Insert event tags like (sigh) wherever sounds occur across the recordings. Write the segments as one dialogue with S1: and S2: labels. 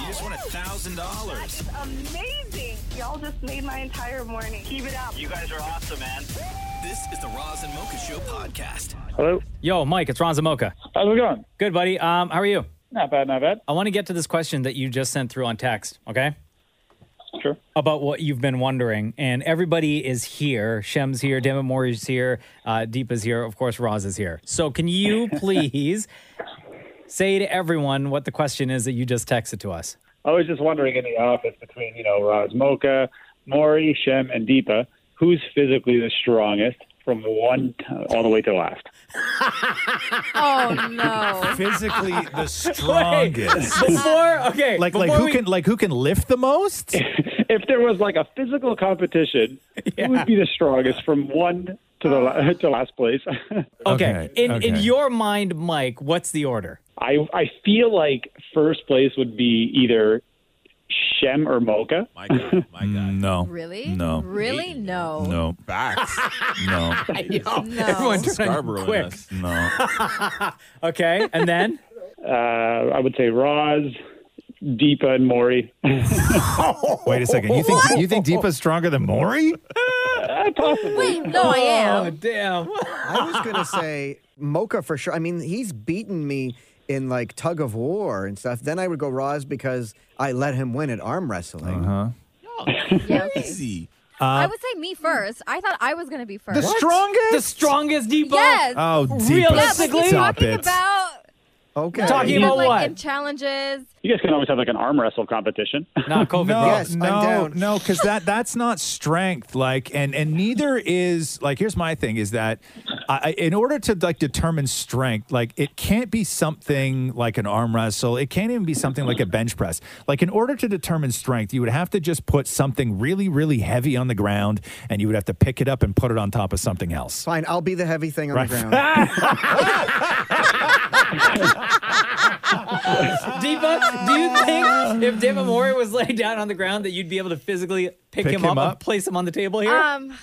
S1: You just won a thousand dollars.
S2: It's amazing. Y'all just made my entire morning. Keep it up.
S3: You guys are awesome, man.
S1: This is the Roz and Mocha Show podcast.
S4: Hello.
S5: Yo, Mike, it's Roz and Mocha.
S4: How's it going?
S5: Good, buddy. Um, how are you?
S4: Not bad, not bad.
S5: I want to get to this question that you just sent through on text, okay?
S4: Sure.
S5: About what you've been wondering. And everybody is here. Shem's here, Dammit Mori's here, uh, Deepa's here, of course, Roz is here. So can
S4: (laughs)
S5: you please say to everyone what the question is that you just texted to us?
S4: I was just wondering in the office between, you know, Roz Mocha, Maury, Shem, and Deepa, who's physically the strongest from one t- all the way to the last?
S6: (laughs) Oh no. (laughs)
S7: Physically the
S5: Wait,
S7: strongest.
S5: (laughs) Before, okay.
S7: Like like
S5: before
S7: who
S5: we-
S7: can like who can lift the most?
S4: (laughs) If there was like a physical
S7: (laughs)
S4: competition,
S5: Yeah.
S4: who would be the strongest from one to the la- (laughs) to last place?
S5: Okay.
S7: Okay,
S5: (laughs) In in
S7: okay.
S5: your mind, Mike, what's the order?
S4: I I
S5: (laughs)
S4: feel like first place would be either Shem or Mocha.
S3: My God,
S7: (laughs)
S3: my God.
S7: No.
S6: Really?
S7: No.
S6: Really? No.
S7: No. (laughs)
S3: Facts.
S7: No.
S6: No.
S5: Oh, Everyone
S3: Scarborough
S5: turned
S3: in
S5: quick.
S3: us.
S7: No.
S5: Okay, and then
S4: (laughs) Uh, I would say Roz, Deepa, and Maury.
S7: (laughs) Wait a second.
S8: (laughs)
S7: You think you think Deepa's stronger than Maury?
S5: Uh,
S6: Wait, (laughs) no, I
S5: Oh
S6: am.
S5: damn.
S8: I was gonna say Mocha for sure. I mean, he's beaten me in like tug of war and stuff. Then I would go Roz because I let him win at arm wrestling.
S6: Yeah, okay.
S3: Easy.
S6: I would say me first. I thought I was gonna be first.
S7: The strongest?
S5: The strongest Deepa.
S6: Yes.
S7: Oh, Deepa.
S6: yeah, but
S5: Realistically-
S6: you're
S7: Stop
S6: talking
S7: it.
S6: about
S8: Okay.
S5: Talking
S6: you know,
S5: about
S6: like
S5: what?
S6: in challenges.
S4: You guys can always have like an arm wrestle
S7: (laughs)
S4: competition.
S5: Not COVID.
S7: No,
S5: bro.
S8: Yes, I'm
S7: no,
S8: down.
S7: no, because that that's not strength. Like, and and neither is like. Here's my thing: is that I, I- in order to like determine strength, like it can't be something like an arm wrestle. It can't even be something like a bench press. Like, in order to determine strength, you would have to just put something really, really heavy on the ground, and you would have to pick it up and put it on top of something else.
S8: Fine, I'll be the heavy thing on the ground.
S5: Deepa, do you think if David Mori was laid down on the ground that you'd be able to physically pick,
S7: Pick
S5: him,
S7: him
S5: up, and
S7: up?
S5: place him on the table here?
S6: Um, um,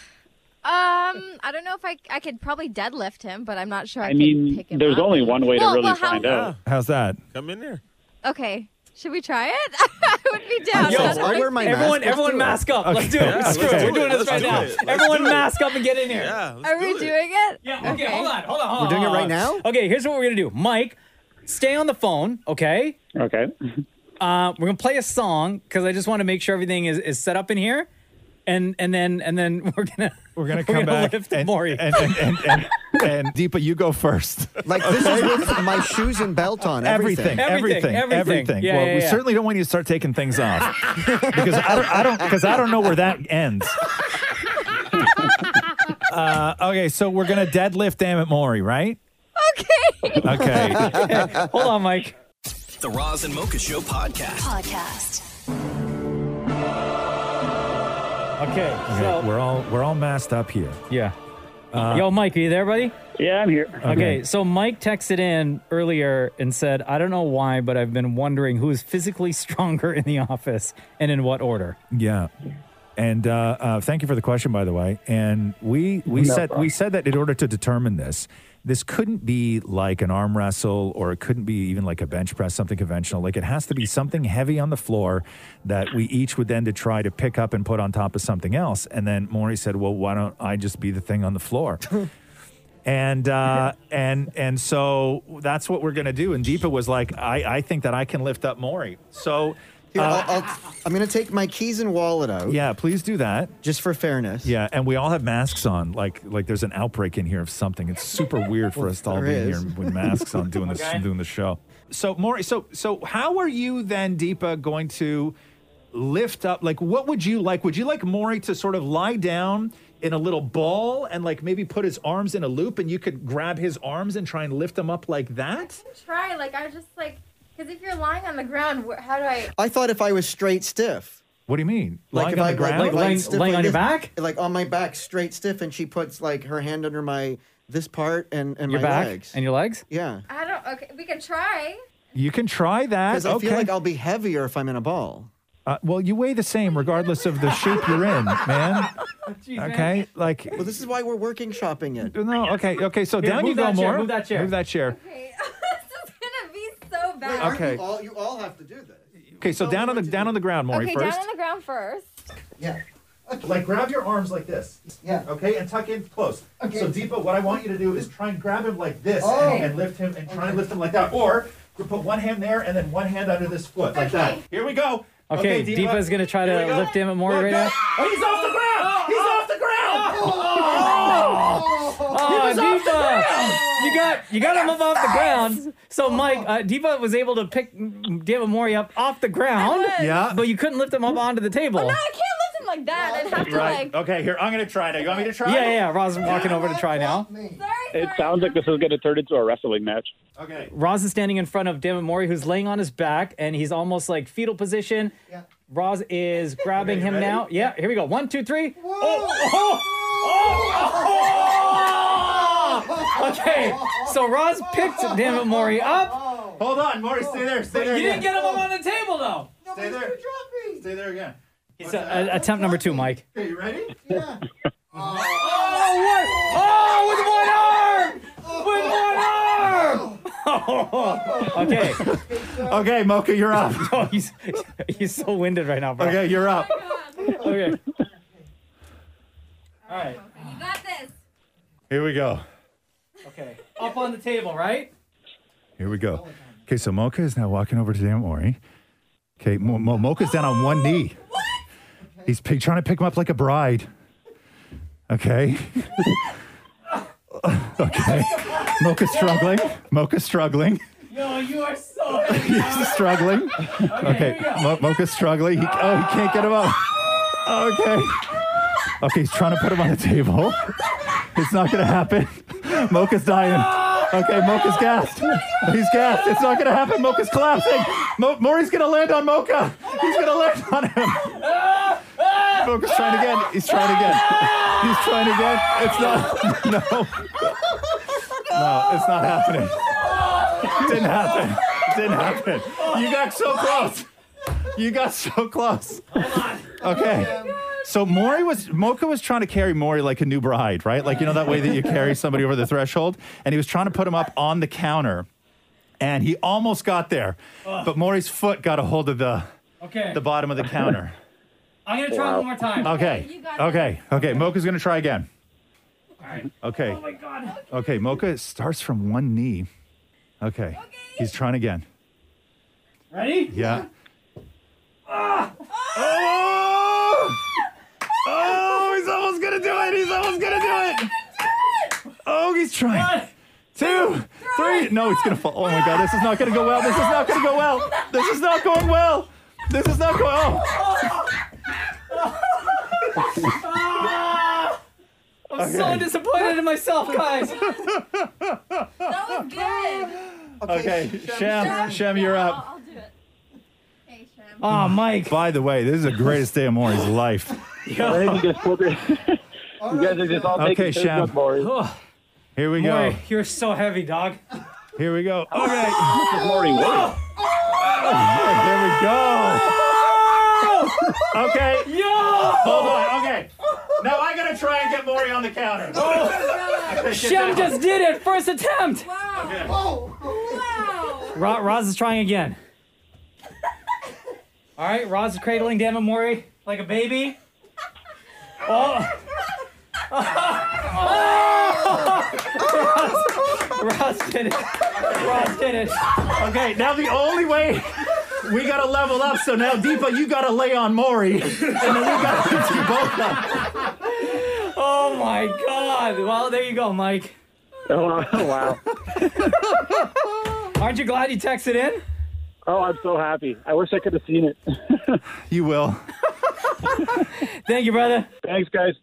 S6: I don't know if I I could probably deadlift him, but I'm not sure. I,
S4: I
S6: could
S4: mean,
S6: pick him
S4: there's
S6: up.
S4: only one way to
S6: Well,
S4: really
S6: well, how-
S4: find out.
S7: How's that?
S3: Come in there.
S6: Okay, should we try it? (laughs) I would be down.
S5: Yo,
S6: That's
S5: I'll
S6: what I-
S8: wear my-
S5: everyone,
S8: mask, let's
S5: everyone,
S8: do it.
S5: mask up. Let's do it.
S3: Yeah,
S5: Screw
S3: let's
S5: it.
S3: do
S5: We're
S3: it.
S5: doing this
S3: Let's
S5: right
S3: do
S5: now.
S3: it. Let's
S5: Everyone,
S3: do it.
S5: mask up and get in here.
S3: Yeah. let's
S6: Are we
S3: do it.
S6: doing it?
S5: Yeah, okay, hold on, hold on, hold on.
S8: We're doing it
S5: hold
S8: right
S5: on.
S8: now?
S5: Okay, here's what we're gonna do. Mike, stay on the phone, okay?
S4: Okay.
S5: Uh, we're gonna play a song because I just want to make sure everything is, is set up in here, and and then and then (laughs) we're gonna
S7: We're gonna come back
S5: lift
S7: and,
S5: Maury.
S7: and, and, and, and, and Deepa, you go first.
S8: Like this is with my shoes and belt on. Everything.
S7: everything,
S5: Everything,
S7: everything,
S5: everything. Yeah,
S7: well,
S5: yeah,
S7: we
S5: yeah.
S7: certainly don't want you to start taking things off because I don't, I don't, because I don't know where that ends. (laughs) uh, okay, so we're gonna deadlift Dammit Maury, right?
S6: Okay.
S8: (laughs)
S7: Okay.
S5: (laughs) Hold on, Mike.
S1: The Roz and Mocha Show podcast.
S9: Podcast.
S5: (laughs) Okay,
S7: Okay,
S5: so
S7: we're all we're all masked up here.
S5: yeah.
S7: Uh,
S5: Yo, Mike, are you there, buddy?
S4: Yeah, I'm here.
S5: Okay. so Mike texted in earlier and said, "I don't know why, but I've been wondering who is physically (laughs) stronger in the office and in what order."
S7: Yeah. And uh, uh, thank you for the question, by the way. And we we said we said that in order to determine this, this couldn't be like an arm wrestle, or it couldn't be even like a bench press, something conventional. Like it has to be something heavy on the floor that we each would then to try to pick up and put on top of something else. And then Maury said, "Well, why don't I just be the thing on the floor?" and uh, and and so that's what we're gonna do. And Deepa was like, "I I think that I can lift up Maury." So uh,
S8: Here, I'll, I'll, I'm gonna take my keys and wallet out
S7: yeah, please do that.
S8: Oh. just for fairness.
S7: Yeah, and we all have masks on. Like like there's an outbreak in here of something. It's
S8: (laughs)
S7: super weird for us to all be
S8: there
S7: in here
S8: is.
S7: with masks on
S8: (laughs)
S7: doing this
S5: Okay.
S7: doing the show. So Maury, so so how are you then, Deepa, going to lift up like what would you like? Would you like Maury to sort of lie down in a little ball and like maybe put his arms in a loop and you could grab his arms and try and lift them up like that?
S6: try. Like I just like Because if you're lying on the ground, wh- how do I?
S8: I thought if I was straight stiff.
S7: What do you mean?
S8: Like
S7: Lying
S8: if
S7: on
S8: I
S7: the ground?
S8: like, like,
S5: Lying-
S8: stiff
S5: lying
S8: like
S5: on your
S8: this,
S5: back?
S8: like on my back, straight stiff, and she puts like her hand under my this part and and
S5: Your
S8: my
S5: back
S7: (laughs)
S8: legs.
S5: and your legs?
S8: yeah,
S6: I don't. Okay, we can try.
S7: you can try that.
S8: because I
S7: Okay.
S8: feel like I'll be heavier if I'm in a ball.
S7: uh, well, you weigh the same regardless of the shape you're in,
S5: (laughs)
S7: man. Okay, like.
S8: Well, this is why we're working shopping it. (laughs)
S7: No, okay, okay. So
S5: Here,
S7: down
S5: move
S7: you go
S5: that chair,
S7: more.
S5: move that chair.
S7: Move that chair.
S6: Okay, this is gonna be so bad.
S8: Aren't
S7: Okay.
S8: You all, you all have to do this.
S7: Okay, so down on the down on the ground, Maury,
S6: okay,
S7: first.
S6: down on the ground first.
S8: Yeah.
S7: Like grab your arms like this.
S8: Yeah.
S7: Okay, and tuck in close.
S8: Okay.
S7: So Deepa, what I want you to do is try and grab him like this
S8: Oh.
S7: and, and lift him and try and lift him like that. Or you put one hand there and then one hand under this foot like that. Here we go.
S5: Okay,
S7: Deepa.
S5: Deepa's gonna try
S7: Here we
S5: to
S7: go.
S5: lift him at more
S7: Look,
S5: right
S7: no.
S5: now.
S7: Oh, he's off the ground! He's off the ground!
S5: Oh, Deepa! You got you got him up off the ground. So Mike, uh, Deepa was able to pick David Mori up off the ground.
S6: I was. Oh,
S7: Yeah.
S5: But you couldn't lift him up onto the table.
S6: No, I can't lift him like that. I'd have to
S7: Right.
S6: like.
S7: Okay, here, I'm gonna try now. You want me to try?
S5: yeah, yeah, yeah. Roz is walking over to try now.
S6: Sorry,
S4: It
S6: sorry.
S4: sounds like this is going to turn into a wrestling match. (laughs)
S7: Okay.
S5: Roz is standing in front of David Mori, who's laying on his back, and he's almost like fetal position. Yeah. Roz is grabbing
S7: Okay,
S5: him
S7: ready?
S5: now. Yeah, here we go. One, two, three. Oh, (laughs) oh. Okay, so Roz picked David Mori up.
S7: Hold on, Maury, stay there, stay there.
S5: You didn't
S7: again.
S5: get him up on the table, though.
S7: Stay there. Stay there again.
S5: It's a, a- attempt number two, Mike.
S7: Okay, you ready? Yeah.
S5: Oh, what? Oh, with one arm! With one arm! Oh, okay.
S7: (laughs) Okay, Mocha, you're up.
S5: Oh, he's, (laughs) he's so winded right now, bro.
S7: Okay, you're up.
S5: Okay. All right.
S6: You got this.
S7: Here we go.
S5: Okay. Up on the table, right?
S7: Here we go. Okay, so Mocha is now walking over to Dan Mori. Okay, Mo- Mo- Mocha's down on one knee. He's pick- trying to pick him up like a bride. Okay. (laughs) okay. Mocha's struggling. Mocha's struggling.
S5: Yo, you are so heavy.
S7: (laughs) He's struggling. Okay. Mo- Mocha's struggling. He- oh, he can't get him up. Okay. Okay, he's trying to put him on the table. It's not going to happen. (laughs) Mocha's dying. Okay, Mocha's gassed. He's gassed. It's not going to happen. Mocha's collapsing. Mo- Maury's going to land on Mocha. He's going to land on him. Mocha's trying again. He's trying again. He's trying again. It's not. (laughs) No. No, it's not happening. Didn't happen. Didn't happen. You got so close. You got so close.
S5: Oh
S7: Okay. So Maury was Mocha was trying to carry Maury like a new bride, right? Like you know that way that you carry somebody over the threshold, and he was trying to put him up on the counter, and he almost got there, but Maury's foot got a hold of the
S5: Okay.
S7: the bottom of the counter.
S5: (laughs) I'm going to try one more time.
S7: Okay.
S6: got
S7: Okay. Okay. Mocha's gonna try again.
S5: All right.
S7: Okay.
S5: Oh, my God.
S7: Okay. Mocha starts from one knee. Okay. He's trying again.
S5: Ready? (laughs)
S7: Yeah. Oh! Oh, he's almost gonna do it. He's almost gonna do it. Oh, he's trying. Two, three. No, it's gonna fall. Oh my god, this is not gonna go well. This is not gonna go well. This is not going well. This is not going well.
S5: I'm so disappointed in myself, guys.
S6: That was good.
S7: Okay, Shem, Shem, you're
S6: Yeah,
S7: up.
S6: I'll, I'll do it. Okay, Shem.
S5: Oh, Mike.
S7: By the way, this is the greatest day of Maury's
S5: (laughs)
S7: life.
S4: I think you just flipped it. you guys are just all
S7: Okay,
S4: making things
S7: Sham.
S4: up, Maury.
S7: Here we go.
S5: Boy, Oh, you're so heavy, dog. Oh.
S7: Here we go. Okay.
S4: This is Maury Williams.
S7: There we go. Oh! Okay.
S5: Yo!
S7: Hold on. Okay. Now I gotta try and get Maury on the counter.
S5: Oh, Shem just did it. First attempt.
S6: Wow. Wow.
S5: Ra- Roz is trying again. All right, Roz is cradling Dan Mori like a baby.
S7: (laughs)
S5: Oh. Roz, Roz Oh! did it. Roz did it.
S7: Okay. Now the only way we gotta level up. So now Deepa, you gotta lay on Maury, (laughs) and then we gotta lift you both up.
S5: Oh my God. Well, there you go, Mike.
S4: Oh, wow.
S5: Aren't you glad you texted in?
S4: Oh, I'm so happy. I wish I could have seen it.
S7: (laughs) You will.
S4: (laughs)
S5: Thank you, brother.
S4: Thanks, guys.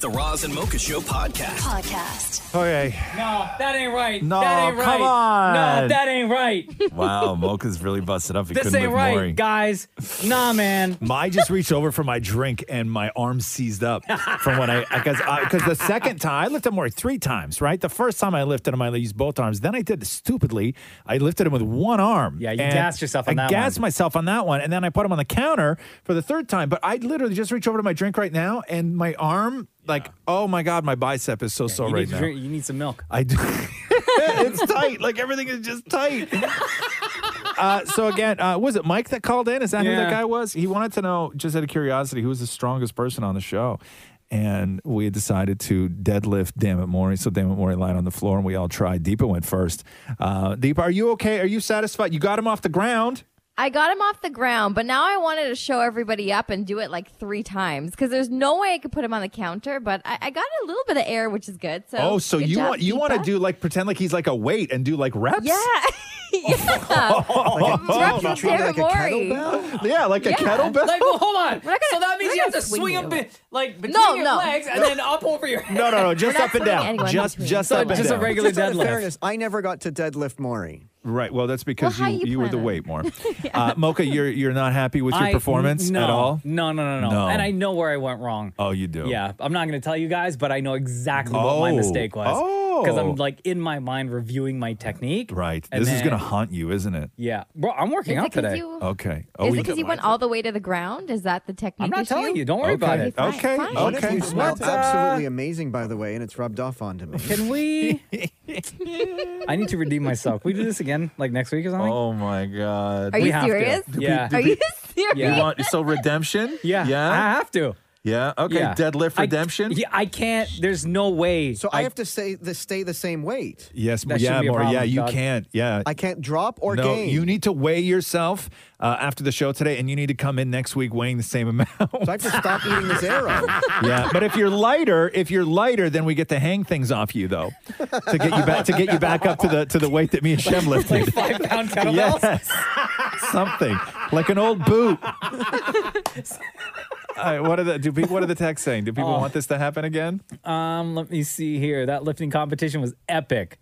S1: The Roz and Mocha Show podcast.
S4: Podcast.
S7: Okay.
S5: No, that ain't right.
S10: No,
S5: that ain't
S10: come
S5: right. No,
S10: on.
S5: that ain't right.
S7: (laughs)
S10: Wow, Mocha's really busted up. He
S5: this
S10: couldn't
S5: ain't
S10: with
S5: right,
S10: Maury.
S5: guys. Nah, man.
S7: I just reached over for my drink and my arm seized up from when I because because the second time I lifted more three times right. The first time I lifted him, I used both arms. Then I did this stupidly. I lifted him with one arm.
S5: Yeah, you
S7: and
S5: gassed yourself on
S7: I
S5: that
S7: gassed
S5: one.
S7: myself on that one, and then I put him on the counter for the third time. But I literally just reach over to my drink right now, and my arm, like, oh my god, my bicep is so sore
S5: you,
S7: right
S5: need to
S7: now.
S5: drink- you need some milk.
S7: I do. (laughs) it's tight. Like everything is just tight. Uh, so again, uh, was it Mike that called in? Is that who
S5: Yeah.
S7: that guy was? He wanted to know, just out of curiosity, who was the strongest person on the show. And we had decided to deadlift Dammit Maury. So Dammit Maury lied on the floor and we all tried. Deepa went first. Uh, Deepa, are you okay? Are you satisfied? You got him off the ground.
S6: I got him off the ground, but now I wanted to show everybody up and do it like three times because there's no way I could put him on the counter. But I, I got a little bit of air, which is good. So
S7: Oh, so
S6: good
S7: you
S6: job,
S7: want you want to
S6: Deepa.
S7: do like pretend like he's like a weight and do like reps? (laughs) Oh,
S6: Yeah, (laughs) yeah. Reps with
S8: Treat it
S6: Sarah
S8: like a
S6: Maury.
S8: kettlebell.
S7: Yeah, like a
S6: Yeah.
S7: kettlebell.
S5: (laughs) Like, well, hold on.
S6: not gonna-
S5: so that means
S6: we're
S5: you have
S6: not
S5: to
S6: swing
S5: swing a
S6: you.
S5: bit, like between
S6: No,
S5: your
S6: no.
S5: legs and then up over your (laughs) head.
S7: (laughs) No, no, no. Just
S6: not
S7: up and
S6: putting
S7: down.
S6: anyone in
S7: Just
S6: between.
S7: just
S5: So
S7: up and
S5: just a
S7: down.
S5: regular
S8: Just out of
S5: deadlift.
S8: fairness, I never got to deadlift Maury.
S7: Right. Well, that's because
S6: how
S7: you,
S6: you
S7: you were the
S6: plan it?
S7: weight
S8: (laughs)
S7: more. uh, Mocha, you're you're not happy with your
S5: I-
S7: performance
S5: no,
S7: at all.
S5: No, no, no, no,
S7: No.
S5: And I know where I went wrong.
S7: Oh, you do.
S5: Yeah, I'm not going to tell you guys, but I know exactly what my
S7: Oh.
S5: mistake was. Because
S7: Oh.
S5: I'm like in my mind reviewing my technique.
S7: Right.
S5: And
S7: this is gonna
S5: then-
S7: haunt you, isn't it?
S5: Yeah, bro, I'm working
S6: Is
S5: out
S6: it because
S5: today.
S6: you?
S7: Okay.
S6: is it
S7: you-
S6: because you went all the way to the ground? Is that the technique?
S5: I'm not
S6: issue?
S5: telling you. Don't worry about
S7: Okay.
S5: it.
S6: Fine,
S7: Okay.
S6: fine.
S8: What
S7: Okay.
S8: if you smell
S5: What, uh,
S8: absolutely amazing, by the way, and it's rubbed off onto me?
S5: Can (laughs) we? I need
S8: (laughs)
S5: to redeem myself. Can we do this again, like next week or something.
S10: Oh my god.
S6: Are
S5: We
S6: you
S5: have to.
S6: serious?
S5: Yeah.
S6: Are you (laughs)
S5: (laughs)
S6: serious?
S5: Yeah.
S10: You want so redemption?
S5: Yeah, I
S10: Yeah.
S5: have to.
S10: Yeah. Okay.
S5: Yeah.
S10: Deadlift
S5: I-
S10: redemption.
S5: yeah, I can't. There's no way.
S8: So I, have to say the, stay the same weight.
S7: Yes.
S5: That
S7: yeah.
S5: shouldn't be a
S7: More. yeah.
S5: problem,
S7: You
S5: Doug.
S7: can't. Yeah.
S8: I can't drop or
S7: Uh, no.
S8: gain.
S7: You need to weigh yourself uh, after the show today, and you need to come in next week weighing the same amount.
S5: (laughs)
S8: so I have to stop eating this arrow.
S7: yeah. But if you're lighter, if you're lighter, then we get to hang things off you though, to get you back to get you back up to the to the weight that me and Shem lifted.
S5: Five
S7: (laughs)
S5: pound kettlebells.
S7: Yes. Something like an old boot. All right, what are the do people what are the texts saying? Do
S5: Oh.
S7: people want this to happen again?
S5: Um, let me see here. That lifting competition was epic.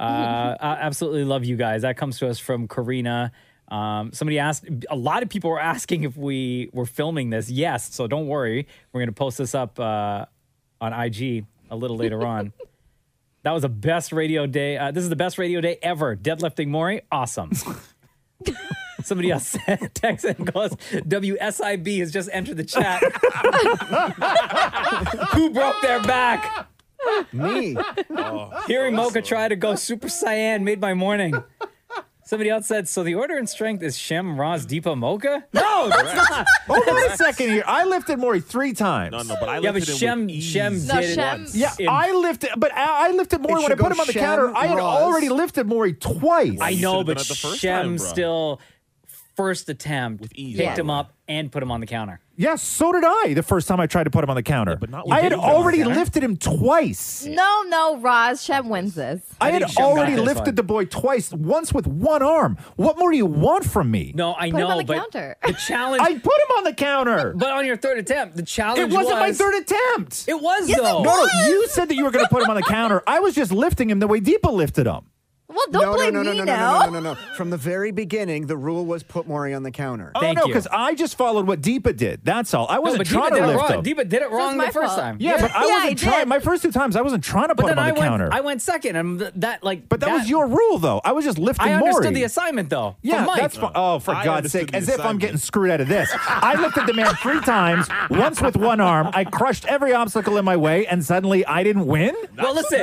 S5: Uh, I absolutely love you guys. That comes to us from Karina. Um, somebody asked, a lot of people were asking if we were filming this. Yes, so don't worry. We're going to post this up uh, on IG a little later on. That was the best radio day. Uh, this is the best radio day ever. Deadlifting Maury, awesome. Somebody else said, (laughs) text and goes, WSIB has just entered the chat. Who broke their back?
S6: (laughs)
S8: me.
S5: Hearing Mocha try to go super cyan made my morning. Somebody else said, so the order and strength is Shem, Roz,
S7: (laughs)
S5: Deepa, Mocha? No, that's not.
S7: Hold on a second here. I lifted Maury three times.
S3: No, no, but I
S5: Yeah, but
S3: lifted him
S5: Shem,
S3: with ease.
S5: Shem
S6: No,
S5: did
S6: Shem.
S5: it.
S7: Yeah,
S5: in-
S7: I lifted, but I, I lifted Maury when I
S8: should
S7: put
S8: go
S7: him on the
S8: Shem,
S7: counter. I had
S8: Ross.
S7: already lifted Maury twice.
S5: I
S3: You
S5: know,
S3: should've been
S5: but
S3: at the first
S5: Shem
S3: time, bro.
S5: still, first attempt, With
S3: ease, by
S5: picked
S3: the
S5: him
S3: way.
S5: up and put him on the counter.
S7: Yes, so did I the first time I tried to put him on the counter.
S3: but
S7: I
S3: not with
S7: had
S3: David on the
S7: already
S3: counter.
S7: lifted him twice.
S6: No, no, Roz. Shem wins this.
S7: I, had
S5: think Shem got
S7: already
S5: this
S7: lifted
S5: one.
S7: the boy twice, once with one arm. What more do you want from me?
S5: No, I
S6: Put
S5: know,
S6: him on the
S5: but
S6: counter. (laughs)
S5: the challenge,
S7: I put him on the counter.
S5: (laughs) but on your third attempt, the challenge
S7: It wasn't my
S5: was-
S7: third attempt.
S5: It was,
S6: Yes, it
S5: though.
S7: no, no, you said that you were going to put him on the counter. I was just lifting him the way Deepa lifted him.
S6: Well, don't
S8: no,
S6: blame
S8: no, no,
S6: me
S8: no, no,
S6: now.
S8: no, no, no, no, no. From the very beginning, the rule was put Maury on the counter.
S5: Thank
S7: oh no,
S5: you.
S7: because I just followed what Deepa did. That's all. I
S5: No,
S7: wasn't
S5: but
S7: trying
S5: Deepa did
S7: to
S5: it
S7: lift
S5: wrong.
S7: him.
S5: Deepa did it
S6: it's
S5: wrong the
S6: my
S5: first
S6: fault.
S5: time.
S7: yeah, but I
S6: Yeah, I
S7: wasn't trying.
S6: did.
S7: My first two times, I wasn't trying to
S5: But
S7: put
S5: then
S7: him on
S5: I
S7: the
S5: went,
S7: counter.
S5: I went second, and th- that like.
S7: but that, was your rule, though. I was just lifting
S5: I understood
S7: Maury.
S5: the assignment though.
S7: yeah,
S5: from Mike.
S7: that's fi- oh, for
S3: I
S7: God's
S3: understood
S7: sake!
S3: the
S7: As if I'm
S3: assignment.
S7: getting screwed out of this. I lifted the man three times, once with one arm. I crushed every obstacle in my way, and suddenly I didn't win.
S5: well, listen,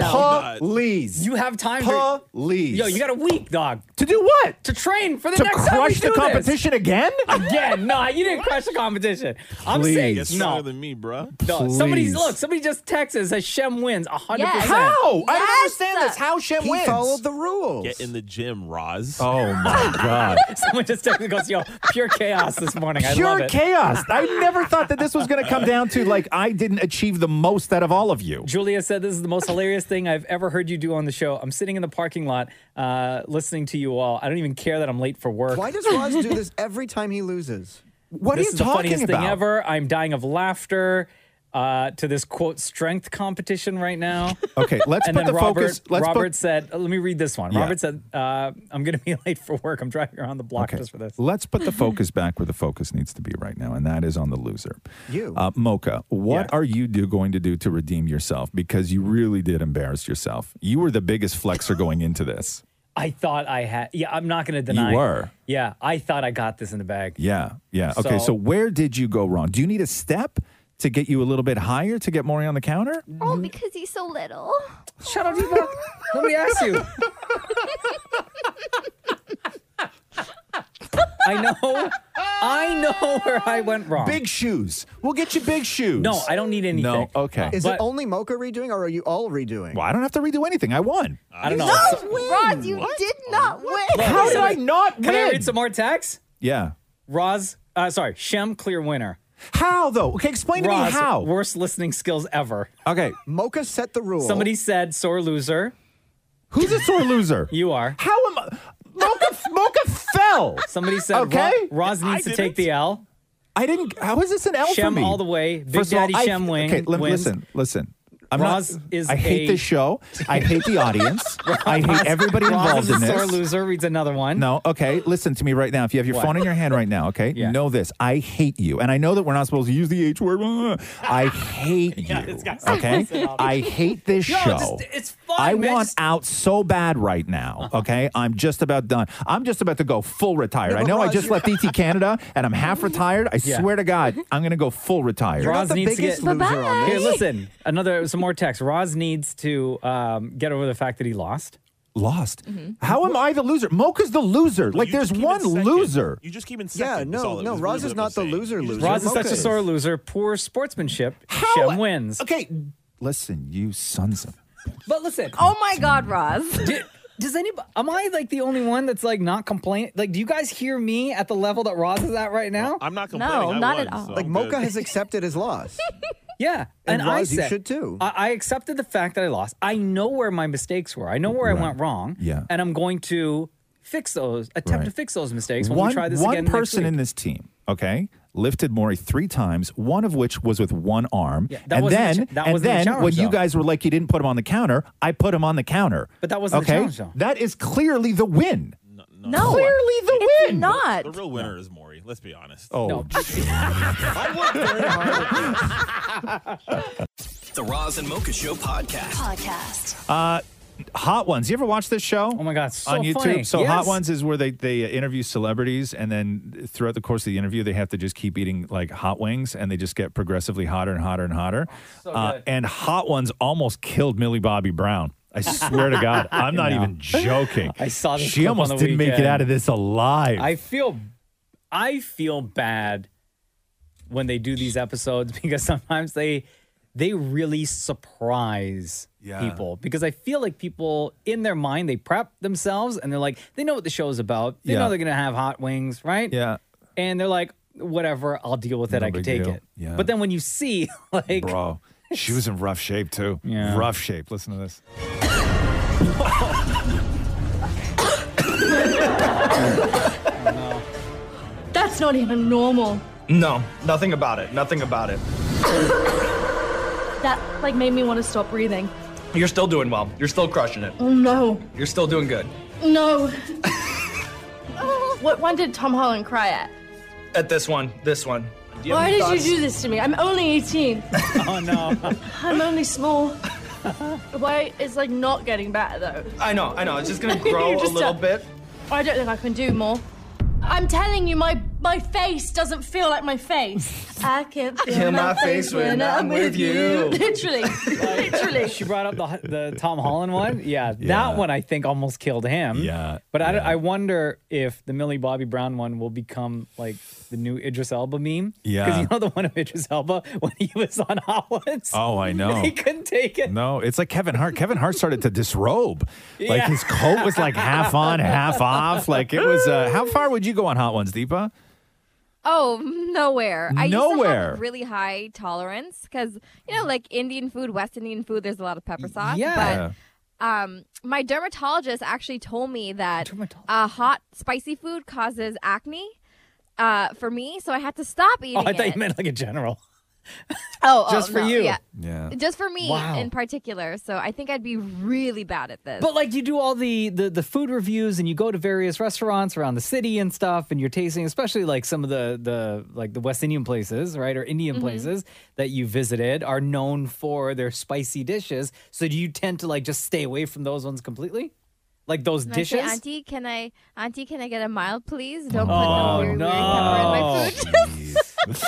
S7: Please,
S5: you have time. to,
S7: please.
S5: yo, you got a week, dog,
S7: to do what?
S5: to train for the
S7: to
S5: next time we
S7: crush the
S5: do this.
S7: competition again?
S5: Again, no, you didn't crush the competition. I'm saying
S3: You're stronger
S5: no.
S3: than me, bro.
S5: no. Somebody's
S7: Please.
S5: look. Somebody just texts and says Shem wins 100.
S6: Yes.
S5: percent
S7: How? I don't
S6: Yes.
S7: understand this. How Shem
S8: he
S7: wins?
S8: followed the rules.
S3: Get in the gym, Roz.
S7: oh
S5: (laughs)
S7: my god!
S5: Someone just texts and goes, "Yo, pure chaos this morning. I love
S7: Pure
S5: it."
S7: chaos. I never thought that this was going to come down to like I didn't achieve the most out of all of you.
S5: (laughs) Julia said this is the most hilarious thing I've ever heard you do on the show. I'm sitting in the parking lot uh, listening to you all. I don't even care that I'm late for work.
S8: Why does Roz do
S5: (laughs)
S8: this every time he loses?
S7: What are you
S5: this is the
S7: talking
S5: funniest
S7: about?
S5: thing ever. I'm dying of laughter. uh, to this quote strength competition right now.
S7: (laughs) Okay, let's
S5: and
S7: put the
S5: then Robert,
S7: focus- let's put-
S5: Robert said, uh, "Let me read this one."
S7: Yeah.
S5: Robert said, uh, "I'm going to be (laughs) late for work. I'm driving around the block just for this."
S7: Let's put the focus back where the focus needs to be right now, and that is on the loser.
S8: You.
S7: Uh, Mocha, what are you do, going to do to redeem yourself? Because you really did embarrass yourself. You were the biggest flexer going into this.
S5: I thought I had. Yeah, I'm not going to deny.
S7: were.
S5: Yeah, I thought I got this in the bag.
S7: Yeah, yeah. Okay, so,
S5: So-
S7: where did you go wrong? Do you need a step to get you a little bit higher to get Maury on the counter?
S6: Oh, because he's so little.
S5: Shut up, Diva. Nobody asked you. I know. I know where I went wrong.
S7: Big shoes. We'll get you big shoes.
S5: No, I don't need anything.
S7: No, okay.
S8: Is
S5: But-
S8: it only Mocha redoing, or are you all redoing?
S7: well, I don't have to redo anything. I won.
S5: I don't know. So-
S6: Roz, you did not win.
S7: How did I not
S5: Can I
S7: win?
S5: read some more tags?
S7: yeah.
S5: Roz, uh, sorry, Shem, clear winner.
S7: How though? Okay, explain to me
S5: Roz,
S7: how.
S5: worst listening skills ever.
S7: okay,
S8: Mocha set the rule.
S5: Somebody said sore loser.
S7: who's a sore loser?
S5: You are.
S7: How am I? Mocha, Mocha fell.
S5: Somebody said Ro-
S7: Okay.
S5: Roz needs
S3: I
S5: to
S3: didn't.
S5: take the L.
S7: I didn't. How is this an L for
S5: Shem
S7: me?
S5: all the way. Big
S7: First of all,
S5: Daddy
S7: I-
S5: Shem wing
S7: Okay, let,
S5: wins.
S7: listen, listen. I'm
S5: Roz
S7: not.
S5: is
S7: I hate
S5: a-
S7: this show. I hate the
S5: (laughs)
S7: audience. I hate everybody
S5: Roz
S7: involved
S5: is a
S7: in
S5: sore
S7: this.
S5: loser. Reads another one.
S7: No, okay. Listen to me right now. If you have your
S5: What?
S7: phone in your hand right now, okay,
S5: Yeah.
S7: know this. I hate you. And I know that we're not supposed to use the H word. (laughs) blah, blah. I
S5: (laughs)
S7: hate you.
S5: it's got (laughs)
S7: okay?
S5: sense about it.
S7: I hate this
S5: Yo,
S7: show.
S5: just- it's fine,
S7: I
S5: man.
S7: want
S5: Just- Uh-huh.
S7: out so bad right now, okay? I'm just about done. I'm just about to go full retired. I
S8: but
S7: know I
S8: Roz,
S7: just
S8: you're-
S5: (laughs)
S7: left ET Canada and I'm half retired. I
S5: Yeah.
S7: swear to God, I'm going to go full retired.
S8: You're
S5: Roz
S8: not the
S5: needs to
S8: biggest
S5: get-
S8: loser
S6: Bye-bye.
S8: on
S5: Here,
S8: this.
S5: listen. (laughs) Another some more text. Roz needs to um, get over the fact that he lost.
S7: Lost. How am I the loser? Mocha's the loser. Like,
S3: You
S7: there's
S3: just came
S7: one
S3: in second.
S7: loser.
S3: You just came in
S8: Yeah,
S3: second. is
S8: no,
S3: all it
S8: no,
S3: was.
S8: Roz
S3: Really
S8: is
S3: what
S8: not
S3: was
S8: the
S3: saying.
S8: loser
S3: You just-
S8: loser.
S5: Roz is such a
S8: Mocha
S5: sore
S8: is.
S5: loser. Poor sportsmanship.
S7: How-
S5: Shem wins.
S7: Okay, listen, you sons of.
S5: But listen,
S6: Oh my
S5: (laughs)
S6: God, Roz.
S5: do- does anybody? Am I like the only one that's like not complaining? Like, do you guys hear me at the level that Roz is at right now?
S3: I'm not complaining. I
S6: not
S3: won,
S6: at all.
S3: so
S8: Like
S3: I'm
S8: Mocha
S3: good.
S8: has accepted his
S6: (laughs)
S8: loss.
S5: Yeah,
S8: And
S5: I
S8: Roz, you
S5: said-
S8: should too.
S5: I, I accepted the fact that I lost. I know where my mistakes were. I know where I went wrong.
S7: Yeah.
S5: and I'm going to fix those. Attempt
S7: Right.
S5: to fix those mistakes when
S7: one,
S5: we try this
S7: one
S5: again. next
S7: person
S5: week.
S7: in this team, okay, lifted Maury three times, one of which was with one arm.
S5: Yeah, that
S7: and
S5: wasn't the
S7: then,
S5: cha- that
S7: and
S5: wasn't the
S7: then
S5: challenge
S7: when you
S5: zone.
S7: guys were like, you didn't put him on the counter, I put him on the counter.
S5: But that wasn't the
S7: okay?
S5: challenge zone.
S7: That is clearly the win.
S6: No.
S7: Clearly the
S6: It's
S7: win.
S6: not.
S3: The real winner is Maury. Let's be honest.
S7: Oh,
S3: (laughs)
S5: No.
S3: I worked very hard.
S1: The Roz and Mocha Show podcast.
S11: Podcast.
S7: Uh, Hot Ones. You ever watch this show?
S5: Oh my God, so
S7: on YouTube.
S5: funny.
S7: So Hot
S5: Yes.
S7: Ones is where they they interview celebrities, and then throughout the course of the interview, they have to just keep eating like hot wings, and they just get progressively hotter and hotter and hotter.
S5: Oh,
S7: Uh,
S5: so good.
S7: and Hot Ones almost killed Millie Bobby Brown. I swear to
S5: (laughs)
S7: God, I'm not even joking.
S5: I saw this
S7: She
S5: clip on
S7: almost
S5: the
S7: didn't make it
S5: weekend.
S7: out of this alive.
S5: I feel I feel bad when they do these episodes (laughs) because sometimes they they really surprise
S7: Yeah.
S5: people because I feel like people in their mind they prep themselves and they're like they know what the show is about. They
S7: Yeah.
S5: know they're going to have hot wings, right?
S7: yeah.
S5: And they're like whatever, I'll deal with it.
S7: No
S5: I can
S7: big
S5: take
S7: deal.
S5: it.
S7: Yeah.
S5: But then when you see (laughs) like
S7: Bro, she was in rough shape too.
S5: Yeah.
S7: Rough shape. Listen to this.
S11: That's not even normal.
S1: No, nothing about it. Nothing about it.
S11: That like made me want to stop breathing.
S1: You're still doing well. You're still crushing it.
S11: Oh no,
S1: You're still doing good.
S11: no. (laughs) Oh. what one did Tom Holland cry at?
S1: At this one, this one.
S11: Why did you do this to me? I'm only (laughs) 18.
S5: oh no.
S11: I'm only (laughs) small. Why it's like not getting better though.
S1: I know, I know.
S3: (laughs)
S1: It's just gonna
S11: grow a Just little a- bit. I don't think I can do more. I'm telling you, my my face doesn't feel like my face. (laughs) I can't feel, my, face when, I'm with you. (laughs) Literally, literally.
S5: (laughs) she brought up the the Tom Holland one. Yeah,
S7: Yeah.
S5: that one I think almost killed him.
S7: Yeah,
S5: but I, don't-
S7: yeah.
S5: I wonder if the Millie Bobby Brown one will become like the new Idris Elba meme. because
S7: Yeah.
S5: you know the one of Idris Elba when he was on Hot Ones.
S7: Oh,
S5: (laughs)
S7: I know.
S5: he couldn't take it.
S7: No, it's like Kevin Hart. Kevin Hart started to disrobe. Like
S5: Yeah.
S7: his coat was like half on, half off. Like it was. Uh, how far would you go on Hot Ones, Deepa?
S6: Oh, (laughs) nowhere. I used to
S7: Nowhere.
S6: have really high tolerance because, you know, like Indian food, West Indian food, there's a lot of pepper sauce.
S5: Yeah.
S6: But um, my dermatologist actually told me that
S5: Dermatologist.
S6: uh, hot, spicy food causes acne uh, for me. So I had to stop eating
S5: Oh, I thought
S6: it.
S5: you meant like a general.
S6: Oh, oh,
S5: Just for
S6: no,
S5: you.
S6: Yeah.
S5: Yeah.
S6: Just for me
S5: Wow.
S6: in particular. So I think I'd be really bad at this.
S5: But like you do all the, the the food reviews and you go to various restaurants around the city and stuff and you're tasting especially like some of the the like the West Indian places, right? Or Indian
S6: Mhm.
S5: places that you visited are known for their spicy dishes. So do you tend to like just stay away from those ones completely? Like those
S6: And I say,
S5: dishes?
S6: Auntie, can I, Auntie, can I get a mild, please? Don't
S5: Oh,
S6: put no weird,
S5: no.
S6: weird pepper in my food.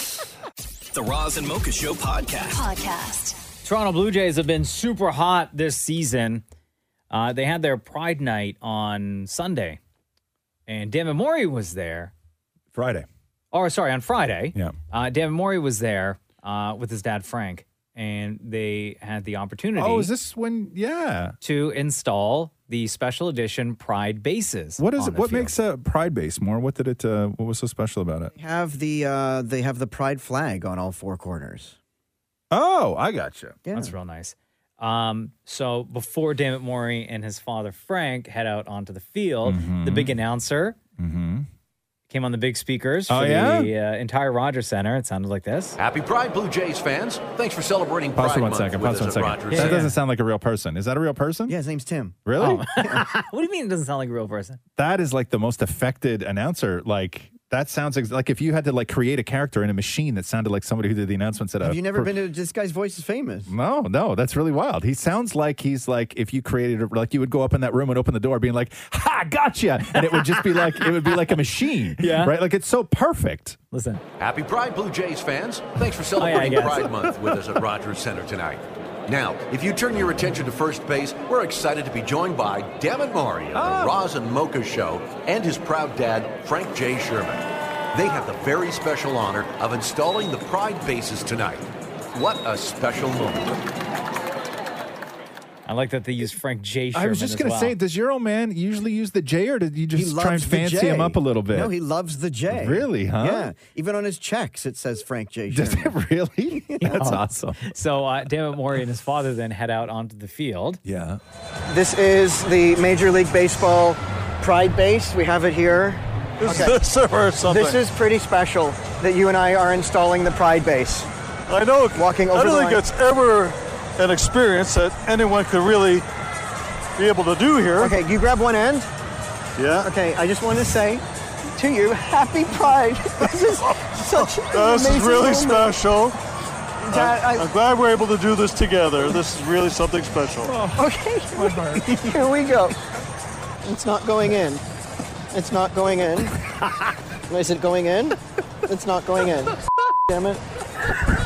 S1: The Roz and Mocha Show podcast.
S12: Podcast.
S5: Toronto Blue Jays have been super hot this season. Uh, they had their Pride Night on Sunday, and Dan Mori was there.
S7: Friday.
S5: Or sorry, on Friday.
S7: Yeah.
S5: Uh, Dan Mori was there uh, with his dad Frank, and they had the opportunity.
S7: Oh, is this when? Yeah.
S5: To install the special edition Pride bases.
S7: What is
S5: on
S7: it?
S5: the
S7: What
S5: field.
S7: makes a Pride base more? What did it? Uh, what was so special about it?
S8: They have the uh, they have the pride flag on all four corners.
S7: Oh, I got you.
S5: That's real nice. Um, so before Dammit Mori and his father Frank head out onto the field, the
S7: Mm-hmm.
S5: big announcer came on the big speakers
S13: Oh,
S5: for the
S13: yeah?
S5: uh, entire Rogers Center. It sounded like this.
S13: Happy Pride, Blue Jays fans. Thanks for celebrating
S7: Pause
S13: Pride
S7: for one
S13: Month
S7: second.
S13: with
S7: Pause for one
S13: us at
S7: second.
S13: Rogers
S7: That
S13: Center.
S7: doesn't sound like a real person. Is that a real person? Yeah,
S8: his name's Tim.
S7: Really?
S5: Oh. (laughs) what do you mean it doesn't sound like a real person?
S7: That is like the most affected announcer. Like that sounds ex- like if you had to like create a character in a machine that sounded like somebody who did the announcements at a.
S8: Have you never
S7: per-
S8: been to this guy's voice is famous?
S7: No, no, that's really wild. He sounds like he's like if you created a, like you would go up in that room and open the door, being like, "Ha, gotcha," and it would just be like it would be like a machine,
S13: Yeah.
S7: right? Like it's so perfect.
S5: Listen,
S13: Happy Pride, Blue Jays fans. Thanks for celebrating
S7: Oh, yeah, I guess.
S13: Pride Month with us at Rogers Center tonight. Now, if you turn your attention to first base, we're excited to be joined by Devin Maury of
S7: Oh.
S13: the Roz and Mocha Show and his proud dad, Frank J. Sherman. They have the very special honor of installing the Pride bases tonight. What a special moment.
S14: (laughs)
S5: I like that they used Frank J. Sherman
S7: I was just
S5: as
S7: gonna
S5: well.
S7: say, does your old man usually use the J, or did you just try and
S8: loves the
S7: fancy
S8: J.
S7: him up a little bit?
S8: No, he loves the J.
S7: Really, huh?
S8: Yeah. Even on his checks, it says Frank J.
S7: Does
S8: Sherman.
S7: it (laughs)
S5: (laughs)
S7: really? That's
S5: Oh.
S7: awesome.
S5: So uh, Dammit Mori and his father then head out onto the field.
S7: Yeah.
S8: This is the Major League Baseball Pride Base. We have it here.
S15: This is- this (laughs) is or something.
S8: This is pretty special that you and I are installing the Pride Base.
S15: I know.
S8: Walking over
S15: I don't
S8: the
S15: think
S8: line.
S15: it's ever an experience that anyone could really be able to do here.
S8: Okay, you grab one end.
S15: Yeah.
S8: Okay, I just want to say to you, Happy Pride. (laughs) This
S15: (laughs)
S8: is such an
S15: This is
S8: amazing
S15: really
S8: moment.
S15: special.
S8: Dad,
S15: I'm,
S8: I-
S15: I'm glad we're able to do this together. This is really something special.
S8: (laughs) Okay, here we go. It's not going in. It's not going in. Is it going in? It's not going (laughs) in. Damn it.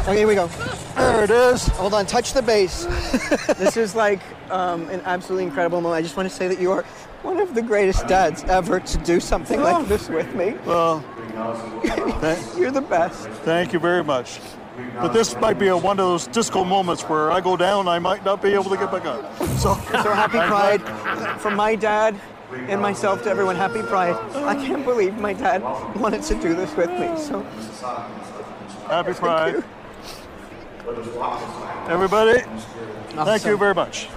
S8: Okay, here we go. There it is. Hold on, touch the (laughs) base. this is like um, an absolutely incredible moment. I just want to say that you are one of the greatest dads ever to do something like this with me.
S15: Well,
S8: (laughs) you're the best.
S15: Thank you very much. But this might be a, one of those disco moments where I go down, I might not be able to get back up. So, so (laughs)
S8: happy Pride from my dad and myself to everyone. Happy Pride. I can't believe my dad wanted to do this with me. So
S15: Happy Pride. Everybody, thank you
S8: Awesome.
S15: very much.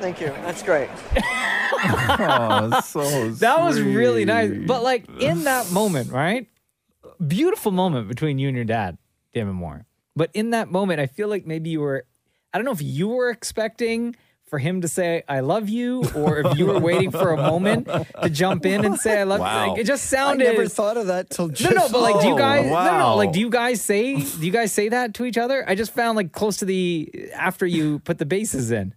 S8: thank you. That's great.
S5: (laughs) that was really nice. But like in that moment, right? Beautiful moment between you and your dad, Damon Moore. But in that moment, I feel like maybe you were I don't know if you were expecting for him to say I love you or if you were waiting for a moment to jump in and say I love you.
S8: Wow.
S5: Like, it just sounded
S8: I never thought Oh, of that till
S5: no,
S8: just
S5: no, but like, do you
S8: now.
S5: guys? No, no, like, do you guys say? Do you guys say that to each other? I just found like close to the after you put the bases in.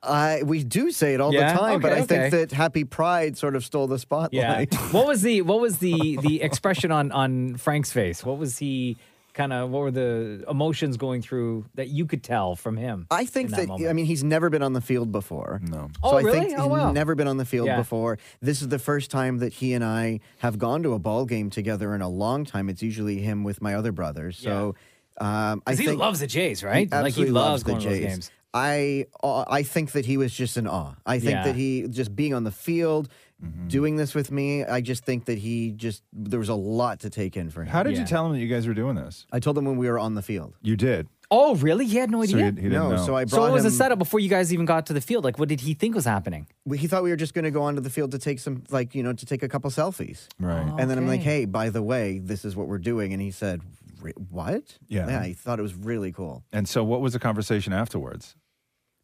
S8: I we do say it all
S5: Yeah?
S8: the time, but
S5: Okay,
S8: I think
S5: okay.
S8: that Happy Pride sort of stole the
S5: (laughs) Yeah.
S8: spotlight.
S5: what was the what was the the expression on on Frank's face? What was he kind of? What were the emotions going through that you could tell from him?
S8: I think
S5: in
S8: that,
S5: moment?
S8: I mean he's never been on the field (laughs) before. No. So
S5: Oh,
S8: I
S5: really?
S8: think he's
S5: Oh, wow.
S8: never been on the field
S5: Yeah.
S8: before. This is the first time that he and I have gone to a ball game together in a long time. It's usually him with my other brother. So um, I
S5: 'Cause he
S8: think
S5: loves the Jays,
S8: He
S5: right? Like, he
S8: absolutely
S5: loves going to those games.
S8: I uh, I think that he was just in awe. I think
S5: Yeah.
S8: that he just being on the field,
S7: Mm-hmm.
S8: doing this with me. I just think that he just there was a lot to take in for
S7: (laughs)
S8: him.
S7: How did you tell him that you guys were doing this?
S8: I told him when we were on
S3: (laughs)
S8: the field.
S7: You did.
S5: Oh, really? He had no
S7: So
S5: idea.
S7: he- he didn't No, know. so I
S5: it
S8: brought
S5: was a
S8: him-
S5: setup before you guys even got to the field. Like, what did he think was happening? (laughs)
S8: we, he thought we were just going to go onto the field to take some, like, you know, to take a couple selfies.
S7: Right.
S8: And then I'm like,
S5: Okay.
S8: hey, by the way, this is what we're doing. And he said,
S3: re- what?
S7: Yeah.
S3: Yeah, he thought it was really cool.
S7: And so, what was the conversation afterwards?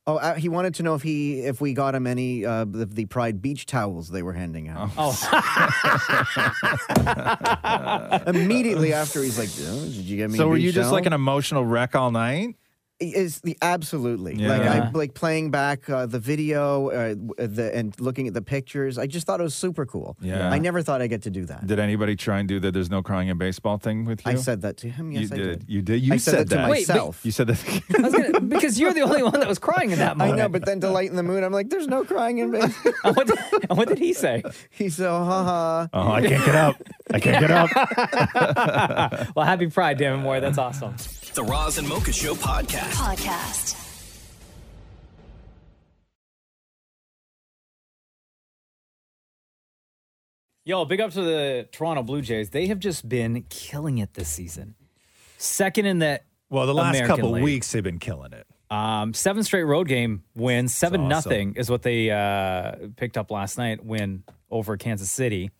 S3: Oh, uh, he wanted to know if he if we got him any uh, the, the Pride beach towels they were handing out.
S7: Oh. (laughs)
S5: (laughs)
S3: (laughs) Immediately after, he's like, oh, "Did you get me?"
S7: so,
S3: a
S7: were
S3: beach
S7: you just
S3: towel?"
S7: like an emotional wreck all night?
S3: is the absolutely like
S7: Yeah.
S3: I like playing back uh, the video uh, w- the and looking at the pictures. I just thought it was super cool.
S7: Yeah.
S3: I never thought I'd get to do that.
S7: Did anybody try and do the "There's no crying in baseball" thing with you?
S3: I said that to him. Yes,
S7: you
S3: I
S7: did.
S3: did.
S7: You did. You
S3: I said that to Wait, but- myself.
S7: you said that.
S5: (laughs) because you're the only one that was crying in that moment.
S3: I know, but then to lighten the mood, I'm like, "There's no crying in (laughs) me."
S5: what, did, what did he say? (laughs)
S3: He said, "Ha ha."
S16: Oh, I can't get up. I can't get up.
S5: (laughs) well, happy Pride, Damon Moore. That's awesome.
S1: The Roz and Mocha Show podcast.
S17: Podcast.
S5: Yo, big up to the Toronto Blue Jays. They have just been killing it this season. Second in the
S16: Well, the last
S5: American
S16: couple
S5: League.
S16: weeks they've been killing it.
S5: Um, seven straight road game win, seven
S16: awesome.
S5: nothing is what they uh, picked up last night win over Kansas City.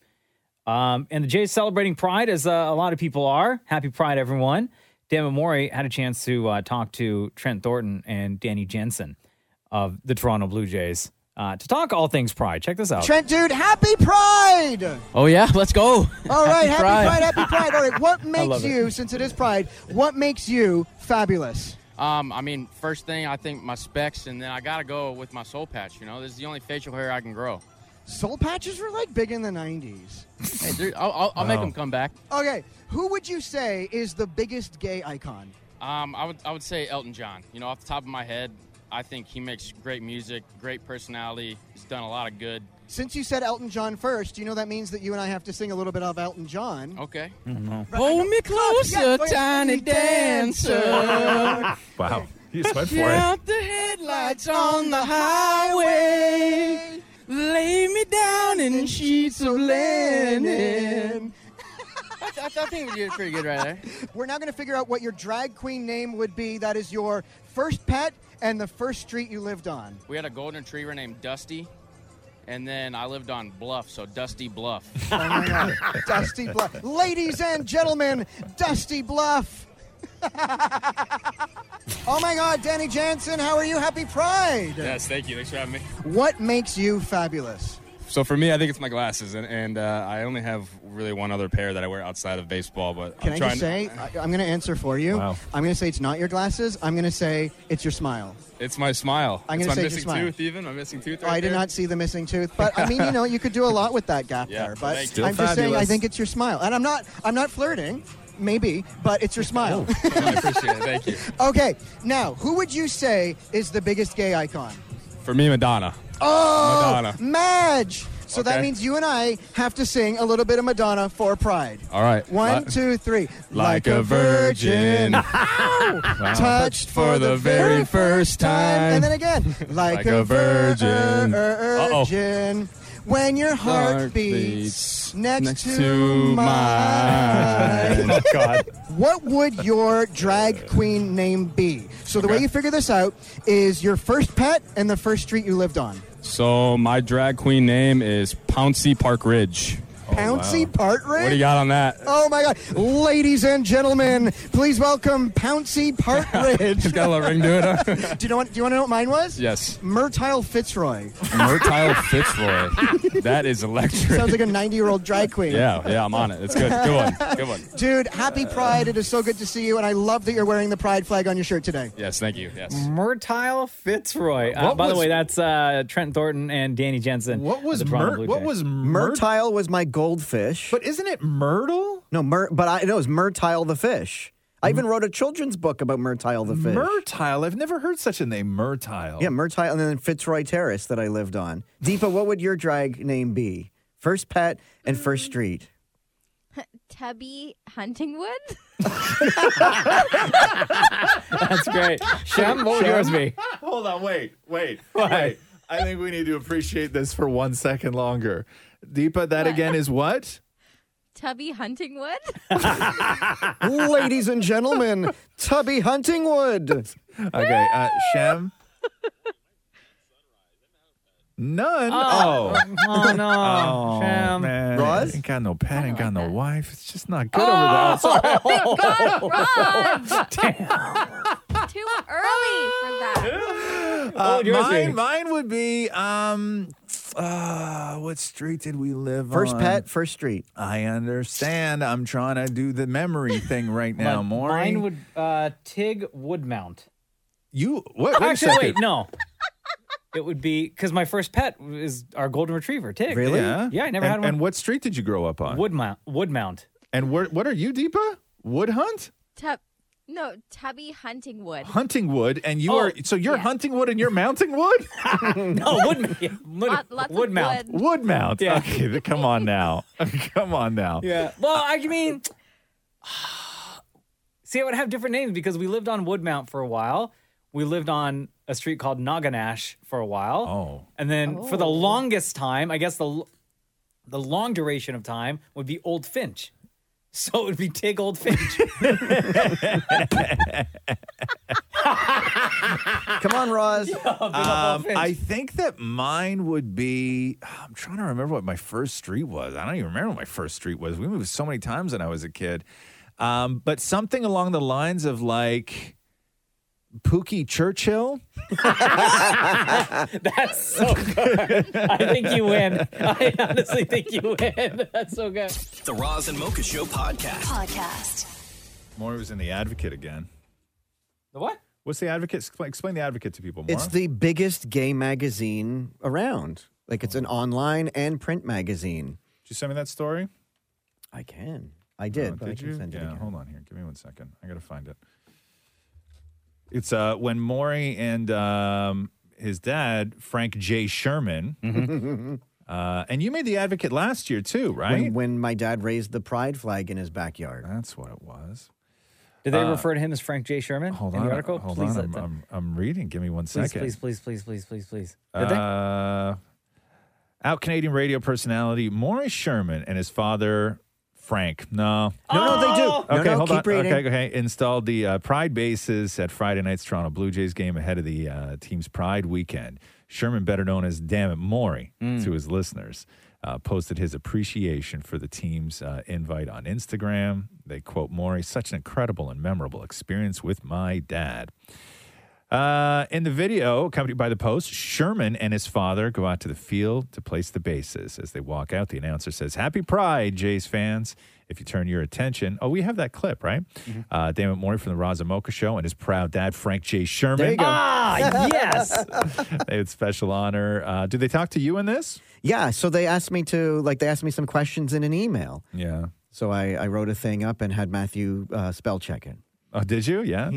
S5: Um, and the Jays celebrating Pride as uh, a lot of people are. Happy Pride, everyone. Dan Mori had a chance to uh, talk to Trent Thornton and Danny Jensen of the Toronto Blue Jays uh, to talk all things Pride. Check this
S8: (laughs)
S5: out.
S8: Trent, dude, happy Pride!
S5: Oh yeah, let's go.
S8: All right, happy Pride.
S5: (laughs)
S8: happy Pride. (laughs) All right, what makes
S18: love it.
S8: you, since it is Pride, what makes you fabulous?
S18: Um, I mean, first thing I think my specs, and then I gotta go with my soul patch. You know, this is the only facial hair I can grow.
S8: Soul patches were like big in the 90s.
S18: Hey, dude, I'll, I'll, I'll make
S8: Wow.
S18: them come back.
S8: Okay, who would you say is the biggest gay icon?
S18: Um, I would I would say Elton John. You know, off the top of my head, I think he makes great music, great personality. He's done a lot of good.
S8: Since you said Elton John first, you know that means that you and I have to sing a little bit of Elton John.
S18: Okay.
S8: Hold me
S18: closer,
S8: oh,
S18: tiny dancer.
S7: Wow. (laughs) You just went for it.
S8: Shout
S18: the headlights on the highway. Lay me down in sheets of
S8: linen.
S18: I, th- I, th- I think we did pretty good right there.
S8: (laughs) We're now going to figure out what your drag queen name would be. That is your first pet and the first street you lived on.
S18: We had a golden retriever named Dusty, and then I lived on Bluff, so Dusty Bluff.
S8: Dusty
S18: (laughs)
S8: Bluff. Ladies and gentlemen, Dusty Bluff. (laughs) oh my God, Danny Jansen, how are you? Happy Pride.
S19: Yes, thank you. Thanks for having me.
S8: What makes you fabulous?
S19: So for me, I think it's my glasses, and, and uh, I only have really one other pair that I wear outside of baseball. But
S8: Can
S19: I'm
S8: i
S19: trying
S8: just say, I, I'm going to answer for you. I'm going to say it's not your glasses. I'm going to say it's your smile.
S19: it's my smile.
S8: I'm
S19: it's my
S8: gonna say just
S19: missing
S8: smile.
S19: tooth, even my missing tooth.
S8: Oh,
S19: Right
S8: I did
S19: there.
S8: not see the missing tooth, but I mean, you know, you could do a lot with that gap
S19: (laughs) Yeah,
S8: there. But
S19: thank you.
S8: I'm just saying, I
S19: Fabulous.
S8: think it's your smile, and I'm not, I'm not flirting, maybe, but it's your smile.
S19: I appreciate it. (laughs) Thank you.
S8: (laughs) okay, now, who would you say is the biggest gay icon?
S19: For me, Madonna.
S8: Oh,
S19: Madonna.
S8: Madge. So that
S19: Okay.
S8: means you and I have to sing a little bit of Madonna for Pride.
S19: All right.
S8: One,
S19: Li-
S8: two, three.
S19: Like a virgin.
S8: Ow!
S19: Wow.
S8: Touched for the very
S19: first time.
S8: And then again,
S19: (laughs)
S8: like,
S19: Like a virgin. Uh-oh.
S8: virgin. When your heart beats
S19: Heartbeats
S8: next, to,
S19: to
S8: mine.
S19: mine.
S16: God.
S8: What
S19: (laughs)
S8: would your drag queen name be? So the way you figure this out is your first pet and the first street you lived on.
S19: So my drag queen name is Pouncy Park Ridge.
S8: Oh, Pouncy Partridge.
S19: Oh, What do you got on that?
S8: Oh my God, ladies and gentlemen, please welcome
S19: (laughs)
S8: Pouncy Partridge.
S19: It's got a little ring to it, huh?
S8: (laughs) do you know what? Do you want to know what mine was?
S19: Yes.
S8: Myrtile Fitzroy.
S19: Myrtile Fitzroy. That is electric.
S8: (laughs) Sounds like a 90 year old drag queen.
S19: yeah, yeah, I'm on it. It's good. Good one. Good one.
S8: Dude, happy Pride. It is so good to see you, and I love that you're wearing the Pride flag on your shirt today.
S19: Yes, thank you. Yes.
S5: Myrtile Fitzroy. Uh,
S19: What
S5: by the
S19: was-
S5: way, that's uh, Trent Thornton and Danny Jensen. What was
S3: Myrtile was my goldfish. But
S7: isn't it Myrtle?
S3: No, Myr. But I know it's Myrtile the fish. I even wrote a children's book about Myrtile the fish.
S7: Myrtile. I've never heard such a name, Myrtile.
S3: yeah, Myrtile, and then Fitzroy Terrace that I lived on. Deepa, what would your drag name be? First pet and first street.
S6: (laughs) Tubby Huntingwood.
S5: That's great. Shem, what would yours be?
S7: Hold on, wait, wait,
S5: What?
S7: wait. I think we need to appreciate this for one second longer. Deepa, that again is
S5: (laughs)
S7: what?
S6: (laughs) Tubby Huntingwood.
S3: Ladies and gentlemen, Tubby Huntingwood.
S7: Okay, uh, Shem. None.
S5: Oh. Oh,
S7: (laughs)
S5: no.
S7: Oh,
S5: Sham.
S7: man.
S5: Roz?
S7: Ain't got no pet, ain't got no wife. It's just not good (laughs)
S5: Oh.
S7: over
S5: (laughs)
S7: there.
S5: Thank God,
S6: Roz.
S7: (laughs) Damn.
S6: Too early for that.
S7: Uh,
S5: Oh,
S6: yours
S7: mine,
S6: is.
S7: mine would be um, uh, what street did we live
S8: First
S7: on?
S8: pet, first street.
S7: I understand. I'm trying to do the memory thing right
S5: My-
S7: now, Maury.
S5: Mine would uh, Tig Woodmount.
S7: You what? Wait a
S5: Actually, wait,
S7: second.
S5: no. It would be because my first pet is our golden retriever, Tig.
S7: Really?
S5: Yeah, I
S7: and,
S5: never had one.
S7: And what street did you grow up on?
S5: Woodmount. Woodmount.
S7: And where, what are you, Deepa? Wood hunt?
S6: Tub, no, Tubby Hunting Wood.
S7: Hunting wood, and you
S6: Oh,
S7: are so you're hunting wood and you're mounting wood.
S5: (laughs) no wood, yeah, wood,
S6: Lot- lots of
S5: wood mount.
S6: wood.
S7: Wood mount.
S5: Yeah.
S7: Okay, th- come on
S5: (laughs)
S7: now. come on now.
S5: Yeah. Well, I mean, (sighs) see, I would have different names because we lived on Woodmount for a while. We lived on a street called Naganash for a while. Oh. And then for the
S3: Oh.
S5: longest time, I guess the l- the long duration of time would be Old Finch. (laughs) So it would be Tig
S7: (laughs)
S5: Old Finch.
S7: Come on,
S5: (laughs)
S7: Roz.
S5: up
S7: Um,
S5: offense.
S7: I think that mine would be. I'm trying to remember what my first street was. I don't even remember what my first street was. We moved so many times when I was a kid, um, but something along the lines of like Pookie Churchill.
S5: (laughs) That's so good. I think you win. I honestly think you win. That's so good.
S1: The Roz and Mocha Show podcast.
S5: Podcast.
S7: Maury was in the Advocate again.
S5: The what?
S7: What's the Advocate? Expl- Explain the Advocate to people. Maura.
S8: It's the biggest gay magazine around. Like it's an
S7: Oh.
S8: online and print magazine.
S7: Did you send me that story?
S8: I can. I did.
S7: Oh,
S8: but I
S7: did
S8: can
S7: you?
S8: Send it
S7: yeah,
S8: again.
S7: hold on here. Give me one second. I gotta find it. It's uh, when Maury and um, his dad, Frank J. Sherman,
S5: (laughs)
S7: uh, and you made the advocate last year too, right?
S8: When, when my dad raised the pride flag in his backyard.
S7: That's what it was.
S5: Did they
S7: Uh,
S5: refer to him as Frank J. Sherman
S7: Hold
S5: in
S7: on,
S5: the article?
S7: hold
S5: please
S7: on.
S5: let
S7: I'm,
S5: them-
S7: I'm, I'm reading. Give me one
S5: Please,
S7: second.
S5: please, please, please, please, please, please. Did they?
S7: Uh, out Canadian radio personality Maurice Sherman and his father Frank. No,
S8: Oh. No, no, they do. No,
S7: Okay,
S8: no,
S7: hold
S8: keep
S7: on.
S8: reading.
S7: Okay, okay. Installed the uh, Pride bases at Friday night's Toronto Blue Jays game ahead of the uh, team's Pride weekend. Sherman, better known as Damn It Maury
S8: Mm.
S7: to his listeners, uh, posted his appreciation for the team's uh, invite on Instagram. They quote Maury, such an incredible and memorable experience with my dad. Uh, in the video, accompanied by the post, Sherman and his father go out to the field to place the bases. As they walk out, the announcer says, Happy Pride, Jays fans. If you turn your attention, oh, we have that clip, right?
S8: Mm-hmm.
S7: Uh, Damon Mori from the Raza Mocha Show and his proud dad, Frank J. Sherman.
S8: There you go.
S5: Ah, yes.
S7: (laughs)
S8: (laughs)
S7: they had special honor. Uh, do they talk to you in this?
S8: Yeah. So they asked me to, like, they asked me some questions in an email.
S7: Yeah.
S8: So I, I wrote a thing up and had Matthew uh, spell check it.
S7: Oh, did you? Yeah.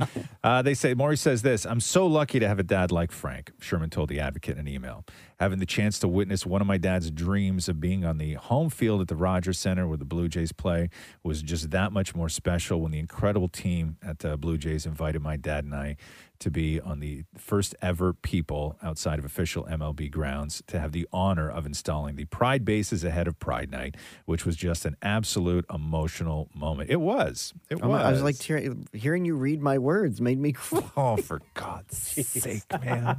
S7: uh, they say, Maury says this I'm so lucky to have a dad like Frank, Sherman told the advocate in an email. Having the chance to witness one of my dad's dreams of being on the home field at the Rogers Center where the Blue Jays play was just that much more special when the incredible team at the Blue Jays invited my dad and I to be on the first ever people outside of official MLB grounds to have the honor of installing the Pride bases ahead of Pride Night, which was just an absolute emotional moment. It was. It
S8: I'm-
S7: was.
S8: I was like, tear- hearing you read my words made me (laughs) cry.
S7: Oh, for God's sake, man.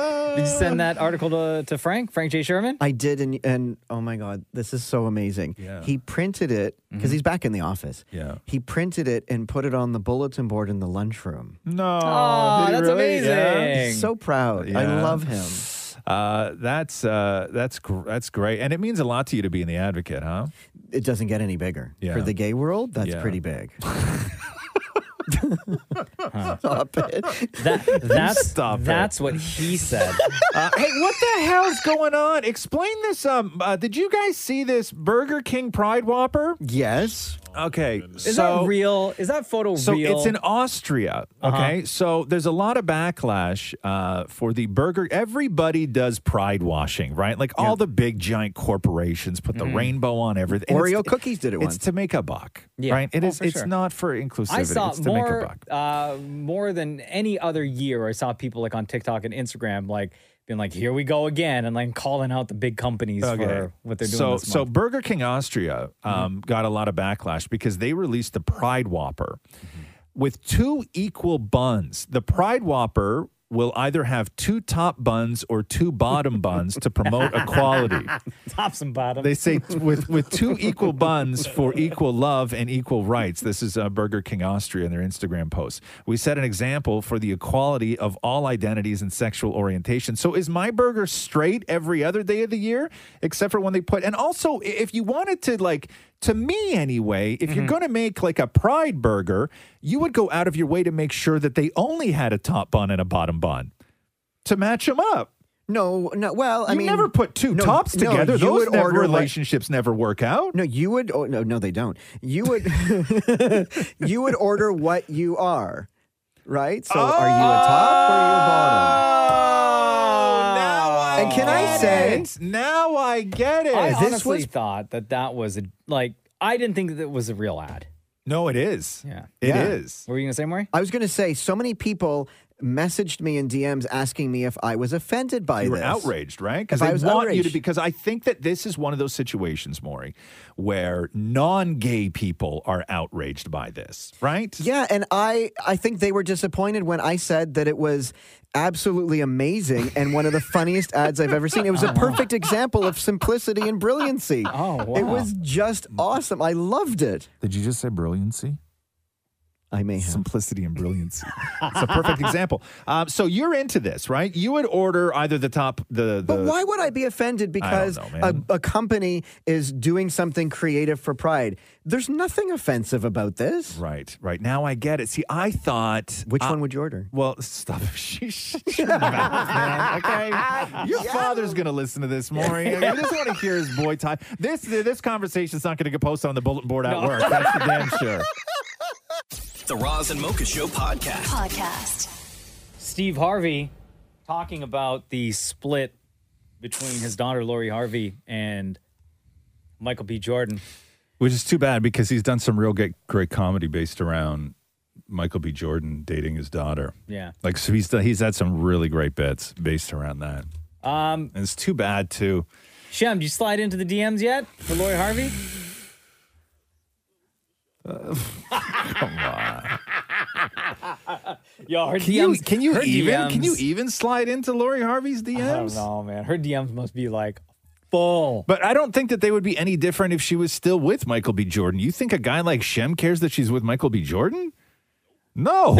S5: Did you send that article to, to Frank? Frank J. Sherman?
S8: I did, and and oh my god, this is so amazing.
S5: Yeah. Mm-hmm.
S8: He printed it because he's back in the office.
S7: Yeah.
S8: He printed it and put it on the bulletin board in the
S5: (laughs)
S8: lunchroom.
S7: No.
S5: Oh,
S7: did he
S5: that's amazing.
S8: He's so proud. I
S7: Yeah.
S8: love him.
S7: Uh, that's uh, that's gr- that's great, and it means a lot to you to be in the advocate, huh?
S8: It doesn't get any bigger
S7: yeah.
S8: For the gay world, that's
S7: Yeah.
S8: pretty big. (laughs)
S5: Stop it. (laughs) That, that's,
S7: Stop it.
S5: that's what he said.
S7: (laughs) Uh, hey, what the hell's going on? Explain this. Um, uh, did you guys see this Burger King Pride Whopper?
S8: Yes.
S7: Okay.
S5: Is
S7: so-
S5: that real? Is that photo
S7: so
S5: real?
S7: (laughs)
S5: Uh-huh.
S7: it's in Austria. Okay. So there's a lot of backlash uh, for the burger. Everybody does pride washing, right? Like all the big giant corporations put the
S5: Mm-hmm.
S8: Mhm.
S7: rainbow on everything. And
S8: Oreo
S7: it's-
S8: cookies did it
S7: It's
S8: once.
S7: to make a buck,
S5: Yeah.
S7: right? It
S5: Oh,
S7: is.
S5: for
S7: it's
S5: sure.
S7: not for inclusivity.
S5: I saw
S7: it's to make a
S5: more
S7: buck.
S5: uh, more than any other year. I saw people like on TikTok and Instagram, like being like, "Here we go again," and like calling out the big companies for what they're doing.
S7: So,
S5: this
S7: so
S5: month. Mm-hmm.
S7: Burger King Austria um, got a lot of backlash because they released
S5: Mm-hmm.
S7: the Pride Whopper with two equal buns. The Pride Whopper will either have two top buns or two bottom buns to
S5: (laughs)
S7: promote equality.
S5: Tops and bottoms.
S7: They say t- with with
S5: (laughs)
S7: two equal buns for equal love and equal rights. This is uh, Burger King Austria in their Instagram post. We set an example for the equality of all identities and sexual orientation. So is my burger straight every other day of the year, except for when they put? And also, i- if you wanted to like. To me, anyway, if
S8: Mm-hmm.
S7: you're going to make like a pride burger, you would go out of your way to make sure that they only had a top bun and a bottom bun to match them up.
S8: No, no. Well, I
S7: You
S8: mean,
S7: never put two
S8: no,
S7: tops
S8: no,
S7: together.
S8: you
S7: Those
S8: would
S7: never-
S8: order like-
S7: relationships never work out.
S8: No, you would. Oh, no, no, they don't. You would. (laughs) you would order what you are, right? So, are you a top or are you a
S5: Ah!
S8: bottom? And can I say?
S7: now I get it.
S5: I
S7: This
S5: honestly
S7: was-
S5: thought that that was a, like I didn't think that it was a real ad.
S7: No, it is.
S5: Yeah,
S7: It
S5: It is.
S7: is.
S5: Were you gonna say more?
S8: I was going to say, so many people messaged me in DMs asking me if I was offended by
S7: you were
S8: this.
S7: outraged, right? Because
S8: If
S7: they
S8: I was
S7: want you to.
S8: outraged.
S7: Because I think that this is one of those situations, Maury, where non-gay people are outraged by this, right?
S8: Yeah, and I I think they were disappointed when I said that it was absolutely amazing and one of the funniest ads I've ever seen. It was a perfect example of simplicity and brilliancy. Oh,
S7: wow.
S8: It was just awesome. I loved it.
S7: Did you just say brilliancy?
S8: I may have.
S7: Simplicity and brilliancy. it's a perfect example. Um, so you're into this, right? You would order either the top, the, the
S8: But why would I be offended because
S7: know,
S8: a, a company is doing something creative for pride? There's nothing offensive about this.
S7: Right, right. Now I get it. See, I thought.
S8: Which
S7: I-
S8: one would you order?
S7: Well, stop. (laughs) Shut your mouth, man. Okay, your father's gonna listen to this, Maury. He doesn't want to hear (laughs) his boy talk. This this conversation's not gonna get posted on the bulletin board at
S1: No.
S7: work. That's for damn sure.
S1: The Roz and Mocha Show podcast.
S5: (laughs)
S1: Podcast.
S5: Steve Harvey talking about the split between his daughter Lori Harvey and Michael B. Jordan.
S7: (laughs) Which is too bad because he's done some real great, great comedy based around Michael B. Jordan dating his daughter.
S5: Yeah.
S7: Like so he's done, he's had some really great bits based around that.
S5: Um,
S7: and it's too bad too.
S5: Shem, do you slide into the DMs yet for Lori Harvey?
S7: (laughs) uh, Come on.
S5: Yo, her
S7: Can you-
S5: DMs
S7: can you
S5: her
S7: even-
S5: DMs,
S7: can you e- even slide into Lori Harvey's DMs?
S5: I don't know, man. Her DMs must be like full.
S7: But I don't think that they would be any different if she was still with Michael B. Jordan. You think a guy like Shem cares that she's with Michael B. Jordan?
S5: (laughs)
S7: No.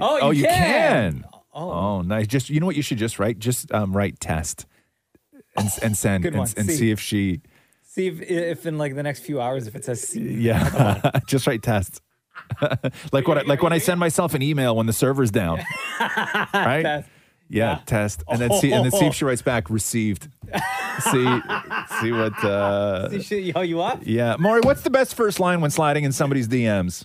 S5: Oh, you can.
S7: Oh. nice. Just you know what you should just write? Just um, write test and and send
S5: Good
S7: and,
S5: one.
S7: and
S5: See.
S7: see if she
S5: See if, if in like the next few hours if it says C. (laughs)
S7: yeah (laughs) just write test. like what I, like when I send myself an email when the server's down.
S5: (laughs)
S7: right? Yeah, test and then see and then see if she writes back
S5: (laughs)
S7: received. see see what uh
S5: See, shit, yo, Oh, you up?
S7: Yeah, Maury, what's the best first line when sliding in somebody's
S8: (laughs)
S7: DMs?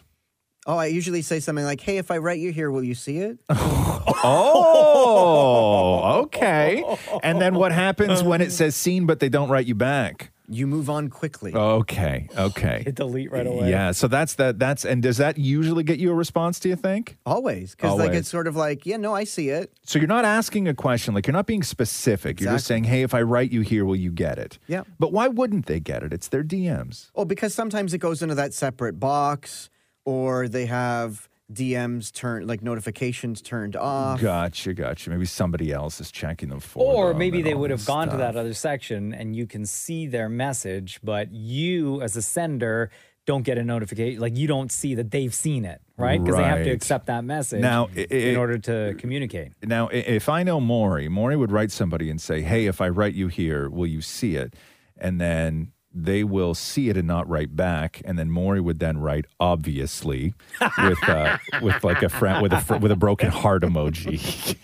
S8: Oh, I usually say something like, "Hey, if I write you here, will you see it?"
S7: Oh, okay. And then what happens when it says seen but they don't write you back?
S8: You move on quickly.
S7: Okay, okay.
S5: delete right away.
S7: Yeah, so that's that that's and does that usually get you a response, do you think?
S8: Always, because like
S7: Always.
S8: it's sort of like, yeah, no, I see it.
S7: So you're not asking a question, like you're not being specific. You're just saying,
S8: Exactly.
S7: "Hey, if I write you here, will you get it?"
S8: Yeah.
S7: But why wouldn't they get it? It's their DMs.
S8: Oh, because sometimes it goes into that separate box, or they have DMs turned like notifications turned off.
S7: Gotcha, gotcha. Maybe somebody else is checking them for.
S5: Or
S7: them
S5: maybe
S7: and
S5: they
S7: all
S5: would have
S7: this
S5: gone to
S7: stuff.
S5: that other section and you can see their message, but you as a sender don't get a notification. Like you don't see that they've seen it, right? Because they have to
S7: Right.
S5: accept that message
S7: Now, i-
S5: in
S7: i-
S5: order to communicate.
S7: Now, i- if I know Maury, Maury would write somebody and say, Hey, if I write you here, will you see it? And then they will see it and not write back. And then Maury would then write, obviously, with, uh, (laughs) with like a friend with a, fr- with a broken heart emoji.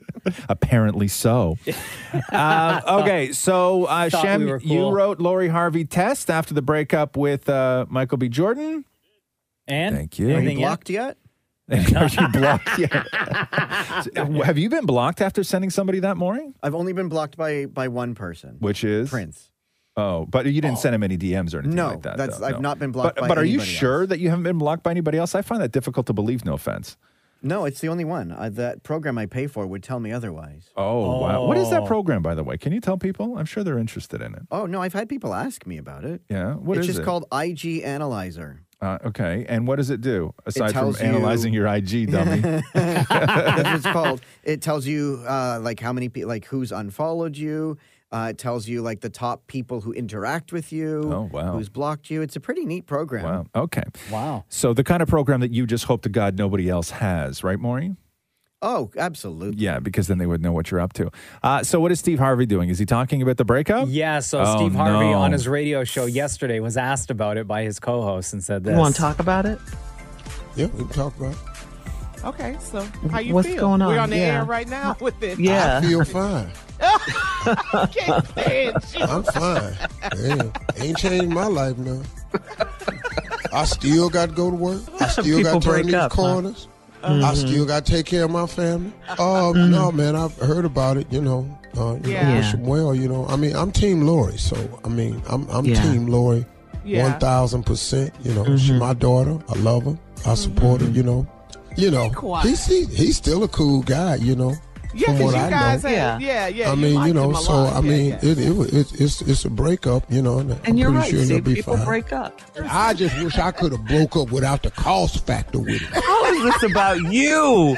S7: (laughs) Apparently so. Um, okay, so uh,
S5: Thought we
S7: Shem,
S5: were
S7: you
S5: cool.
S7: wrote Lori Harvey test after the breakup with uh, Michael B. Jordan.
S5: And
S7: thank you.
S8: Are you blocked yet?
S7: Are you blocked (laughs) yet?
S5: (laughs)
S7: uh, Have you been blocked after sending somebody that morning?
S8: I've only been blocked by by one person.
S7: Which is
S8: Prince.
S7: Oh, but you didn't send him any DMs or anything
S8: No,
S7: like that.
S8: that's-
S7: though,
S8: I've
S7: no.
S8: not been blocked
S7: But,
S8: by
S7: but are you
S8: anybody
S7: sure that you haven't been blocked by anybody else? I find that difficult to believe. No offense.
S8: No, it's the only one. I, that program I pay for would tell me otherwise.
S7: Oh, wow. What is that
S8: Oh.
S7: program, by the way? Can you tell people? I'm sure they're interested in it.
S8: Oh no, I've had people ask me about it.
S7: Yeah. What
S8: it's
S7: is
S8: just
S7: it?
S8: called IG Analyzer.
S20: Uh, okay. And what does it do aside from
S8: tells you-
S20: analyzing your
S8: (laughs)
S20: IG dummy?
S7: (laughs)
S8: That's what it's called. It tells you uh, like how many people, like who's unfollowed you. Uh, it tells you like the top people who interact with you.
S7: Oh, wow.
S8: Who's blocked you? It's a pretty neat program.
S7: Wow. Okay.
S5: Wow.
S7: So the kind of program that you just hope to God nobody else has, right, Maureen?
S8: Oh, absolutely.
S7: Yeah, because then they would know what you're up to. Uh, so what is Steve Harvey doing? Is he talking about the breakup?
S5: Yeah, so
S7: Oh,
S5: Steve Harvey
S7: no.
S5: on his radio show yesterday was asked about it by his co-host and said this.
S21: You want to talk about it?
S5: Yeah, we can talk about it.
S22: Okay, so how you
S21: What's
S22: feel?
S21: going on?
S22: We're on the
S21: Yeah.
S22: air
S21: (laughs)
S22: right now with it.
S21: Yeah. I feel (laughs)
S23: fine.
S22: (laughs) I can't stand you.
S23: I'm fine. Damn. Ain't changed my life now. I still got to go to work.
S21: (laughs)
S23: I still
S21: People
S23: got to turn
S21: break
S23: these
S21: up, huh?
S23: corners. I
S21: Mhm.
S23: still got to take care of my
S22: (laughs)
S23: family. Oh, no, man. I've heard about it, you know. Uh, you
S21: Yeah.
S23: know, wish him well, you know. I mean, I'm Team Lori, so, I mean, I'm, I'm
S21: Yeah.
S23: Team Lori
S21: Yeah.
S23: 1,000%. You know,
S22: Mm-hmm.
S23: she's my daughter. I love her. I support her, you know. You know,
S22: Quiet.
S23: he's, he, he's still a cool guy, you know.
S22: Yeah,
S23: from
S22: 'cause
S23: what
S22: you
S23: I
S22: guys
S23: know.
S22: had- yeah, yeah,
S23: I
S22: you
S23: mean, you
S22: liked
S23: know,
S22: him a
S23: so
S22: lot.
S23: I
S22: Yeah,
S23: mean,
S22: yeah.
S23: It, it, it, it's it's a breakup, you know. And, I'm
S21: And you're
S23: pretty
S21: right,
S23: sure
S21: see,
S23: they'll be
S21: people
S23: fine.
S21: break up.
S23: I just wish I could have broke up without the cost factor with it.
S21: How is this about you?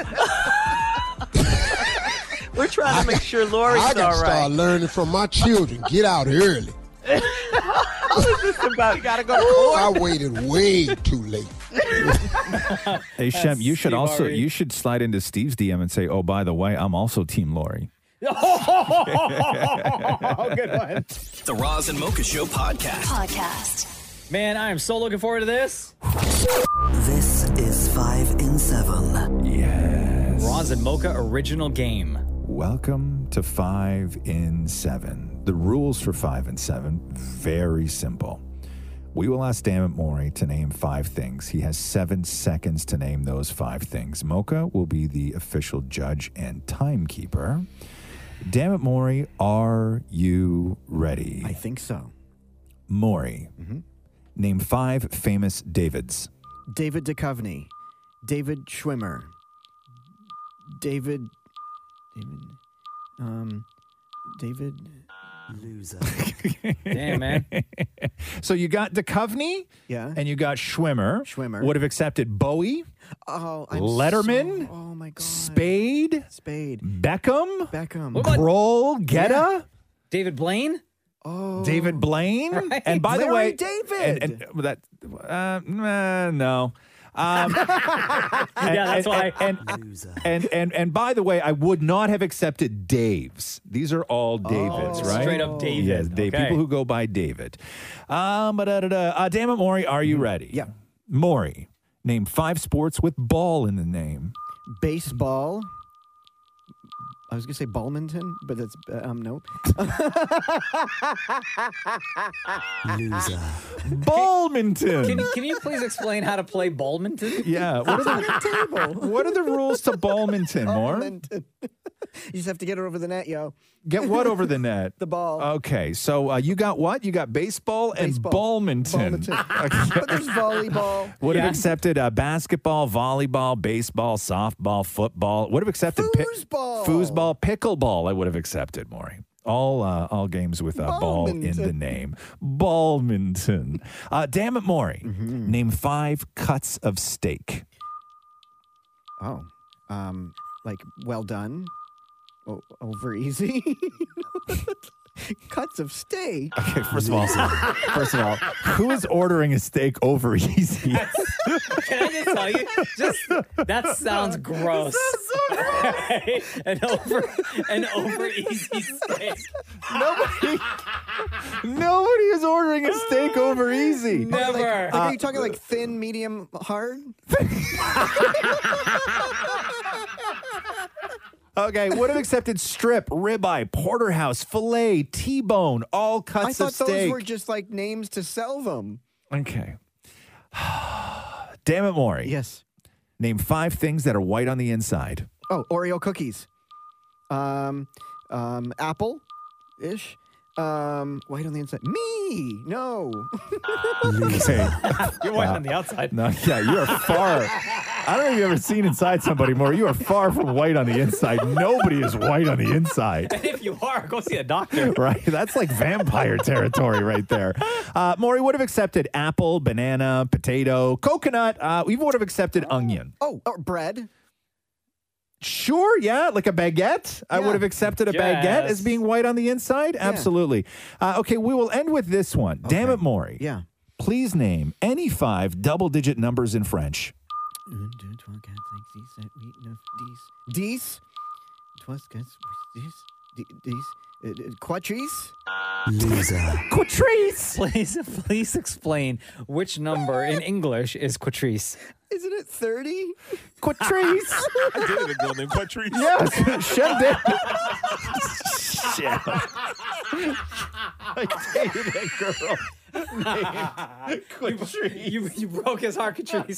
S21: We're trying to make sure Lori's
S23: I
S21: all
S23: gotta
S21: right.
S23: start learning from my children. Get out
S21: (laughs)
S23: early.
S21: How is this about? You gotta go.
S23: I waited way too late.
S5: (laughs)
S7: Hey Shem, you should also you should slide into Steve's DM and say, "Oh, by the way, I'm also Team
S5: (laughs)
S7: Lori."
S5: Oh, Good one.
S1: The Roz and Mocha Show podcast. Podcast.
S5: Man, I am so looking forward to this.
S3: This is five in seven.
S7: Yes.
S5: Roz and Mocha original game.
S7: Welcome to Five in Seven. The rules for Five in Seven very simple. We will ask Dammit Mori to name five things. He has seven seconds to name those five things. Mocha will be the official judge and timekeeper. Dammit Mori, are you ready? I
S8: think so. Mm-hmm.
S7: Maury, name five famous Davids.
S8: David Duchovny, David Schwimmer, David, David, um, David.
S3: Loser.
S5: Damn, man.
S7: so you got Duchovny?
S8: Yeah.
S7: And you got Schwimmer. Schwimmer. Would have accepted Bowie.
S8: Oh, I'm
S7: Letterman.
S8: so- oh my God.
S7: Spade.
S8: Spade.
S7: Beckham.
S8: Beckham.
S7: Grohl. Getta.
S8: Yeah.
S5: David Blaine.
S8: Oh.
S7: David Blaine.
S8: Right.
S7: And by the way,
S8: Larry David.
S7: And, and that, uh, nah, no.
S8: (laughs)
S7: Um,
S5: (laughs) Yeah, that's why.
S7: And and, and and and by the way, I would not have accepted Dave's. These are all Davids, right?
S5: Oh, straight up David.
S7: Yes, Dave.
S5: Okay.
S7: People who go by David. Um, but, uh, da, da. Uh, damn it, Maury, are
S8: Mm-hmm.
S7: you ready? Yeah. Maury, name five sports with ball in the name.
S8: Baseball. I was gonna say Ballminton, but that's uh, um no. (laughs)
S3: Loser.
S7: Ballminton.
S5: Can, can you please explain how to play Ballminton?
S7: Yeah. What are the, what are the rules to
S8: (laughs)
S7: Ballminton, Maury?
S8: you just have to get her over the net, yo.
S7: Get what over the net?
S8: The ball.
S7: Okay, so uh, you got what? You got baseball, and Ballminton.
S8: but there's volleyball.
S7: Would have accepted uh, basketball, volleyball, baseball, softball, football. Would have accepted foosball, foosball, pickleball. I would have accepted, Maury. All uh, all games with a ball in the
S24: Ballminton.
S7: name. Ballminton. Uh, damn it, Maury.
S8: Mm-hmm.
S7: Name five cuts of steak.
S8: Oh, um, like well done, o- over easy. (laughs) Cuts of steak.
S7: Okay, (laughs) first of all,
S8: (laughs)
S7: first of all, who is ordering a steak over (laughs) easy?
S5: (laughs) Can I just tell you? Just (laughs) that sounds gross. (laughs) an over an over easy steak.
S7: Nobody, nobody is ordering a steak over easy.
S8: Or Like, like,
S7: Uh,
S8: are you talking like thin, medium,
S7: (laughs)
S8: hard?
S7: Okay, would have accepted strip, ribeye, porterhouse, fillet, T-bone, all cuts
S8: I thought
S7: of steak.
S8: those were just like names to sell them.
S7: okay. (sighs) Damn it, Maury.
S8: Yes.
S7: Name five things that are white on the inside.
S8: Oh, Oreo cookies. Um, um, apple ish. Um, white on the inside. Me. No.
S7: Okay.
S5: You're (laughs) white on the outside.
S7: No, yeah, you are far, I don't know if you've ever seen inside somebody more. You are far from white on the inside. Nobody is white on the inside.
S5: (laughs) if you are, go see a doctor.
S7: Right? That's like vampire territory right there. Uh, Maury would have accepted apple, banana, potato, coconut. Uh, we would have accepted onion.
S8: Oh, or bread.
S7: Sure, yeah, like a baguette. I
S8: Yeah.
S7: would have accepted a baguette
S8: Yes.
S7: as being white on the inside. Absolutely. Uh, okay, we will end with this one. Damn it, Maury.
S8: Yeah.
S7: Please name any five double digit numbers in French.
S8: Dies. Twas ganz dies. Dies. uh, Quatrice.
S5: Loser.
S7: Quatrice!
S5: Please, please explain which number in English is Quatrice.
S8: Isn't it 30?
S7: Quatrice.
S8: (laughs)
S3: I dated a girl named Patrice.
S7: Yes, Shem did.
S3: I
S7: dated a girl
S5: you, you, you broke his heart, Catrice.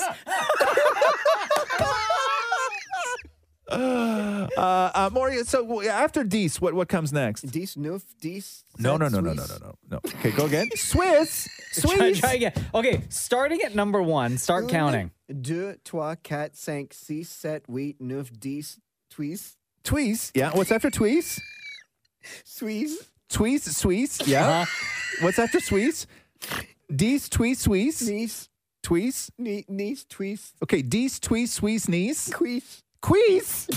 S7: Uh, uh, Maury, so w- after Dies, what, what comes next?
S8: Dies, Neuf, Dies.
S7: No, no, no, no, no, no, no, no. Okay, go again. Swiss.
S5: (laughs) Try,
S8: Swiss.
S5: try again. Okay, starting at number one, start counting.
S8: Deux, trois, quatre, cinq, six, sept, huit, neuf, dix, tweez.
S7: Tweez. Yeah. What's after tweez?
S8: Sweeze.
S7: Tweez, sweez.
S5: Uh-huh.
S7: Yeah. What's after sweez? Dies, tweez, sweez.
S8: Niece.
S7: Tweez.
S8: Nee, niece, tweez.
S7: Okay, dies, tweez, sweez, niece.
S8: Queez.
S3: (laughs)
S7: Queez.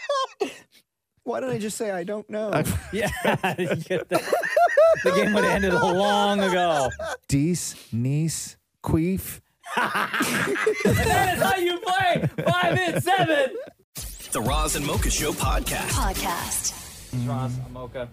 S8: (laughs) Why don't I just say I don't know?
S5: yeah. The game would have ended long ago.
S7: Dies, niece, queef.
S5: that is how you play five and seven.
S1: The Roz and Mocha Show podcast. (laughs)
S5: Podcast. Ross, I'm Mocha.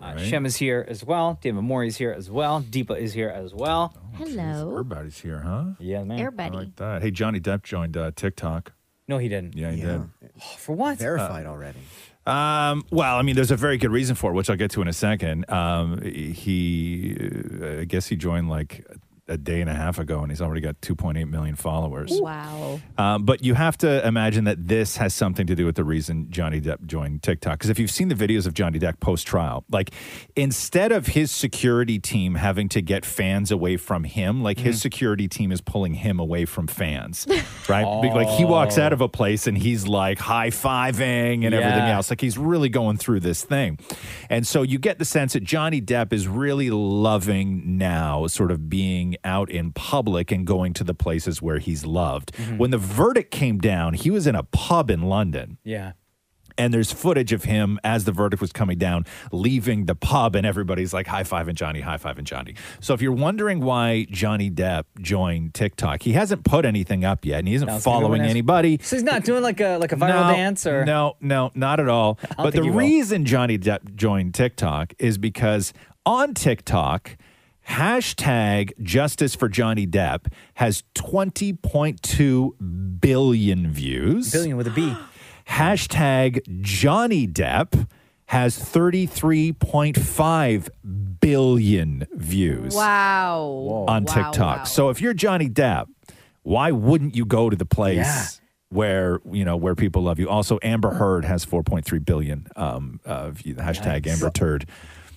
S5: Uh, Shem is here as well. David Mori is here as well. Deepa is here as well.
S6: Hello.
S7: Oh, Everybody's here, huh?
S5: Yeah, man.
S6: Everybody.
S7: I like that. Uh, Hey, Johnny Depp joined uh, TikTok.
S5: No, he didn't.
S7: Yeah, he did.
S5: Oh, For what? Uh,
S7: Verified
S8: already.
S7: Um, well, I mean, there's a very good reason for it, which I'll get to in a second. Um, he, uh, I guess he joined like a day and a half ago, and he's already got 2.8 million followers.
S6: Wow.
S7: Um, but you have to imagine that this has something to do with the reason Johnny Depp joined TikTok. Because if you've seen the videos of Johnny Depp post trial, like instead of his security team having to get fans away from him, like his security team is pulling him away from fans, (laughs) right? Be- Like he walks out of a place and he's like high fiving and everything
S5: Yeah.
S7: else. Like he's really going through this thing. And so you get the sense that Johnny Depp is really loving now sort of being out in public and going to the places where he's loved. When the verdict came down, he was in a pub in London.
S5: Yeah.
S7: And there's footage of him as the verdict was coming down, leaving the pub, and everybody's like, high five and Johnny, high five and Johnny. So if you're wondering why Johnny Depp joined TikTok, he hasn't put anything up yet and he isn't
S5: That was gonna be
S7: following
S5: my next-
S7: anybody.
S5: So he's not doing like a like a viral
S7: No,
S5: dance or
S7: no, no, not at
S5: (laughs)
S7: all.
S5: don't
S7: But
S5: think
S7: the
S5: he will.
S7: reason Johnny Depp joined TikTok is because on TikTok, hashtag Justice for Johnny Depp has 20.2 billion views. Billion
S5: with a B.
S7: (gasps) hashtag Johnny Depp has 33.5 billion views
S6: Wow.
S7: on
S6: Oh, Wow,
S7: TikTok.
S6: wow.
S7: So if you're Johnny Depp, why wouldn't you go to the place
S6: Yeah.
S7: where you know where people love you? Also, Amber Heard has 4.3 billion um, uh, view, hashtag
S8: Nice.
S7: Amber Turd.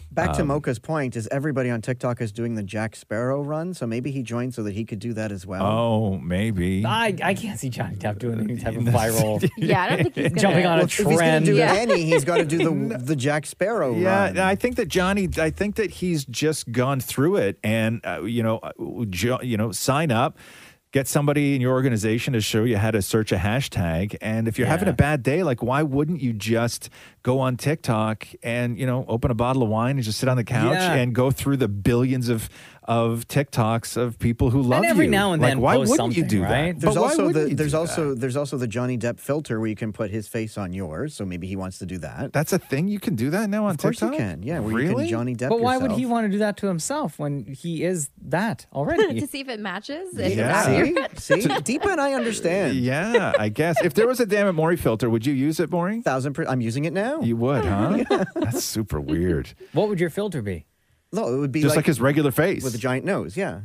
S8: Back to
S7: Um,
S8: Mocha's point is everybody on TikTok is doing the Jack Sparrow run, so maybe he joined so that he could do that as well.
S7: Oh, maybe.
S5: I, I can't see Johnny Depp doing any
S8: (laughs)
S5: (laughs) type of viral.
S8: Yeah, I don't (laughs) think he's gonna-
S5: jumping on
S8: Well,
S5: a
S8: if he's gonna
S5: trend.
S8: do Yeah. any, he's gotta
S5: (laughs)
S8: do the- the Jack Sparrow um,
S7: Yeah,
S8: run.
S7: I think that Johnny. I think that he's just gone through it, and uh, you know, uh, jo- you know, sign up. Get somebody in your organization to show you how to search a hashtag. And if you're having a bad day, like why wouldn't you just go on TikTok and you know open a bottle of wine and just sit on the couch
S5: Yeah.
S7: and go through the billions of of TikToks of people who love
S5: And every
S7: you?
S5: now and
S7: Like,
S5: then
S7: why
S5: post
S7: wouldn't you
S5: something,
S7: do
S5: right?
S7: that?
S8: There's
S7: but why
S8: also
S7: wouldn't
S8: the
S7: you
S8: there's
S7: do
S8: also there's also the Johnny Depp filter where you can put his face on yours, so maybe he wants to do that.
S7: That's a thing you can do that now on
S8: of course
S7: TikTok?
S8: you can. Yeah, where you
S7: Really?
S8: can Johnny Depp.
S5: But why would he
S8: yourself.
S5: want to do that to himself when he is that
S8: (laughs)
S5: already?
S6: to see if it matches. if it's
S7: Yeah.
S6: accurate.
S5: (laughs)
S8: See,
S6: (laughs)
S8: Deepa and I understand.
S7: Yeah, I guess. If there was a damn it Maury filter, would you use it, Maury?
S8: Thousand. Per- I'm using it now.
S7: You would,
S8: (laughs)
S7: huh? That's super weird.
S5: What would your filter be?
S8: No, it would be
S7: Just like
S8: like
S7: his regular face
S8: with a giant nose. Yeah.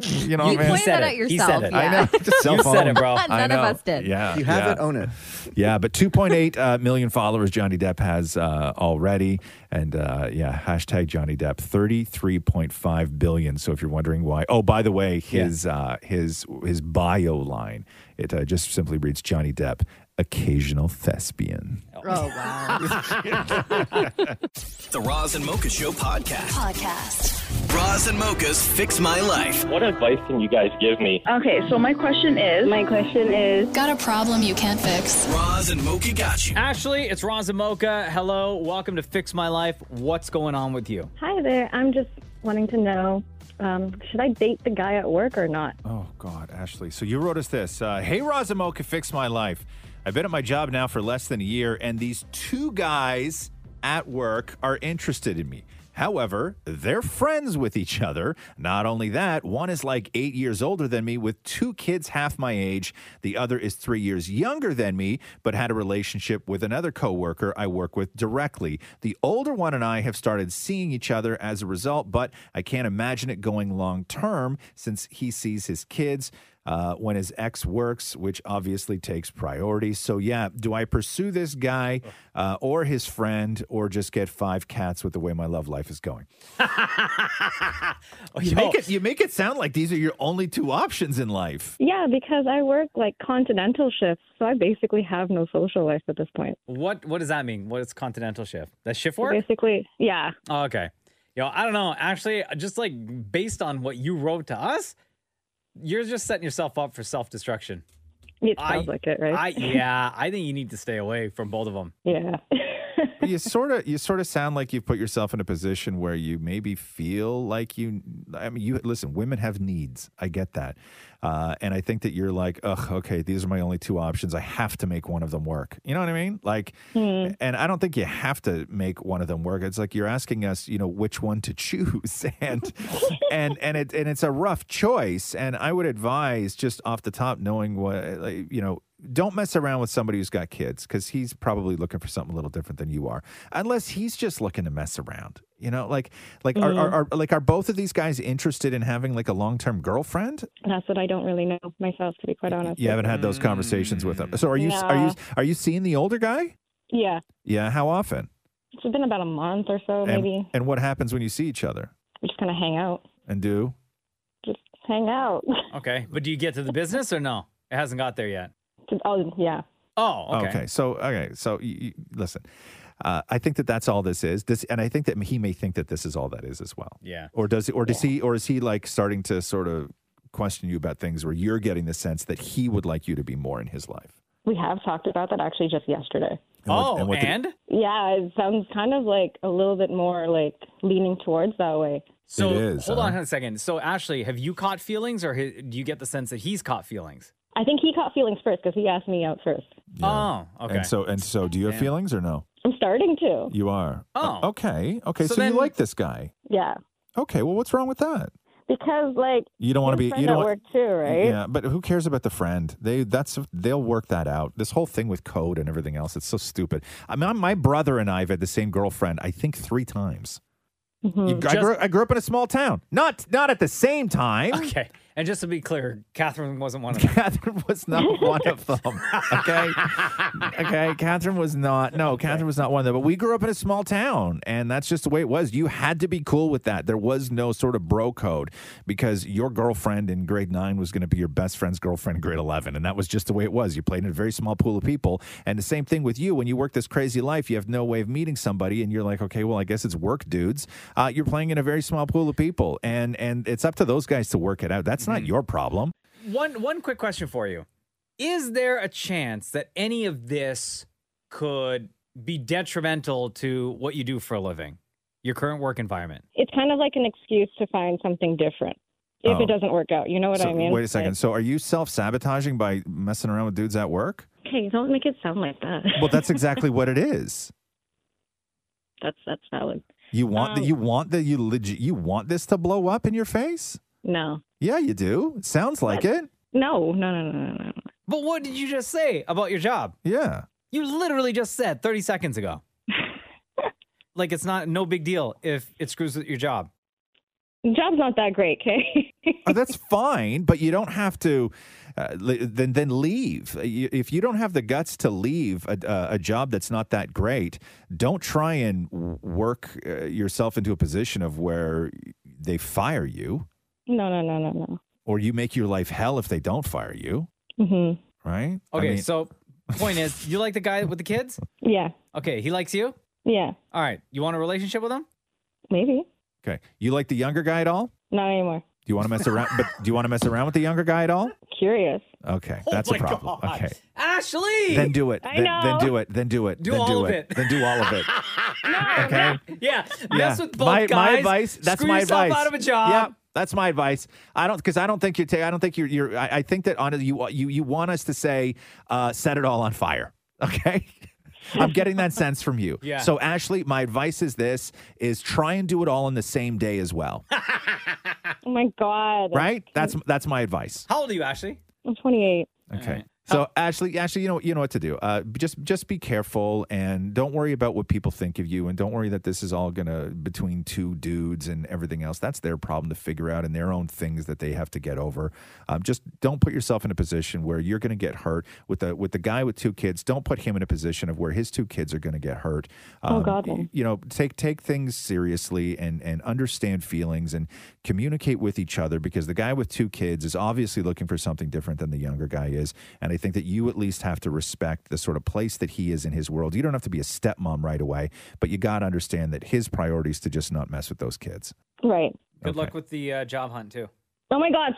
S3: You know, (laughs)
S25: You
S3: man.
S25: pointed that out
S3: He
S25: yourself,
S3: said it. I know.
S25: yeah.
S3: Just
S7: Cell
S3: (laughs) you said
S7: phone.
S3: it, bro.
S25: None
S3: I
S25: of
S3: know.
S25: us did.
S7: Yeah.
S8: You have
S7: yeah.
S8: it, own it.
S7: Yeah, but 2.8 uh, million followers Johnny Depp has uh, already. And uh, yeah, hashtag Johnny Depp, 33.5 billion. So if you're wondering why. Oh, by the way, his, uh, his, his bio line, it uh, just simply reads Johnny Depp, occasional thespian.
S1: Oh, wow.
S3: (laughs)
S1: the Roz and Mocha Show podcast. Podcast. Roz and Mocha's Fix My Life.
S26: What advice can you guys give me?
S2: Okay, so my question is. My question is.
S5: Got a problem you can't fix.
S1: Roz and Mocha got you.
S5: Ashley, it's Roz and Mocha. Hello. Welcome to Fix My Life. What's going on with you?
S2: Hi there. I'm just wanting to know um, should I date the guy at work or not?
S7: Oh, God, Ashley. So you wrote us this uh, Hey, Razamoka, fix my life. I've been at my job now for less than a year, and these two guys at work are interested in me. However, they're friends with each other. Not only that, one is like eight years older than me with two kids half my age. The other is three years younger than me, but had a relationship with another coworker I work with directly. The older one and I have started seeing each other as a result, but I can't imagine it going long term since he sees his kids uh, when his ex works, which obviously takes priority. So, yeah, do I pursue this guy uh, or his friend or just get five cats with the way my love life is going? you, make it, you make it sound like these are your only two options in life.
S2: Yeah, because I work like continental shifts, so I basically have no social life at this point.
S5: What What does that mean? What is continental shift? That shift work?
S2: Basically, yeah.
S5: Oh, okay. Yo, I don't know. Actually, just like based on what you wrote to us, you're just setting yourself up for self destruction.
S2: It sounds like it, right?
S5: I, yeah, I think you need to stay away from both of them.
S2: (laughs) Yeah.
S7: But you sort of you sort of sound like you've put yourself in a position where you maybe feel like you I mean you listen women have needs I get that uh, and I think that you're like ugh okay these are my only two options I have to make one of them work you know what I mean like and I don't think you have to make one of them work it's like you're asking us you know which one to (laughs) choose and and and it and it's a rough choice and I would advise just off the top knowing what like, you know don't mess around with somebody who's got kids because he's probably looking for something a little different than you are unless he's just looking to mess around you know like like are, are, are like are both of these guys interested in having like a long-term girlfriend
S2: (laughs) That's what I don't really know myself, to be quite honest.
S7: you haven't had those conversations with them so are you are you
S2: No.
S7: are you seeing the older guy
S2: Yeah.
S7: yeah how often
S2: It's been about a month or so,
S7: and,
S2: maybe.
S7: and what happens when you see each other
S2: We just kind of hang out.
S7: and do
S2: Just hang out. (laughs)
S5: Okay. But do you get to the business or no? It hasn't got there yet.
S2: oh, yeah.
S5: Oh, okay.
S7: So, okay. So, you, you, listen, uh, I think that that's all this is. This, and I think that he may think that this is all that is as well.
S5: Yeah.
S7: Or does he, or does he, or is he like starting to sort of question you about things where you're getting the sense that he would like you to be more in his life?
S2: We have talked about that actually just yesterday. Oh,
S7: what- and what did-
S2: Yeah, it sounds kind of like a little bit more like leaning towards that way.
S5: So
S7: It is,
S2: uh-huh.
S5: hold on
S7: huh?
S5: a second. So Ashley, have you caught feelings, or hi- do you get the sense that he's caught feelings?
S2: I think he caught feelings first because he asked me out first.
S5: Oh, okay.
S7: And so, and so, do you have
S5: Yeah.
S7: feelings or no?
S2: I'm starting to.
S7: You are.
S2: Oh.
S7: Okay. Okay.
S2: So
S7: So,
S2: then-
S7: you like this guy?
S2: Yeah.
S7: Okay. Well, what's wrong with that?
S2: Because like
S7: You don't want to
S2: his
S7: be.
S2: friend
S7: You don't
S2: at
S7: wa-
S2: work too, right?
S7: Yeah, but who cares about the friend? They that's they'll work that out. This whole thing with code and everything else, it's so stupid. I mean, my brother and I have had the same girlfriend, I think three times.
S2: Mm-hmm.
S7: You- I, grew, I grew up in a small town, not not at the same time.
S5: Okay. And just to be clear, Catherine wasn't one of them.
S7: Catherine was not one of them. Okay. okay. Catherine was not, no, Catherine was not one of them. But we grew up in a small town, and that's just the way it was. You had to be cool with that. There was no sort of bro code because your girlfriend in grade nine was going to be your best friend's girlfriend in grade 11. And that was just the way it was. You played in a very small pool of people. And the same thing with you. When you work this crazy life, you have no way of meeting somebody, and you're like, okay, well, I guess it's work dudes. Uh, you're playing in a very small pool of people, and, and it's up to those guys to work it out. That's not your problem.
S5: One one quick question for you. Is there a chance that any of this could be detrimental to what you do for a living? Your current work environment?
S2: It's kind of like an excuse to find something different if
S7: Oh.
S2: it doesn't work out. You know what
S7: So,
S2: I mean?
S7: Wait a second. So, are you self sabotaging by messing around with dudes at work?
S2: Like, hey, don't make it sound like that. (laughs)
S7: Well, that's exactly what it is.
S2: that's that's valid.
S7: You want that.
S2: Um,
S7: You want that. You legit. You want this to blow up in your face?
S2: No.
S7: Yeah, you do. It sounds like it.
S2: No, no, no, no, no, no.
S5: But what did you just say about your job?
S7: Yeah.
S5: You literally just said 30
S7: (laughs)
S5: seconds ago. like it's not no big deal if it screws with your job.
S2: Job's not that great, okay? (laughs)
S7: Uh, that's fine, but you don't have to. Uh, li- then then leave. Uh, you- If you don't have the guts to leave a, uh, a job that's not that great, don't try and w- work uh, yourself into a position of where they fire you
S2: No, no, no, no,
S7: or you make your life hell if they don't fire you.
S2: no. hmm
S7: Right? I
S5: Okay,
S7: mean-
S5: so point is, you like the guy with the kids?
S2: Yeah,
S5: Okay, he likes you?
S2: yeah,
S5: All right, you want a relationship with him?
S2: maybe.
S7: okay, you like the younger guy at all?
S2: Not anymore.
S7: Do you want to mess around? but do you want to mess around with the younger guy at all?
S2: Curious.
S7: Okay, that's a problem. Okay,
S5: Ashley!
S7: then do it.
S5: Oh I
S7: then,
S5: know.
S7: then do it. Then do it.
S5: Do
S7: then
S5: all
S7: do
S5: of
S7: it.
S5: it.
S7: Then do all of
S5: (laughs)
S7: it. okay. Yeah.
S5: Yeah, mess with both
S7: my,
S5: guys.
S7: my advice. That's
S5: screw
S7: my
S5: yourself
S7: advice.
S5: out of a job.
S7: Yeah, that's my advice. I don't because I don't think you're. Ta- I don't think you're. you're I, I think that on you you you want us to say uh, set it all on fire. (laughs) Okay. I'm getting that sense from
S5: (laughs)
S7: you.
S27: Yeah.
S7: So Ashley, my advice is this is try and do it all in the same day as
S5: (laughs)
S7: well.
S2: Oh my god.
S7: right? That's that's my advice.
S5: How old are you, Ashley?
S2: I'm 28.
S7: Okay. So Ashley, Ashley, you know you know what to do. Uh, b- just just be careful and don't worry about what people think of you, and don't worry that this is all gonna between two dudes and everything else. That's their problem to figure out and their own things that they have to get over. Um, just don't put yourself in a position where you're gonna get hurt with the with the guy with two kids. Don't put him in a position of where his two kids are gonna get hurt. Um,
S2: Oh, God, no.
S7: y- You know, take take things seriously and and understand feelings and communicate with each other because the guy with two kids is obviously looking for something different than the younger guy is. And I think that you at least have to respect the sort of place that he is in his world. You don't have to be a stepmom right away, but you got to understand that his priority is to just not mess with those kids.
S2: Right.
S5: Good luck with the uh, job hunt, too.
S2: Oh my god.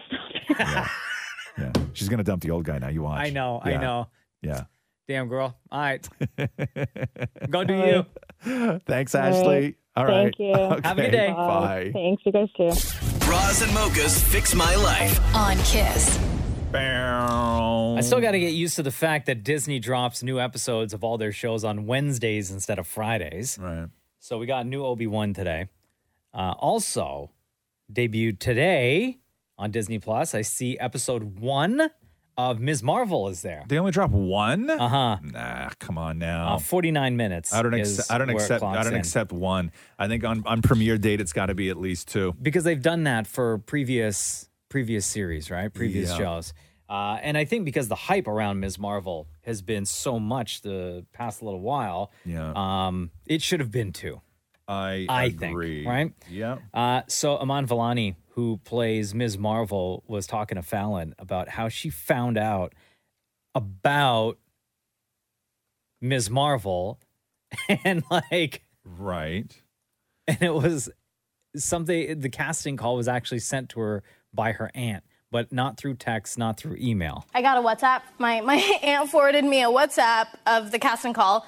S7: Yeah, she's gonna dump the old guy now. You watch.
S5: (laughs) I know, I
S7: Yeah.
S5: know.
S7: Yeah.
S5: Damn, girl. All right. Go do you.
S7: (laughs) Thanks, Ashley. All right.
S2: Thank you.
S7: Have a good (laughs) Okay, day. bye.
S2: Thanks, you guys too.
S1: Roz and Mocha's Fix My Life on Kiss.
S5: I still got to get used to the fact that Disney drops new episodes of all their shows on Wednesdays instead of Fridays.
S7: Right.
S5: So we got new Obi Wan today. Uh, also, debuted today on Disney Plus. I see episode one of Ms. Marvel is there.
S7: They only drop one. Uh
S5: huh.
S7: Nah, come on now.
S5: Uh, Forty nine minutes.
S7: Oh. I don't.
S5: is
S7: Ex- I don't
S5: where it
S7: accept. I
S5: clocks
S7: don't
S5: in.
S7: accept one. I think on on premiere date it's got to be at least two.
S5: because they've done that for previous previous series, right? Previous
S7: Yeah.
S5: shows. Uh, and I think because the hype around Ms. Marvel has been so much the past little while,
S7: Yeah.
S5: um, it should have been two.
S7: I
S5: I
S7: agree.
S5: think right.
S7: Yeah.
S5: Uh, so Aman Valani, who plays Ms. Marvel, was talking to Fallon about how she found out about Ms. Marvel, (laughs) and like
S7: right,
S5: and it was something. The casting call was actually sent to her by her aunt, but not through text, not through email.
S28: I got a WhatsApp. My my (laughs) aunt forwarded me a WhatsApp of the casting call.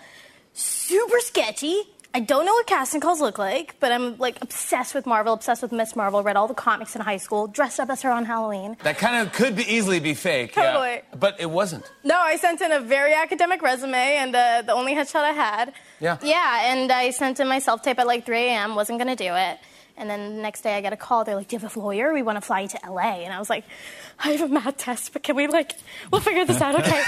S28: Super sketchy. I don't know what casting calls look like, but I'm like obsessed with Marvel, obsessed with Miss Marvel. Read all the comics in high school. Dressed up as her on Halloween.
S14: That kind of could be easily be fake. yeah.
S28: Totally.
S14: But it wasn't.
S28: No, I sent in a very academic resume and uh, the only headshot I had.
S14: Yeah.
S28: Yeah, and I sent in my self tape at like 3 a.m. Wasn't gonna do it. And then the next day I get a call. They're like, "Do you have a lawyer? We want to fly you to LA." And I was like, "I have a math test, but can we like, we'll figure this out,
S13: (laughs)
S28: okay?"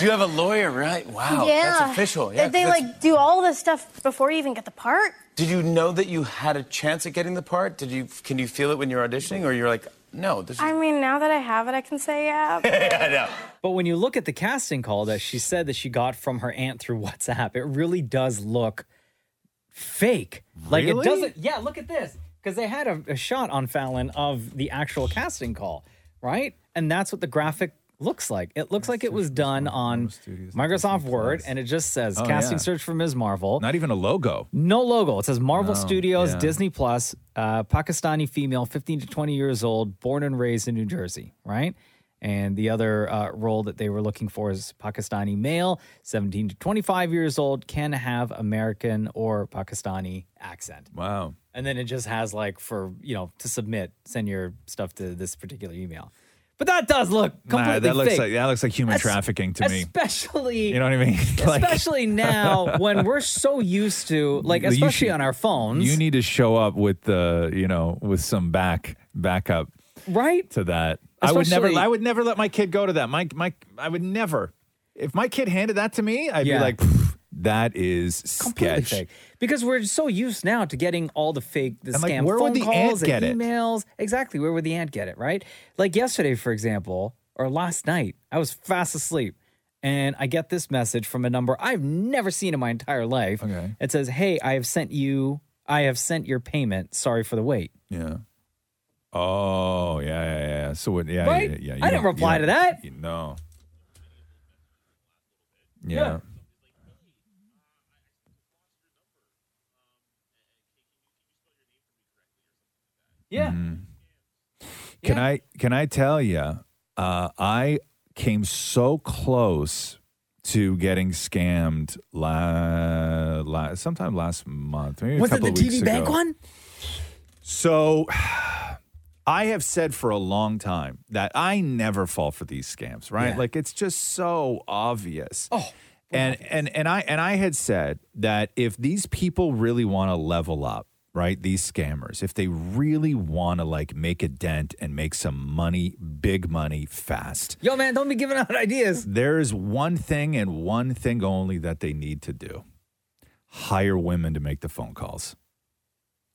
S14: Do you have a lawyer,
S29: (laughs)
S14: right? Wow. That's official. Yeah.
S28: they, they,
S14: 'cause that's-
S28: like do all this stuff before you even get the part.
S14: Did you know that you had a chance at getting the part? Did you? Can you feel it when you're auditioning, or you're like, no, this is.
S28: I mean, now that I have it, I can say yeah. but-
S14: I know.
S5: But when you look at the casting call that she said that she got from her aunt through (laughs) WhatsApp, it really does look fake. Like it
S30: Really?
S5: doesn't. Yeah, look at this. Because they had a, a shot on Fallon of the actual casting call, right? And that's what the graphic looks like. It looks like it was done on Microsoft Word, and it just says
S7: Oh,
S5: casting
S7: yeah.
S5: search for Ms. Marvel.
S7: Not even a logo.
S5: No logo. It says Marvel
S7: No,
S5: Studios,
S7: yeah.
S5: Disney Plus, uh, Pakistani female, 15 to 20 years old, born and raised in New Jersey, right? And the other uh, role that they were looking for is Pakistani male, 17 to 25 years old, can have American or Pakistani accent.
S7: Wow.
S5: And then it just has like for, you know, to submit, send your stuff to this particular email. But that does look completely
S7: Nah, that looks
S5: fake.
S7: like that looks like human
S5: Es-
S7: trafficking to me.
S5: Especially,
S7: You know what I mean? (laughs) Like-
S5: especially now when we're so used to, like,
S7: You
S5: especially
S7: should-
S5: on our phones.
S7: You need to show up with the you know with some back backup.
S5: Right.
S7: To that, I would never.
S5: Especially-
S7: I would never let my kid go to that. My my. I would never. If my kid handed that to me, I'd
S5: Yeah.
S7: be like, "Pff, That is sketch.
S5: fake. Because we're so used now to getting all the fake, the
S7: And, like,
S5: scam
S7: where would
S5: phone
S7: the ant
S5: calls
S7: get it?
S5: and emails. Exactly, where would the ant get it? Right? Like yesterday, for example, or last night, I was fast asleep, and I get this message from a number I've never seen in my entire life. Okay, it says, "Hey, I have sent you, I have sent your payment. Sorry for the wait."
S7: Yeah. Oh yeah, yeah, yeah. So it, yeah, yeah,
S5: Right?
S7: yeah.
S5: I
S7: you
S5: didn't
S7: don't- you
S5: reply to
S7: don't-
S5: that.
S7: you- no. Yeah.
S5: Yeah.
S7: Mm-hmm. Can I can I tell you? Uh, I came so close to getting scammed la, la, sometime last month, maybe a
S5: Was it
S7: couple
S5: the
S7: of weeks
S5: TV bank
S7: ago.
S5: one?
S7: So (sighs) I have said for a long time that I never fall for these scams, right? Like it's just so obvious. Oh. And and and I and I had said that if these people really want to level up, right? These scammers, if they really want to like make a dent and make some money, big money fast.
S5: Yo, man, don't be giving out (laughs) ideas.
S7: There is one thing and one thing only that they need to do. Hire women to make the phone calls.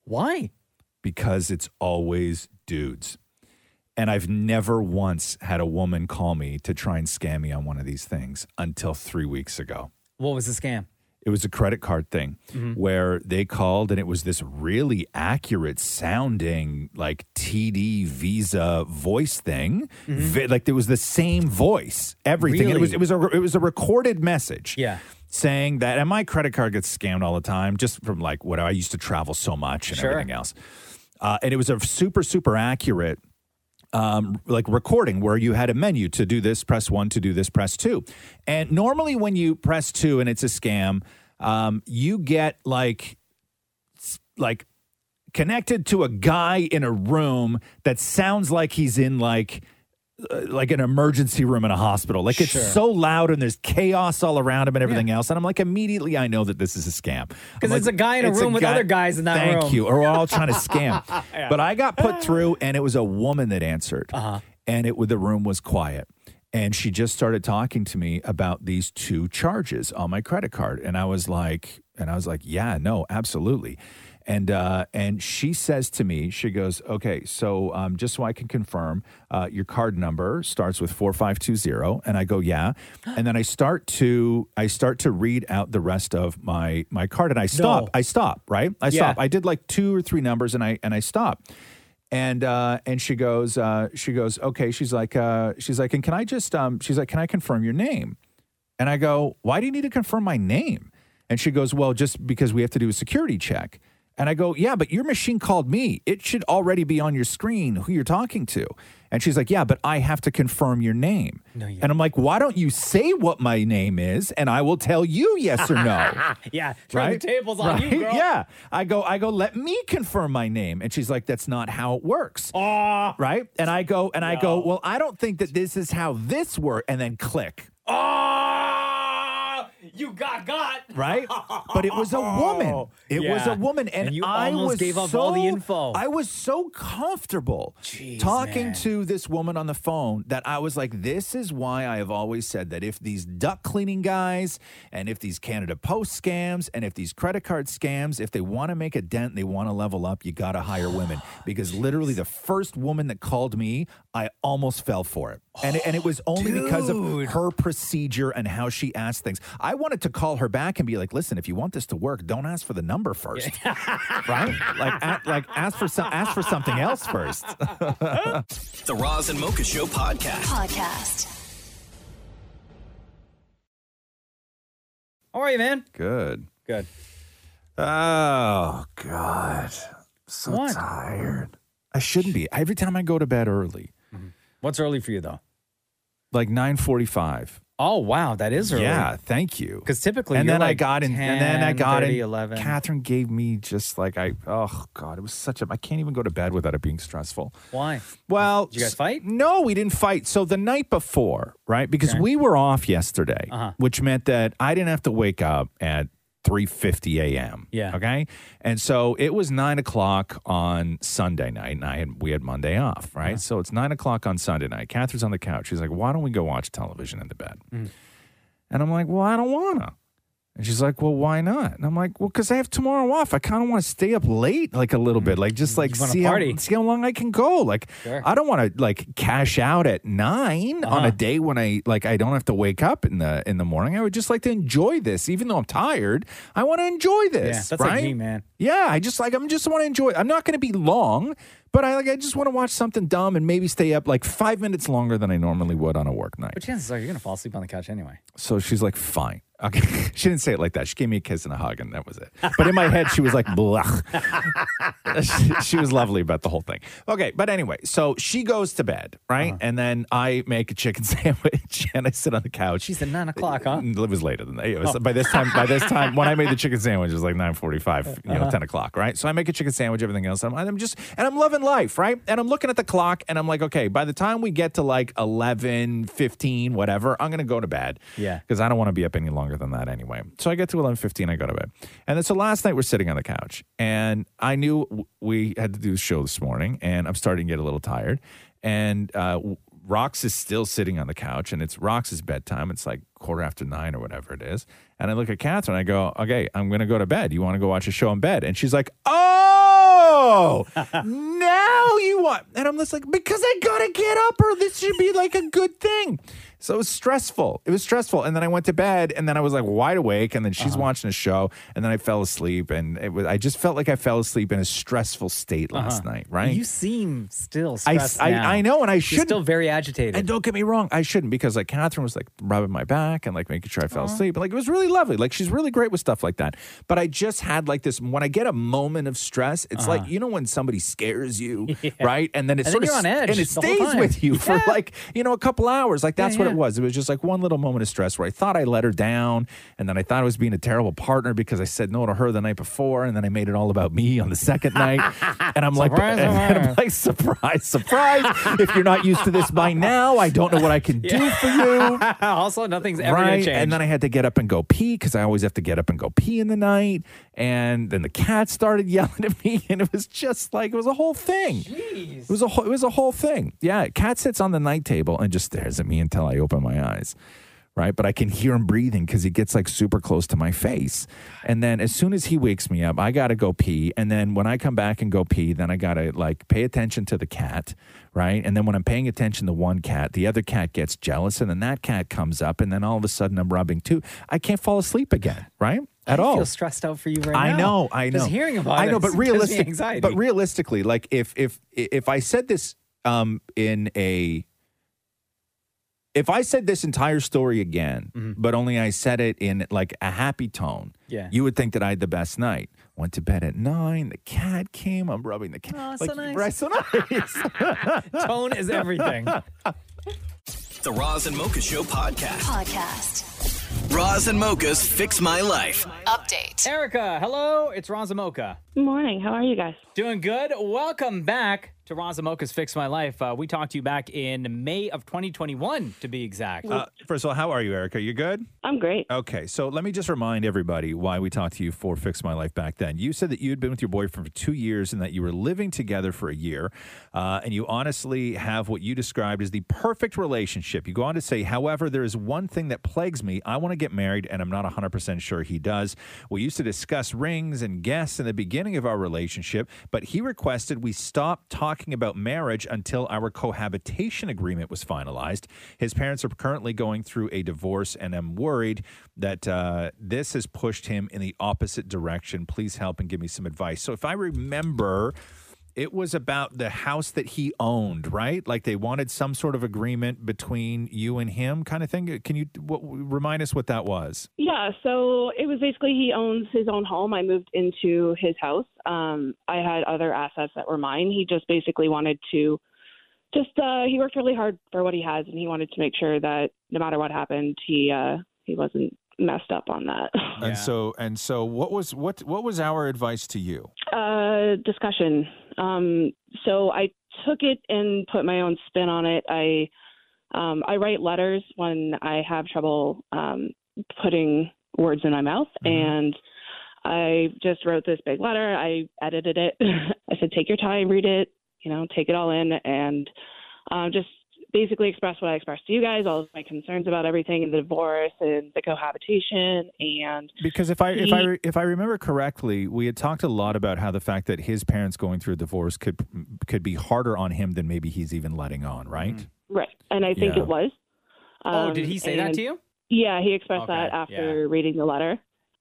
S5: Why?
S7: Because it's always dudes. And I've never once had a woman call me to try and scam me on one of these things until three weeks ago.
S5: What was the scam? Mm-hmm.
S7: It was a credit card thing where they called and it was this really accurate sounding like TD Visa voice thing. Vi- like it was the same voice, everything. And It was
S5: Mm-hmm.
S7: it was
S5: Really?
S7: a it was a recorded message.
S5: Yeah.
S7: Saying that and my credit card gets scammed all the time just from like what I used to travel so much and
S5: Sure.
S7: everything else. Uh, and it was a super super accurate um, like recording where you had a menu to do this, press one, to do this, press two. And normally when you press two and it's a scam, um, you get like, s- like connected to a guy in a room that sounds like he's in like, uh, like an emergency room in a hospital. Like it's
S5: Sure.
S7: so loud and there's chaos all around him and everything else. And I'm like, immediately I know that this is a scam. I'm
S5: Because it's
S7: like,
S5: a guy in a
S7: it's
S5: room with
S7: guy-
S5: other guys in that
S7: Thank
S5: room.
S7: you. Or we're all trying to scam.
S5: (laughs) Yeah.
S7: But I got put through, and it was a woman that answered, and it the room was quiet. And she just started talking to me about these two charges on my credit card, and I was like, and I was like, yeah, no, absolutely. And uh, and she says to me, she goes, okay, so um, just so I can confirm, uh, your card number starts with four five two zero, and I go, yeah, and then I start to I start to read out the rest of my my card, and I stop, I stop, right, I
S31: Yeah.
S7: stop, I did like two or three numbers, and I and I stop and uh, and she goes, uh, she goes, okay. She's like, uh, she's like, and can I just, um, she's like, can I confirm your name? And I go, why do you need to confirm my name? And she goes, well, just because we have to do a security check. And I go, yeah, but your machine called me. It should already be on your screen who you're talking to. And she's like, yeah, but I have to confirm your name. and I'm like, why don't you say what my name is, and I will tell you yes or no.
S5: (laughs) yeah. Turn the tables on you,
S7: Right?
S5: girl.
S7: Yeah. I go, I go, let me confirm my name. And she's like, that's not how it works. right? And I go, and I go, well, I don't think that this is how this works. And then click.
S5: Oh, you got got.
S7: (laughs) Right? But it was a
S5: (laughs)
S7: woman. It was
S5: Yeah.
S7: a woman. And,
S5: And you
S7: I
S5: almost
S7: was
S5: gave up
S7: so,
S5: all the info.
S7: I was so comfortable talking to this woman on the phone that I was like, this is why I have always said that if these duck cleaning guys and if these Canada Post scams and if these credit card scams, if they want to make a dent, they want to level up, you got to hire
S5: (gasps)
S7: women. Because literally the first woman that called me, I almost fell for it. And, and it was only because of her procedure and how she asked things. I wanted to call her back and be like, listen, if you want this to work, don't ask for the number first.
S13: (laughs)
S7: right? Like, a, like ask for some, ask for something else first. (laughs)
S1: The Roz and Mocha Show podcast.
S6: Podcast.
S5: How are you, man?
S7: Good.
S5: Good.
S7: Oh God, so tired. I shouldn't be. Every time I go to bed early,
S5: What's early for you though?
S7: like nine forty-five.
S5: Oh wow, that is early.
S7: Yeah, thank you.
S5: Because typically,
S7: and
S5: you're
S7: then I
S5: like
S7: got in,
S5: 10,
S7: and then I got
S5: 30,
S7: in.
S5: 11.
S7: Catherine gave me just like I. Oh God, it was such a. I can't even go to bed without it being stressful.
S5: Why?
S7: Well,
S5: Did you guys fight?
S7: No, we didn't fight. So the night before, right? Because we were off yesterday,
S5: Uh-huh.
S7: which meant that I didn't have to wake up at 3:50 a.m.
S5: Yeah.
S7: Okay. And so it was nine o'clock on Sunday night, and I had we had Monday off, right?
S5: Uh-huh.
S7: So it's nine o'clock on Sunday night. Catherine's on the
S5: Mm.
S7: couch. She's like, "Why don't we go watch television in the bed?" And I'm like, "Well, I don't wanna." And she's like, well, why not? And I'm like, well, because I have tomorrow off. I kind of want to stay up late, like a little bit, like just like
S5: Mm. wanna
S7: see how,
S5: party.
S7: see how long I can go. Like,
S5: Sure.
S7: I don't want to like cash out at 9 on
S5: Uh-huh.
S7: a day when I like I don't have to wake up in the in the morning. I would just like to enjoy this, even though I'm tired. I want to enjoy this.
S5: Yeah, that's
S7: right?
S5: like me, man.
S7: Yeah, I just like I'm just want to enjoy. it. I'm not going to be long, but I like I just want to watch something dumb and maybe stay up like five minutes longer than I normally would on a work night.
S5: But chances are you're gonna fall asleep on the couch anyway.
S7: So she's like, fine. Okay. (laughs) She didn't say it like that. She gave me a kiss and a hug, and that was it. But in my head, she was like, blah. (laughs) she, she was lovely about the whole thing. Okay. But anyway, so she goes to bed, right?
S5: Uh-huh.
S7: And then I make a chicken (laughs) sandwich and I sit on the couch. She
S5: said nine o'clock, huh?
S7: It was later than that. It was,
S5: Oh.
S7: By this time, by
S5: (laughs)
S7: this time, when I made the chicken sandwich, it was like 9.45, you know,
S5: Uh-huh.
S7: 10 o'clock, right? So I make a chicken sandwich, everything else. I'm, I'm just, and I'm loving life, right? And I'm looking at the clock and I'm like, okay, by the time we get to like 11, 15, whatever, I'm going to go to bed
S5: Yeah.
S7: because I don't want to be up any longer than that anyway. So I get to eleven fifteen, I go to bed, and then so last night we're sitting on the couch, and I knew w- we had to do the show this morning, and I'm starting to get a little tired, and uh, w- Rox is still sitting on the couch, and it's Rox's bedtime. It's like quarter after nine or whatever it is, and I look at Catherine, I go, okay, I'm gonna go to bed. You want to go watch a show in bed? And she's like,
S5: (laughs)
S7: oh. now you want and i'm just like because i gotta get up or this should be like a good thing so it was stressful it was stressful and then i went to bed and then i was like wide awake and then she's
S5: Uh-huh.
S7: watching a show and then i fell asleep and it was i just felt like i fell asleep in a stressful state last
S5: Uh-huh.
S7: night right
S5: You seem still
S7: I,
S5: stressed
S7: I,
S5: now.
S7: I know, and I
S5: You're
S7: should
S5: still very agitated.
S7: And don't get me wrong, I shouldn't because like Catherine was like rubbing my back and like making sure I fell asleep. Like it was really lovely. Like she's really great with stuff like that. But I just had like this when I get a moment of stress, it's
S5: Uh-huh.
S7: like you know when somebody scares you,
S5: (laughs) Yeah.
S7: right? And then it
S5: And then
S7: sort of
S5: you're on
S7: st-
S5: edge
S7: and it
S5: the whole
S7: stays
S5: time.
S7: with you (laughs)
S5: (laughs)
S7: for
S5: Yeah.
S7: like you know a couple hours. Like
S5: Yeah,
S7: that's what
S5: yeah.
S7: it was. It was just like one little moment of stress where I thought I let her down, and then I thought I was being a terrible partner because I said no to her the night before, and then I made it all about me on the
S5: (laughs)
S7: second night, and I'm like, and
S5: Surprise,
S7: then I'm
S5: surprise.
S7: like, surprise, surprise. if you're not used to this by now, I don't know what I
S5: (laughs)
S7: can do for you.
S5: also, nothing's ever gonna
S7: Right.
S5: change.
S7: And then I had to get up and go pee because I always have to get up and go pee in the night. And then the cat started (laughs) yelling at me, and it was just like it was a whole thing. It was a whole, it was a whole thing. Yeah, cat sits on the night table and just stares at me until I open my eyes. Right, but I can hear him breathing because he gets like super close to my face. And then as soon as he wakes me up, I gotta go pee. And then when I come back and go pee, then I gotta like pay attention to the cat, right? And then when I'm paying attention to one cat, the other cat gets jealous, and then that cat comes up, and then all of a sudden I'm rubbing two. I can't fall asleep again, right? At
S5: I
S7: all.
S5: feel stressed out for you right
S7: I
S5: now.
S7: know, I know.
S5: Just hearing about it.
S7: I know, but
S5: (laughs) gives me
S7: realistic,
S5: anxiety.
S7: but realistically, like if if if I said this um in a if I said this entire story again, but only I said it in like a happy tone,
S5: Mm-hmm. Yeah.
S7: you would think that I had the best night. Went to bed at nine. The cat came. I'm rubbing the cat.
S5: Oh, so
S7: like,
S5: nice.
S7: right, so nice.
S5: (laughs) Tone is everything.
S1: The Roz and Mocha Show podcast. Podcast. Roz and Mocha's Fix My Life.
S5: Update. Erica, hello. It's Razamoka.
S31: Morning. How are you guys?
S5: Doing good. Welcome back to Razamoka's Fix My Life. Uh, we talked to you back in May of 2021, to be exact.
S7: Uh, first of all, how are you, Erica? You good?
S31: I'm great.
S7: Okay, so let me just remind everybody why we talked to you for Fix My Life back then. You said that you had been with your boyfriend for two years and that you were living together for a year, uh, and you honestly have what you described as the perfect relationship. You go on to say, however, there is one thing that plagues me. I want to get married, and I'm not 100% sure he does. We used to discuss rings and guests in the beginning of our relationship, but he requested we stop talking about marriage until our cohabitation agreement was finalized. His parents are currently going through a divorce, and I'm worried that uh, this has pushed him in the opposite direction. Please help and give me some advice. So, if I remember, it was about the house that he owned, right? Like they wanted some sort of agreement between you and him, kind of thing. Can you what, remind us what that was?
S31: Yeah, so it was basically he owns his own home. I moved into his house. Um, I had other assets that were mine. He just basically wanted to just uh he worked really hard for what he has and he wanted to make sure that no matter what happened, he uh he wasn't messed up on that.
S7: And so, and so, what was what what was our advice to you?
S31: Uh discussion. Um so I took it and put my own spin on it. I um I write letters when I have trouble um putting words in my mouth
S7: Mm-hmm.
S31: and I just wrote this big letter. I edited (laughs) it. I said, take your time, read it, you know, take it all in, and um, just basically expressed what I expressed to you guys, all of my concerns about everything, and the divorce and the cohabitation, and
S7: Because if I if I
S31: he-
S7: re- if I remember correctly, we had talked a lot about how the fact that his parents going through a divorce could could be harder on him than maybe he's even letting on, right?
S31: right, and I think
S7: Yeah.
S31: it was. Um,
S5: Oh, did he say that to you?
S31: Yeah, he expressed
S5: Okay,
S31: that after reading the letter.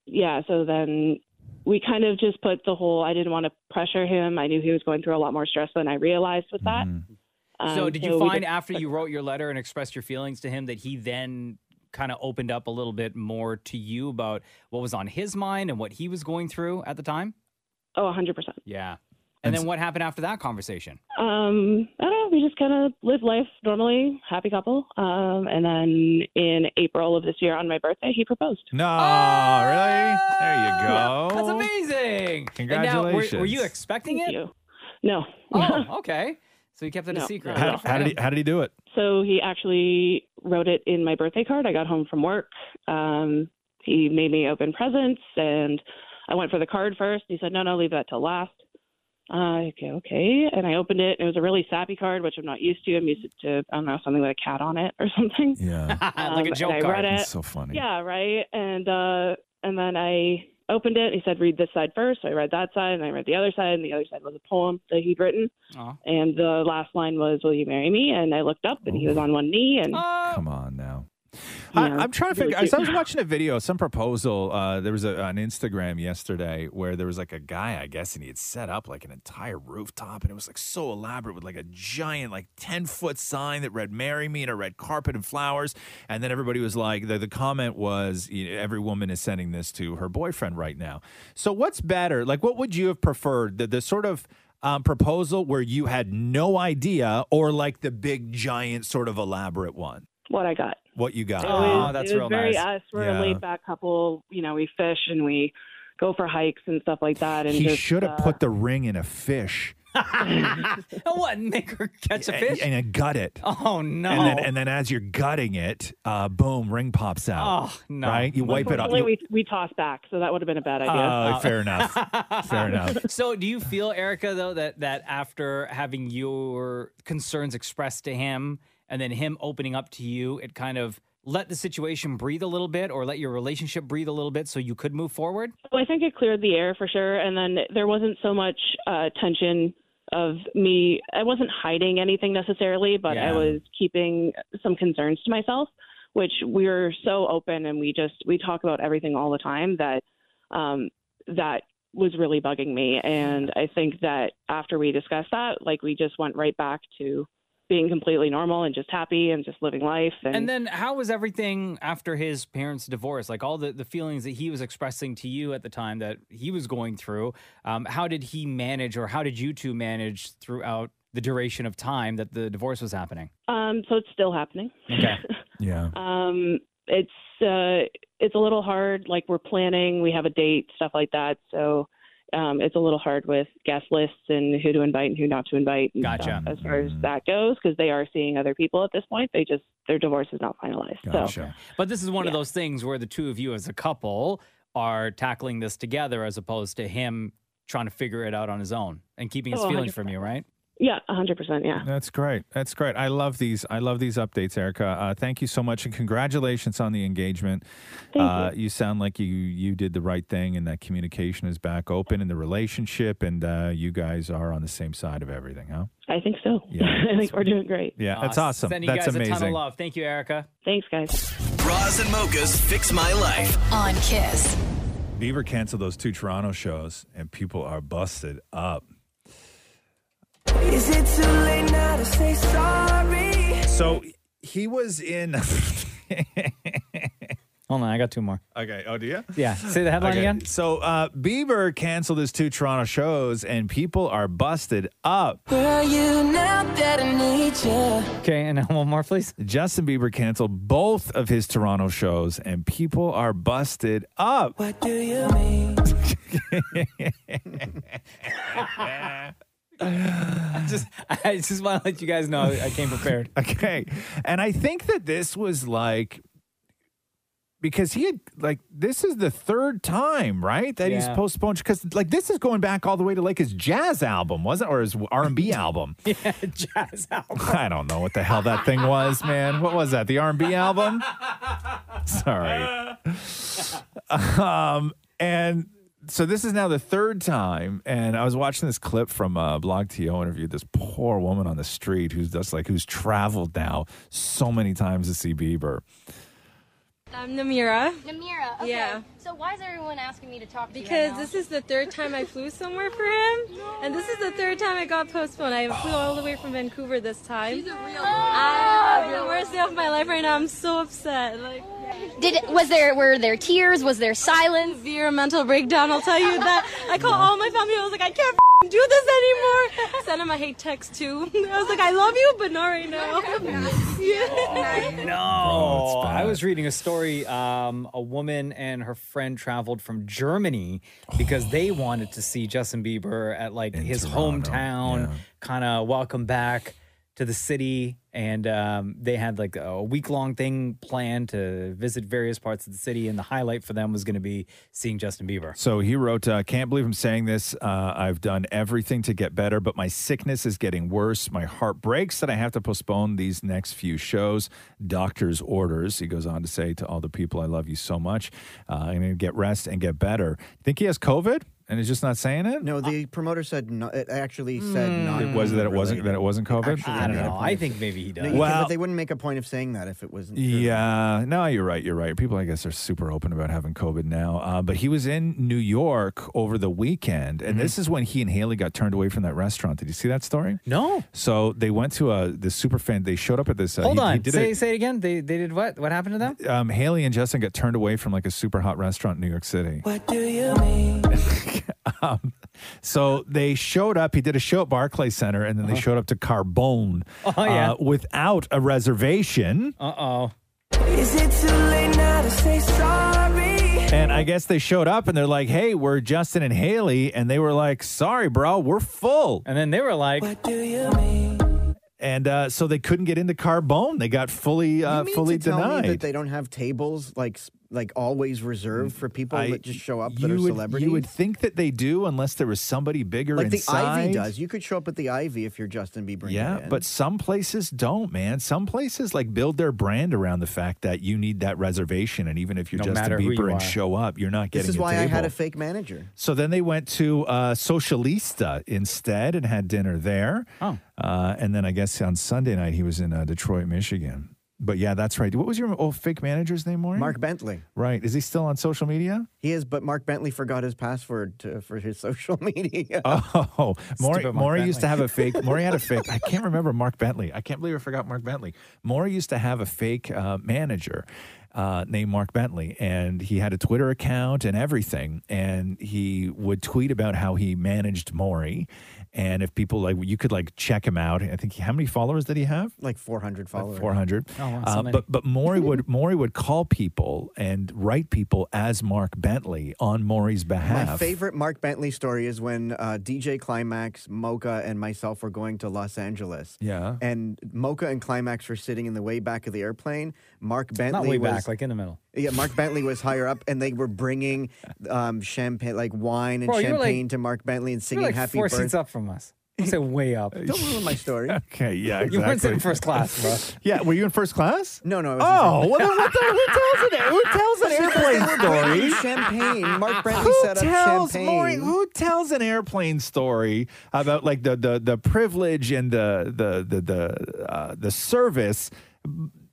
S31: Yeah, so then we kind of just put the whole. I didn't want to pressure him. I knew he was going through a lot more stress than I realized with that. Um,
S5: so did you
S31: we
S5: find
S31: just-
S5: after you wrote your letter and expressed your feelings to him that he then kind of opened up a little bit more to you about what was on his mind and what he was going through at the time?
S31: Oh, 100%.
S5: Yeah. And then what happened after that conversation?
S31: Um, I don't know. We just kind of live life normally, happy couple. Um, and then in April of this year, on my birthday, he proposed.
S7: No, really? There you go.
S5: Oh! That's amazing. And now, were, were you
S7: Congratulations.
S5: expecting it?
S31: No. (laughs)
S5: Oh, okay. So you kept it a secret.
S7: How, how did he, how did he do it?
S31: So he actually wrote it in my birthday card. I got home from work. Um, he made me open presents, and I went for the card first. He said, "No, no, leave that till last." Uh, okay, okay. And I opened it. And it was a really sappy card, which I'm not used to. I'm used to I don't know something with a cat on it or (laughs) something. Um,
S7: Yeah,
S5: (laughs) like a joke
S31: and I
S5: card.
S31: read it.
S5: That's so funny.
S31: Yeah, right. And uh, and then I opened it. He said, "Read this side first. So I read that side, and I read the other side, and the other side was a poem that he'd written.
S5: Aw.
S31: And the last line was, "Will you marry me?" And I looked up, and he was on one knee. And
S5: Uh,
S7: Come on now. I, I'm trying to
S31: really
S7: figure. I, so I was
S31: cute.
S7: watching a video, some proposal. Uh, there was a, on Instagram yesterday where there was like a guy, I guess, and he had set up like an entire rooftop, and it was like so elaborate with like a giant, like ten foot sign that read "Marry Me" and a red carpet and flowers. And then everybody was like, the, the comment was, you know, every woman is sending this to her boyfriend right now. So what's better? Like, what would you have preferred? The the sort of um, proposal where you had no idea, or like the big, giant, sort of elaborate one?
S31: What I got.
S7: What you
S5: Ah,
S7: got?
S31: It was, it was very us. We're a laid back couple. You know, we fish and we go for hikes and stuff like that. And
S7: He
S31: just,
S7: should have
S31: uh,
S7: put the ring in a fish
S31: (laughs)
S5: (laughs) what? Make her catch a
S7: and,
S5: fish?
S7: and then gut it.
S5: Oh no!
S7: And then, and then as you're gutting it, uh, boom, ring pops out.
S5: Oh, no.
S7: Right? You wipe it off.
S31: Unfortunately,
S7: You-
S31: We, we tossed back, so that would have been a bad idea.
S7: Uh, fair enough.
S31: (laughs)
S7: fair enough.
S5: so do you feel erica though that that after having your concerns expressed to him and then him opening up to you it kind of let the situation breathe a little bit or let your relationship breathe a little bit so you could move forward
S31: Well, I think it cleared the air for sure, and then there wasn't so much uh, tension of me. I wasn't hiding anything necessarily, but
S5: Yeah.
S31: I was keeping some concerns to myself, which we're so open and we just we talk about everything all the time that um, that was really bugging me, and I think that after we discussed that, like we just went right back to being completely normal and just happy and just living life and,
S5: and then how was everything after his parents divorce like all the, the feelings that he was expressing to you at the time that he was going through um, how did he manage or how did you two manage throughout the duration of time that the divorce was happening
S31: um, so it's still happening.
S5: okay
S31: (laughs)
S3: yeah
S31: Um, it's uh, it's a little hard. Like we're planning, we have a date, stuff like that. So um, it's a little hard with guest lists and who to invite and who not to invite. and
S5: Gotcha.
S31: stuff As far as that goes, because they are seeing other people at this point. They just their divorce is not finalized. So
S5: But this is one of those things where the two of you as a couple are tackling this together as opposed to him trying to figure it out on his own and keeping his
S31: Oh,
S5: feelings from you, right?
S31: yeah, hundred percent. Yeah.
S7: That's great. That's great. I love these. I love these updates, Erica. Uh, thank you so much, and congratulations on the engagement. uh, you. sound like you you did the right thing, and that communication is back open in the relationship, and uh, you guys are on the same side of everything, huh?
S31: I think so.
S7: Yeah.
S31: (laughs) I think we're doing great.
S7: Yeah, that's
S5: Uh,
S7: awesome.
S5: Sending
S7: That's
S5: you guys
S7: amazing.
S5: a ton of love. Thank you, Erica.
S31: Thanks, guys.
S1: Roz and Mocha's Fix
S7: (laughs)
S1: My Life.
S27: on Kiss.
S3: Beaver canceled those two Toronto shows, and people are busted up.
S32: Is it too late now to say sorry?
S3: So he was in. (laughs)
S5: Hold on, I got two more.
S3: Okay. Oh, do you?
S5: Yeah. Say the headline
S3: Okay,
S5: again.
S3: So uh, Bieber canceled his two Toronto shows, and people are busted up.
S32: Where are you now that I need you?
S5: Okay, and one more, please.
S3: Justin Bieber canceled both of his Toronto shows, and people are busted up.
S32: What do you mean?
S5: (laughs) I just, I just want to let you guys know
S7: (laughs)
S5: I came prepared.
S3: okay. And I think that this was like
S7: because he had like this is the third time, right, that he's
S3: Yeah.
S7: postponed. Because like this is going back all the way to like his jazz album, wasn't, it? or his R and B album.
S5: (laughs) yeah, jazz album.
S7: (laughs) I don't know what the hell that thing was, man. What was that? The R and B album? Sorry. Um, and so this is now the third time, and I was watching this clip from a Blog TO interview. This poor woman on the street who's just like who's traveled now so many times to see Bieber.
S27: I'm Namira.
S13: Namira. Okay.
S27: Yeah.
S13: So why is everyone asking me to talk to you?
S27: Because this is the third time I flew somewhere for him, and this is the third time I got postponed. I flew all the way from Vancouver this time. She's a real I have the worst day of my life right now. I'm so upset. Like,
S13: did was there were there tears? Was there silence?
S27: Severe mental breakdown. I'll tell you that. I called all my family. I was like, I can't f***ing do this anymore. Sent him a hate text too. (laughs) I was like, I love you, but not right now. (laughs) Yeah.
S5: No, Oh, I was reading a story. Um, a woman and her friend traveled from Germany because
S7: Oh.
S5: they wanted to see Justin Bieber at like his hometown, kind of welcome back to the city. And um, they had like a week long thing planned to visit various parts of the city. And the highlight for them was going to be seeing Justin Bieber.
S7: So he wrote, uh, "Can't believe I'm saying this. Uh, I've done everything to get better, but my sickness is getting worse. My heart breaks that I have to postpone these next few shows. Doctor's orders." He goes on to say to all the people, "I love you so much. Uh, I'm gonna get rest and get better." Think he has COVID and is just not saying it?
S8: No, the promoter said no. It actually said not.
S7: It was that it wasn't
S8: related.
S7: that it wasn't COVID.
S8: Actually, they made a point of-
S5: maybe he
S8: No, you can't-
S7: Well,
S8: but they wouldn't make a point of saying that if it wasn't.
S7: Yeah, no, you're right. You're right. People, I guess, are super open about having COVID now. Uh, but he was in New York over the weekend,
S5: Mm-hmm.
S7: and this is when he and Haley got turned away from that restaurant. Did you see that story?
S5: No.
S7: So they went to a the super fan. They showed up at this. Uh,
S5: Hold
S7: he- he
S5: on.
S7: did
S5: say,
S7: it-
S5: say it again. They, they did what? What happened to them?
S7: um, Haley and Justin got turned away from like a super hot restaurant in New York City.
S32: What do you mean?
S7: (laughs) Um, so they showed up. He did a show at Barclay Center, and
S5: Uh-huh.
S7: then they showed up to Carbone
S32: Oh, yeah.
S7: uh, without a reservation.
S5: Uh oh.
S32: Is it too late now to say sorry? (laughs)
S7: And I guess they showed up and they're like, hey, we're Justin and Haley. And they were like, sorry, bro, we're full.
S5: And then they were like,
S32: What do you mean?
S7: and uh, so they couldn't get into Carbone. They got fully, uh,
S8: You mean
S7: fully
S8: to tell
S7: denied.
S8: Me that they don't have tables like s- like always reserved for people
S7: I-
S8: that just show up that
S7: you
S8: are
S7: would,
S8: celebrities.
S7: You would think that they do, unless there was somebody bigger
S8: like the
S7: inside.
S8: Ivy does. You could show up at the Ivy if you're Justin Bieber. and
S7: Yeah,
S8: you're in.
S7: but some places don't, man. Some places like build their brand around the fact that you need that reservation, and even if you're
S8: No
S7: Justin
S8: matter who
S7: Bieber
S8: you
S7: and
S8: are.
S7: show up, you're not getting.
S8: this is
S7: a
S8: why I had
S7: table.
S8: a fake manager.
S7: So then they went to uh, Socialista instead and had dinner there.
S5: Oh.
S7: Uh, and then I guess on Sunday night he was in uh, Detroit, Michigan. But yeah, that's right. What was your old fake manager's name, Maureen?
S8: Mark Bentley.
S7: Right. Is he still on social media?
S8: He is, but Mark Bentley forgot his password to, for his (laughs) social media.
S7: Oh, Maury,
S8: Mark
S7: Maury used to
S8: Bentley.
S7: have a fake. Maury had a fake. I
S8: (laughs)
S7: can't remember Mark Bentley. I can't believe I forgot Mark Bentley. Maury used to have a fake uh, manager uh, named Mark Bentley, and he had a Twitter account and everything. And he would tweet about how he managed Maury. And if people like, you could like check him out. I think how many followers did he have?
S8: like 400 followers.
S7: Four hundred. Uh,
S8: Oh, wow, so many.
S7: but but Maury would (laughs) Maury would call people and write people as Mark Bentley on Maury's behalf.
S8: My favorite Mark Bentley story is when uh, DJ Climax, Mocha, and myself were going to Los Angeles.
S7: Yeah.
S8: And Mocha and Climax were sitting in the way back of the airplane. Mark Bentley
S5: Not way
S8: was
S5: back, like in the middle.
S8: yeah, Mark Bentley was higher up, and they were bringing um, champagne, like wine and
S5: Bro, you were, like-
S8: champagne, to Mark Bentley and
S5: You were,
S8: singing
S5: like
S8: "Happy
S5: four
S8: Birthday."
S5: seats up from us. Don't say
S7: (laughs)
S5: way up. Don't
S8: ruin my
S5: (laughs)
S8: story.
S7: Okay, yeah,
S5: You weren't sitting first class, bro.
S7: yeah, were you in first class?
S8: No, no. I was
S7: Oh, well, then what the, who tells an who tells an
S5: (laughs)
S7: airplane story?
S8: Champagne. Mark Bentley
S7: Who
S8: set up
S7: tells
S8: champagne.
S7: Maury- who tells an airplane story about like the the, the privilege and the the the the, uh, the service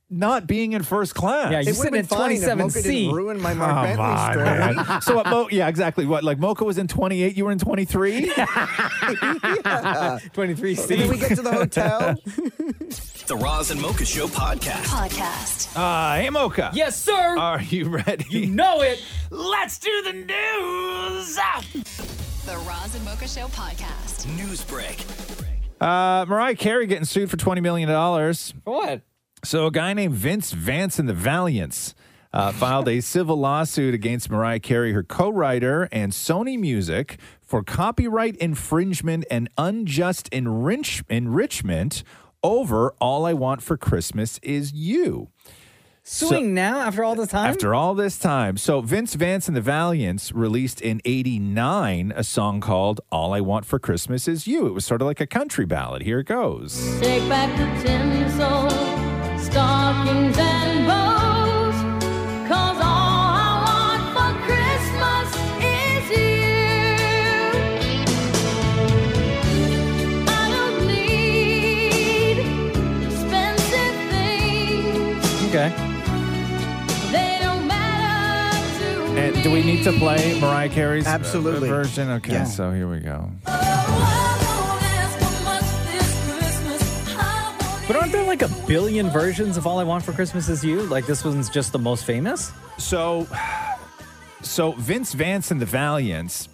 S7: not being in first class?
S5: Yeah, It you're would've sitting been in fine if Mocha 27C. didn't ruin my Mark
S7: Come
S5: Bentley
S7: on,
S5: story.
S7: (laughs) man. so what? Mo- yeah, exactly. What like Mocha was in twenty eight, you were in twenty
S5: (laughs)
S7: three.
S5: Twenty three C.
S8: Did we get to the
S7: (laughs)
S8: hotel?
S1: The Roz and Mocha Show podcast.
S15: Podcast.
S7: Uh, hey, Mocha.
S5: Yes, sir.
S7: Are you ready? You
S5: know it.
S15: Let's do the news. The Roz and Mocha Show podcast.
S1: News break.
S7: Uh, Mariah Carey getting sued for $20 million. For
S5: what?
S7: So, a guy named Vince Vance and the Valiants uh, filed a civil lawsuit against Mariah Carey, her co writer, and Sony Music for copyright infringement and unjust enrich- enrichment over All I Want for Christmas Is You.
S5: Suing now after all this time?
S7: After all this time. So Vince Vance and the Valiants released in 89 a song called All I Want for Christmas Is You. It was sort of like a country ballad. Here it goes.
S4: Take back the tinsel, stockings and bows. Cause all I want for Christmas is you. I don't need expensive things.
S5: Okay.
S4: They don't matter to
S7: And do we need to play Mariah Carey's uh,
S8: Absolutely.
S7: version? Okay,
S8: Yeah.
S7: so here we go.
S5: But aren't there like a billion versions of All I Want for Christmas Is You? Like this one's just the most famous?
S7: So, so Vince Vance and the Valiants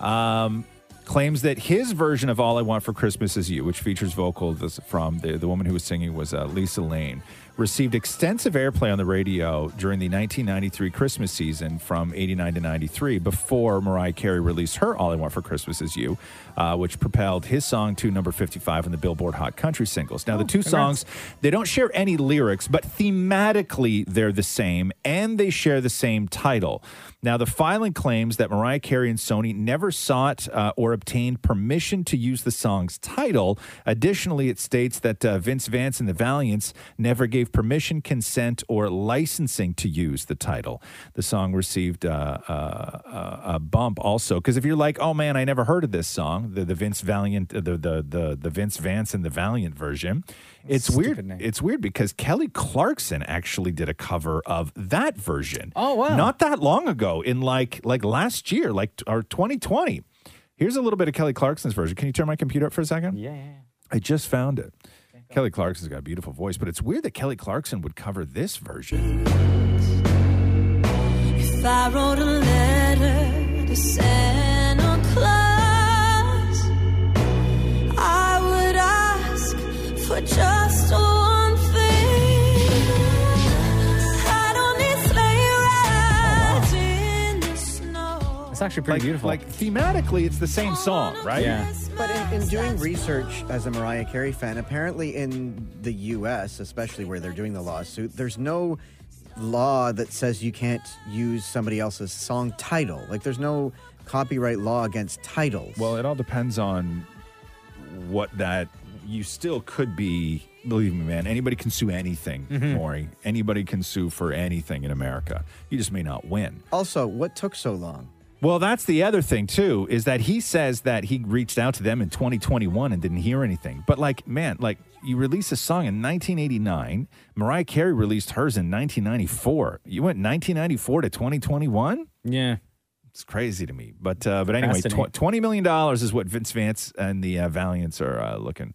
S7: um, claims that his version of "All I Want for Christmas Is You," which features vocals from the the woman who was singing was uh, Lisa Lane, received extensive airplay on the radio during the 1993 Christmas season from '89 to '93, before Mariah Carey released her "All I Want for Christmas Is You," uh, which propelled his song to number 55 on the Billboard Hot Country singles. Now, the two
S3: congrats.
S7: songs they don't share any lyrics, but thematically they're the same and they share the same title. Now, the filing claims that Mariah Carey and Sony never sought uh, or obtained permission to use the song's title. Additionally, it states that uh, Vince Vance and the Valiants never gave permission, consent, or licensing to use the title. The song received uh, uh, uh, a bump also because if you're like, oh man, I never heard of this song, the, the Vince Valiant, the, the the the Vince Vance and the Valiant version, it's weird. It's weird because Kelly Clarkson actually did a cover of that version. Oh wow! Not that long ago, in like like last year, like t- or 2020. Here's a little bit of Kelly Clarkson's version. Can you turn my computer up for a second? Yeah. I just found it. Kelly Clarkson's got a beautiful voice, but it's weird that Kelly Clarkson would cover this version.
S4: If I wrote a letter to Santa Claus, I would ask for just one thing. I don't need sleigh rides in the snow.
S7: It's actually pretty beautiful. Like thematically, it's the same song, right? Yeah.
S8: But in, in doing research as a Mariah Carey fan, apparently in the U.S., especially where they're doing the lawsuit, there's no law that says you can't use somebody else's song title. Like there's no copyright law against titles.
S7: Well, it all depends on what that you still could be. Believe me, man, anybody can sue anything,
S8: Mhm.
S7: Maury. Anybody can sue for anything in America. You just may not win.
S8: Also, what took so long?
S7: Well, that's the other thing too is that he says that he reached out to them in 2021 and didn't hear anything. But like, man, like you release a song in 1989. Mariah Carey released hers in 1994. You went 1994 to 2021.
S5: Yeah.
S7: It's crazy to me. But uh, but anyway,
S5: Fascinating.
S7: tw- 20 million dollars is what Vince Vance and the uh, Valiants are uh, looking
S1: Man,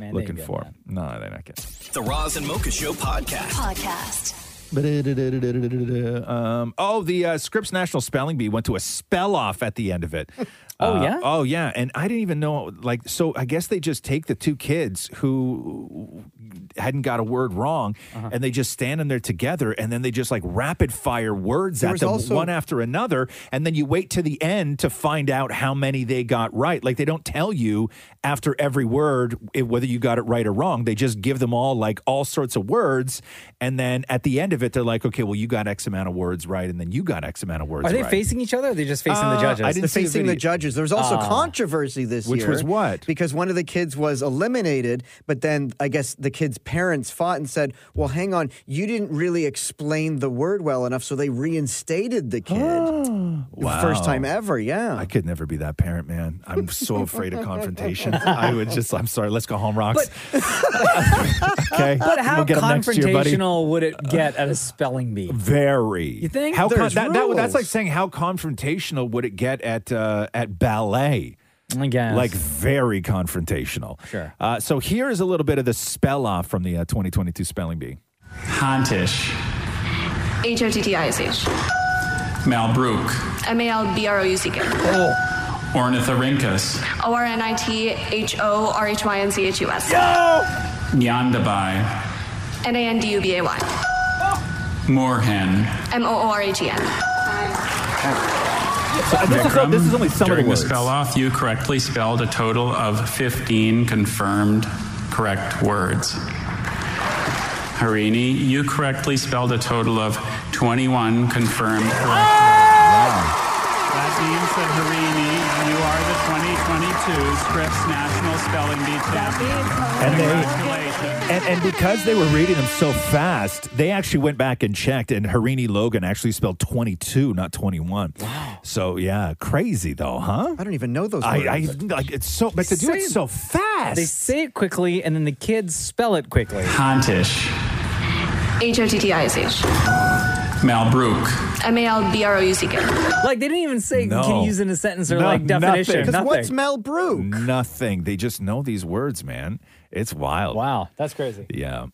S1: they ain't
S7: looking
S1: getting
S7: for. No, they're not getting.
S1: The Roz and Mocha Show podcast. Podcast.
S7: Um, oh, the uh, Scripps National Spelling Bee went to a spell off at the end of it.
S5: Oh,
S7: Uh,
S5: yeah?
S7: Oh yeah, and I didn't even know. Like, so I guess they just take the two kids who hadn't got a word wrong, and they just stand in there together, and then they just like rapid fire words
S8: There
S7: at
S8: was
S7: them
S8: also-
S7: one after another, and then you wait to the end to find out how many they got right. Like they don't tell you after every word i- whether you got it right or wrong. They just give them all like all sorts of words, and then at the end of it, they're like, okay, well you got X amount of words right, and then you got X amount of words.
S5: Are they
S7: right.
S5: facing each other or are they just facing
S7: Uh,
S5: the judges?
S7: I didn't
S8: They're facing the judges. There was also
S5: Ah.
S8: controversy this
S7: Which
S8: year.
S7: was what?
S8: Because one of the kids was eliminated, but then I guess the kid's parents fought and said, well, hang on, you didn't really explain the word well enough, so they reinstated the kid.
S7: (gasps) Wow.
S8: First time ever, yeah.
S7: I could never be that parent, man. I'm so afraid of
S5: (laughs)
S7: confrontation. I would just, I'm sorry, let's go home, Rocks. (laughs) okay.
S5: But how
S7: we'll get 'em next year, buddy.
S5: confrontational would it get at a spelling bee?
S7: Very.
S5: You think?
S7: How con- that, that- that's like saying how confrontational would it get at uh, at ballet?
S5: I guess.
S7: Like very confrontational.
S5: Sure.
S7: Uh, so here is a little bit of the spell off from the uh, 2022 spelling bee.
S33: Hontish.
S18: H O T T I S H.
S33: Malbrook.
S18: M A L B R O U C K.
S7: Oh.
S33: Ornithorhynchus.
S18: O R N I T H O R H Y N C H U S.
S33: Nyandabai.
S18: N A N D U B A Y.
S33: Moorhen.
S18: M O O R H E N.
S33: Vikram,
S7: this is only some of the
S33: During
S7: words.
S33: the spell off, you correctly spelled a total of 15 confirmed correct words. Harini, you correctly spelled a total of 21 confirmed correct. That means that Harini, you are the 2022 Scripps National Spelling Bee
S3: And
S33: champion.
S3: they-
S33: Congratulations.
S3: And, and because they were reading them so fast, they actually went back and checked, and Harini Logan actually spelled 22, not 21. Wow. So, yeah, crazy though, huh?
S8: I don't even know those
S3: I,
S8: words.
S3: like, it's so, but to do it so fast.
S5: They say it quickly and then the kids spell it quickly.
S33: Contish.
S18: H O T T I S H.
S33: Malbrook.
S18: M A L B R O U C K.
S5: Like, they didn't even say
S3: No.
S5: can you use in a sentence or
S3: No,
S5: like definition.
S3: nothing. 'Cause what's
S8: Mel Brook?
S3: Nothing. They just know these words, man. It's wild.
S5: Wow. That's crazy.
S3: Yeah.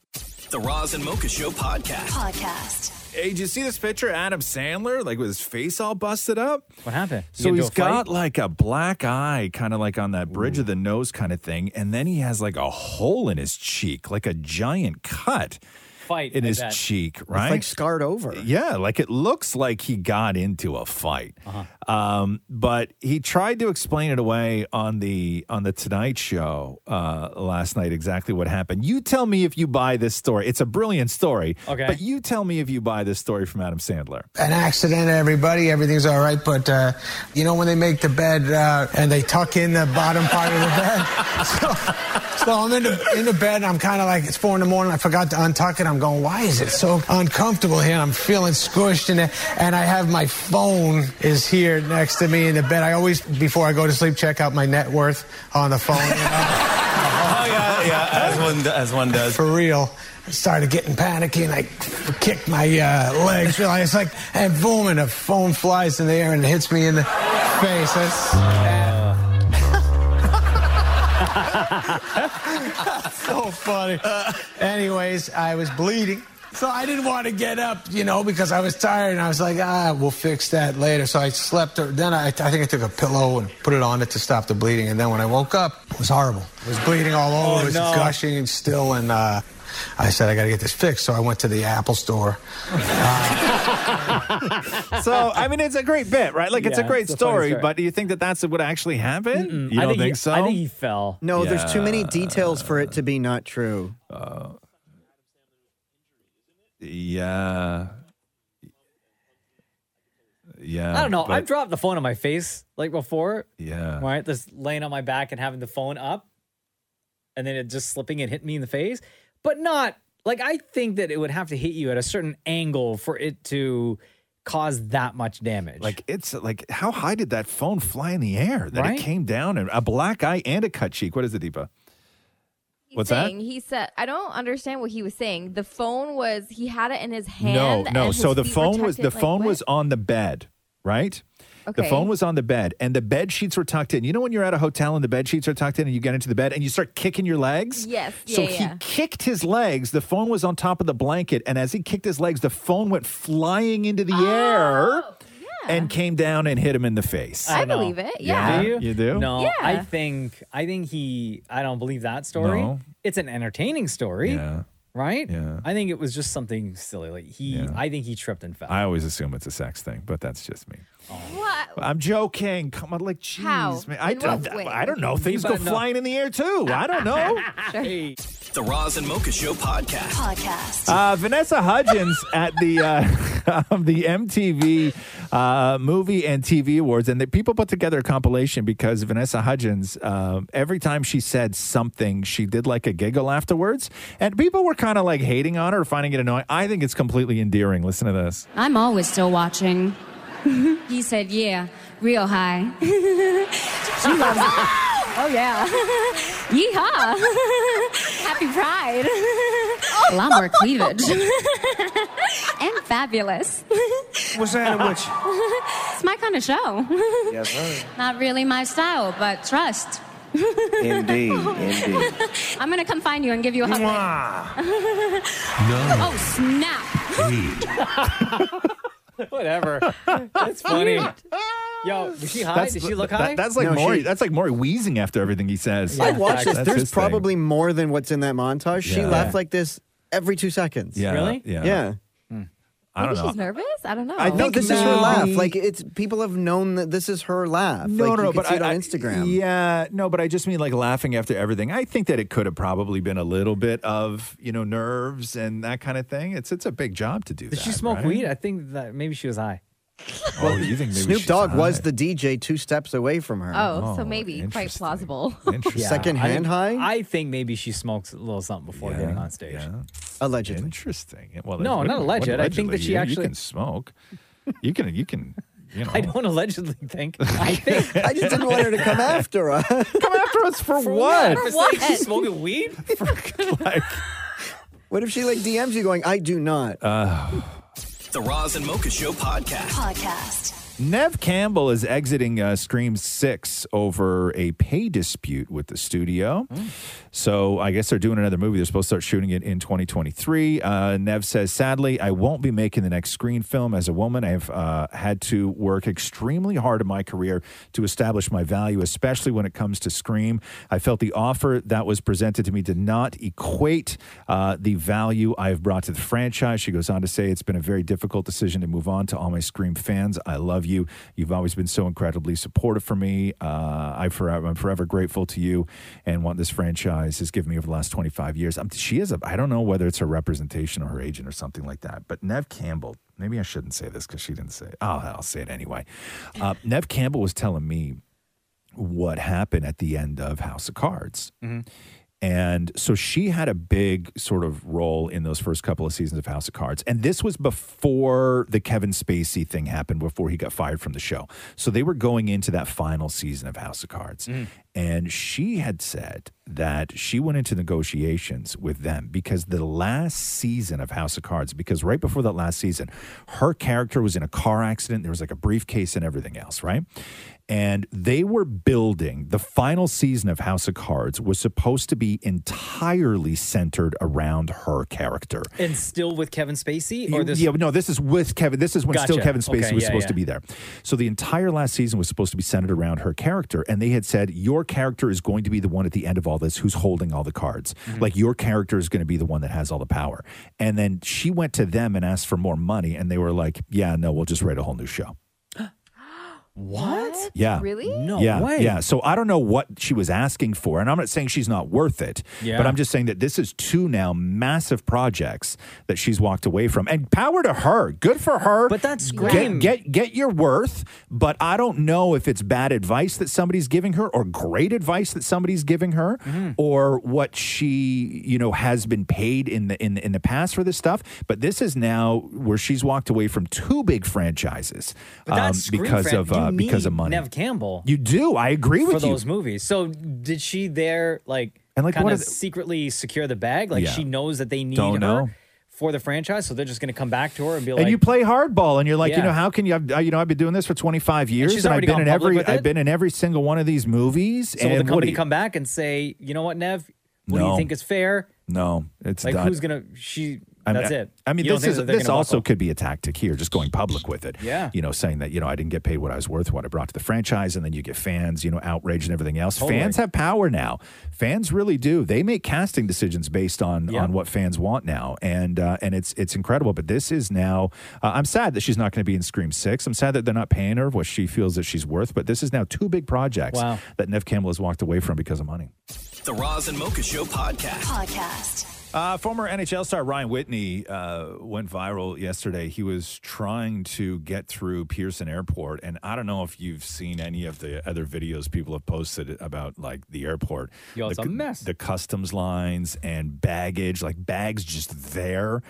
S1: The Roz and Mocha Show podcast.
S15: Podcast.
S7: Hey, did you see this picture? Adam Sandler, like with his face all busted up.
S5: What happened?
S7: So he's got like a black eye, kind of like on that bridge of the nose kind of thing. And then he has like a hole in his cheek, like a giant cut
S5: fight
S7: in
S5: I
S7: his
S5: bet.
S7: cheek,
S8: It's
S7: right?
S8: like scarred over.
S7: Yeah, like it looks like he got into a fight.
S5: Uh-huh.
S7: Um, but he tried to explain it away on the on the Tonight Show uh, last night exactly what happened. You tell me if you buy this story. It's a brilliant story.
S5: Okay.
S7: But you tell me if you buy this story from Adam Sandler.
S22: an accident, everybody, everything's all right. But uh, you know when they make the bed uh, and they tuck in the bottom part of the bed. (laughs) So, so I'm in the, in the bed. And I'm kind of like it's four in the morning. I forgot to untuck it. I'm going, why is it so uncomfortable here? And I'm feeling squished in it. And I have my phone is here next to me in the bed. I always before I go to sleep check out my net worth on the phone. you know?
S14: Oh yeah, yeah.
S7: (laughs)
S14: As one, as one does.
S22: For real. I started getting panicky and I kicked my uh, legs. Really, it's like, and boom, and the phone flies in the air and hits me in the face. That's, (laughs) so funny. Anyways, I was bleeding. So I didn't want to get up, you know, because I was tired and I was like, ah, we'll fix that later. So I slept. Then I, I think I took a pillow and put it on it to stop the bleeding. And then when I woke up, it was horrible. It was bleeding all over.
S19: Oh,
S22: it was
S19: no.
S22: gushing and still. And uh, I said, I got to get this fixed. So I went to the Apple store.
S7: (laughs) so I mean, it's a great bit, right? Like it's a
S22: Yeah,
S7: great
S22: it's a funny
S7: story,
S22: story.
S7: But do you think that that's what actually happened? You
S5: I
S7: don't think,
S5: think he-
S7: so?
S5: I think he fell.
S8: No, there's too many details for it to be not true.
S7: Uh, Yeah. Yeah.
S5: I don't know.
S7: but-
S5: I've dropped the phone on my face like before.
S7: Yeah.
S5: Right? Just laying on my back and having the phone up and then it just slipping and hitting me in the face. But not like I think that it would have to hit you at a certain angle for it to cause that much damage.
S7: Like it's like how high did that phone fly in the air that
S5: Right?
S7: it came down and a black eye and a cut cheek? What is it, Deepa? What's that?
S6: saying. He said, "I don't understand what he was saying. The phone was he had it in his
S7: No,
S6: hand.
S7: no.
S6: and his
S7: So the
S6: feet were
S7: phone
S6: tucked
S7: was
S6: in,
S7: the
S6: like,
S7: phone
S6: what?
S7: was on the bed, right? The
S6: Okay.
S7: phone was on the bed, and the bed sheets were tucked in. You know when you're at a hotel and the bed sheets are tucked in, and you get into the bed and you start kicking your legs.
S6: Yes,
S7: So
S6: yeah,
S7: he
S6: yeah.
S7: kicked his legs. The phone was on top of the blanket, and as he kicked his legs, the phone went flying into the air and came down and hit him in the face.
S6: Oh, I believe it.
S7: Yeah.
S6: Yeah.
S5: Do you?
S7: You do?
S5: No,
S7: Yeah.
S5: I think I think he. I don't believe that story.
S7: No.
S5: It's an entertaining story.
S7: Yeah.
S5: Right. Yeah. I think it was just something silly. Like he. I think he tripped
S7: (laughs)
S5: and fell.
S7: I always assume it's a sex thing, but that's just me.
S6: What?
S7: I'm joking. Come on, like, jeez,
S6: Uh, How?
S7: man. I
S6: In what
S7: don't,
S6: way?
S7: I don't know. Things
S1: You
S7: go
S1: better know.
S7: flying in the air too. I don't
S1: (laughs)
S7: know.
S1: The Roz and Mocha Show podcast. Podcast.
S7: Uh, Vanessa Hudgens at the uh, (laughs) um, the MTV uh, Movie and TV Awards, and the people put together a compilation because Vanessa Hudgens, um every time she said something, she did like a giggle afterwards, and people were kind of like hating on her, finding it annoying. I think it's completely endearing. Listen to this.
S34: I'm always still watching. (laughs) he said, yeah, real high. (laughs) she loves it.
S6: (laughs)
S34: Oh, yeah. (laughs) Yeehaw. (laughs) Happy
S6: (laughs)
S34: Pride. A lot more cleavage. (laughs) and fabulous.
S22: What's that with you?
S34: (laughs) it's my kind of show.
S22: Yes, sir.
S34: Not really my style, but trust.
S22: Indeed, indeed.
S34: (laughs) I'm going to come find you and give you a hug. later.
S22: No.
S34: (laughs) Oh, snap.
S5: Whatever. That's funny. Yo, was she high? Did she look
S7: that-
S5: high?
S7: that's like
S8: No,
S7: Maury.
S8: she-
S7: that's like Maury wheezing after everything he says.
S8: I watched this.
S7: That's
S8: There's
S7: his thing.
S8: probably more than what's in that montage. She
S7: Yeah.
S8: laughed like this every two seconds.
S7: Yeah, Really? yeah.
S8: Yeah.
S7: I don't
S6: Maybe
S7: know.
S6: she's nervous. I don't know.
S7: I
S8: no,
S7: think
S8: this is her
S7: now-
S8: laugh. Like it's people have known that this is her laugh.
S7: No,
S8: like,
S7: no,
S8: you
S7: no,
S8: can
S7: but
S8: see
S7: I,
S8: it on
S7: I-
S8: Instagram.
S7: Yeah, no, but I just mean like laughing after everything. I think that it could have probably been a little bit of you know nerves and that kind of thing. It's it's a big job to do.
S5: Did she smoke weed? I think that maybe she was high.
S7: Oh, you think maybe
S8: Snoop
S7: she's
S8: Dogg
S7: high.
S8: was the DJ two steps away from her.
S6: Oh, so maybe quite plausible.
S5: (laughs)
S8: Secondhand
S5: high? I think maybe she smokes a little something before getting on stage.
S8: Allegedly.
S7: Interesting. Well,
S5: no,
S7: that's-
S5: not
S7: what-
S5: alleged.
S7: what
S5: I think that
S7: allegedly?
S5: she
S7: You-
S5: actually.
S7: you can smoke. You can you can you know.
S5: (laughs) I don't allegedly
S7: (laughs)
S5: think. I think.
S8: I just didn't want her to come
S5: (laughs)
S8: after (laughs)
S6: (laughs)
S8: us.
S7: come after us for,
S5: what? For saying
S7: (laughs)
S5: she's smoking weed?
S8: What if she like DMs you going, I do not?
S7: Uh.
S1: The Roz and Mocha Show podcast. Podcast.
S7: Nev Campbell is exiting uh, Scream 6 over a pay dispute with the studio. So I guess they're doing another movie. They're supposed to start shooting it in 2023. Uh, Nev says, Sadly, I won't be making the next screen film. As a woman, I've uh, had to work extremely hard in my career to establish my value, especially when it comes to Scream. I felt the offer that was presented to me did not equate uh, the value I've brought to the franchise. She goes on to say, It's been a very difficult decision to move on. To all my Scream fans, I love you. You've always been so incredibly supportive for me. Uh, I forever, I'm forever grateful to you and what this franchise has given me over the last 25 years. I'm, she is a, I don't know whether it's her representation or her agent or something like that, but Nev Campbell, maybe I shouldn't say this because she didn't say it. Oh, I'll say it anyway. Uh, Nev Campbell was telling me what happened at the end of House of Cards. And so she had a big sort of role in those first couple of seasons of House of Cards. And this was before the Kevin Spacey thing happened, before he got fired from the show. So they were going into that final season of House of Cards. And she had said that she went into negotiations with them because the last season of House of Cards, because right before that last season, her character was in a car accident. There was like a briefcase and everything else, right? And they were building the final season of House of Cards was supposed to be entirely centered around her character.
S5: And still with Kevin Spacey? Or
S7: You-
S5: this?
S7: yeah, no, this is with Kevin. This is when still
S5: Gotcha.
S7: Kevin Spacey
S5: Okay,
S7: was
S5: yeah,
S7: supposed
S5: yeah.
S7: to be there. So the entire last season was supposed to be centered around her character, and they had said your character is going to be the one at the end of all this who's holding all the cards.
S5: Mm-hmm.
S7: Like your character is going to be the one that has all the power. And then she went to them and asked for more money, and they were like, "Yeah, no, we'll just write a whole new show."
S5: (gasps) What?
S7: Yeah.
S6: Really?
S7: yeah, Yeah. So I don't know what she was asking for. And I'm not saying she's not worth it.
S5: Yeah.
S7: But I'm just saying that this is two now massive projects that she's walked away from. And power to her. Good for her. But that's
S5: Scream.
S7: Get, get, get your worth. But I don't know if it's bad advice that somebody's giving her or great advice that somebody's giving her
S5: Mm-hmm.
S7: or what she, you know, has been paid in the, in, in the past for this stuff. But this is now where she's walked away from two big franchises
S5: But
S7: um,
S5: that's Scream
S7: because
S5: Fran-
S7: of
S5: you
S7: uh, because of
S5: need
S7: money.
S5: Nev Campbell.
S7: You do. I agree
S5: for
S7: with you.
S5: those movies. So did she there like
S7: And, like,
S5: kind
S7: what
S5: of
S7: are the-
S5: secretly secure the bag? Like
S7: Yeah.
S5: she knows that they need
S7: Don't
S5: her
S7: know.
S5: for the franchise, so they're just going to come back to her and be like,
S7: and you play hardball, and you're like, you
S5: Yeah.
S7: know, how can you? I've, I- you know, I've been doing this for 25 years,
S5: she's
S7: and, I've
S5: already
S7: been
S5: gone
S7: in
S5: public
S7: every,
S5: with
S7: I've
S5: it?
S7: been in every single one of these movies.
S5: so will
S7: and
S5: the
S7: what do
S5: company
S7: you-
S5: come back and say, you know what, Nev, what do
S7: No.
S5: you think is fair?
S7: No, it's
S5: like
S7: done.
S5: who's gonna she?
S7: I mean,
S5: that's
S7: I-
S5: it.
S7: I mean,
S5: You don't
S7: this
S5: think
S7: is
S5: that they're
S7: this
S5: gonna
S7: also
S5: buckle?
S7: could be a tactic here, just going public with it.
S5: Yeah.
S7: you know, saying that you know I didn't get paid what I was worth, what I brought to the franchise, and then you get fans, you know, outraged and everything else.
S5: Totally.
S7: Fans have power now. Fans really do. They make casting decisions based on on what fans want now, and uh, and it's it's incredible. But this is now. Uh, I'm sad that she's not going to be in Scream Six. I'm sad that they're not paying her what she feels that she's worth. But this is now two big projects
S1: Wow.
S7: that Nev Campbell has walked away from because of money.
S1: The Roz and Mocha Show podcast. Podcast.
S7: Uh, former NHL star Ryan Whitney uh, went viral yesterday. He was trying to get through Pearson Airport, and I don't know if you've seen any of the other videos people have posted about like the airport.
S5: Yo, it's
S7: the,
S5: a mess.
S7: The customs lines and baggage, like bags just there.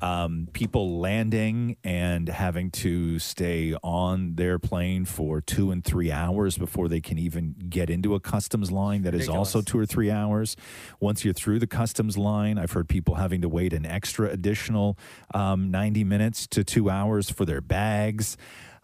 S7: Um, people landing and having to stay on their plane for two and three hours before they can even get into a customs line that is
S3: Ridiculous.
S7: also two or three hours. Once you're through the customs line, I've heard people having to wait an extra additional um, 90 minutes to two hours for their bags.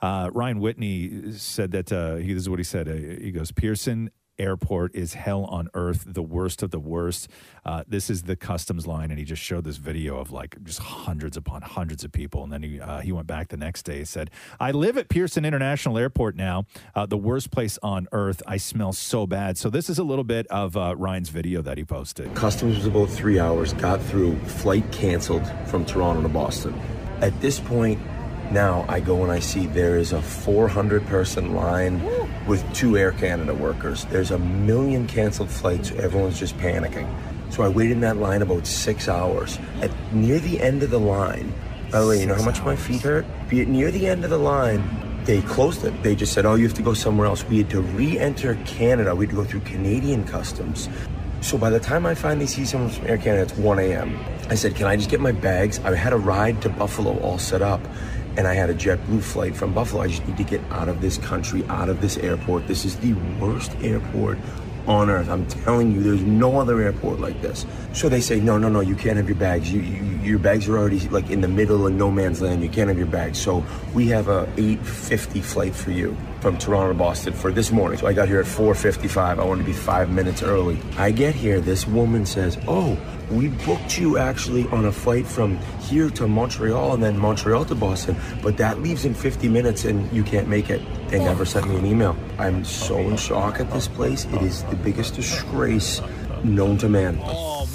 S7: Uh, Ryan Whitney said that uh, he, this is what he said. Uh, he goes, Pearson Airport is hell on earth, the worst of the worst. Uh, this is the customs line, and he just showed this video of like just hundreds upon hundreds of people. And then he uh, he went back the next day and said, "I live at Pearson International Airport now, uh, the worst place on earth. I smell so bad." So this is a little bit of uh, Ryan's video that he posted.
S29: Customs was about three hours, got through, flight canceled from Toronto to Boston. At this point, now I go and I see there is a 400 person line with two Air Canada workers. There's a million canceled flights. Everyone's just panicking. So I waited in that line about six hours. At near the end of the line, by the way, you know how much my feet hurt? Be- Near the end of the line, they closed it. They just said, oh, you have to go somewhere else. We had to re enter Canada. We had to go through Canadian customs. So by the time I finally see someone from Air Canada, it's 1 a.m. I said, Can I just get my bags? I had a ride to Buffalo all set up, and I had a JetBlue flight from Buffalo. I just need to get out of this country, out of this airport. This is the worst airport on earth. I'm telling you, there's no other airport like this. So they say, No, no, no, you can't have your bags. You, you, your bags are already like in the middle of no man's land. You can't have your bags. So we have a 8:50 flight for you from Toronto to Boston for this morning. So I got here at 4:55. I wanted to be five minutes early. I get here. This woman says, "Oh, we booked you actually on a flight from here to Montreal and then Montreal to Boston, but that leaves in 50 minutes and you can't make it." They never sent me an email. I'm so in shock at this place. It is the biggest disgrace known to man.
S3: Oh,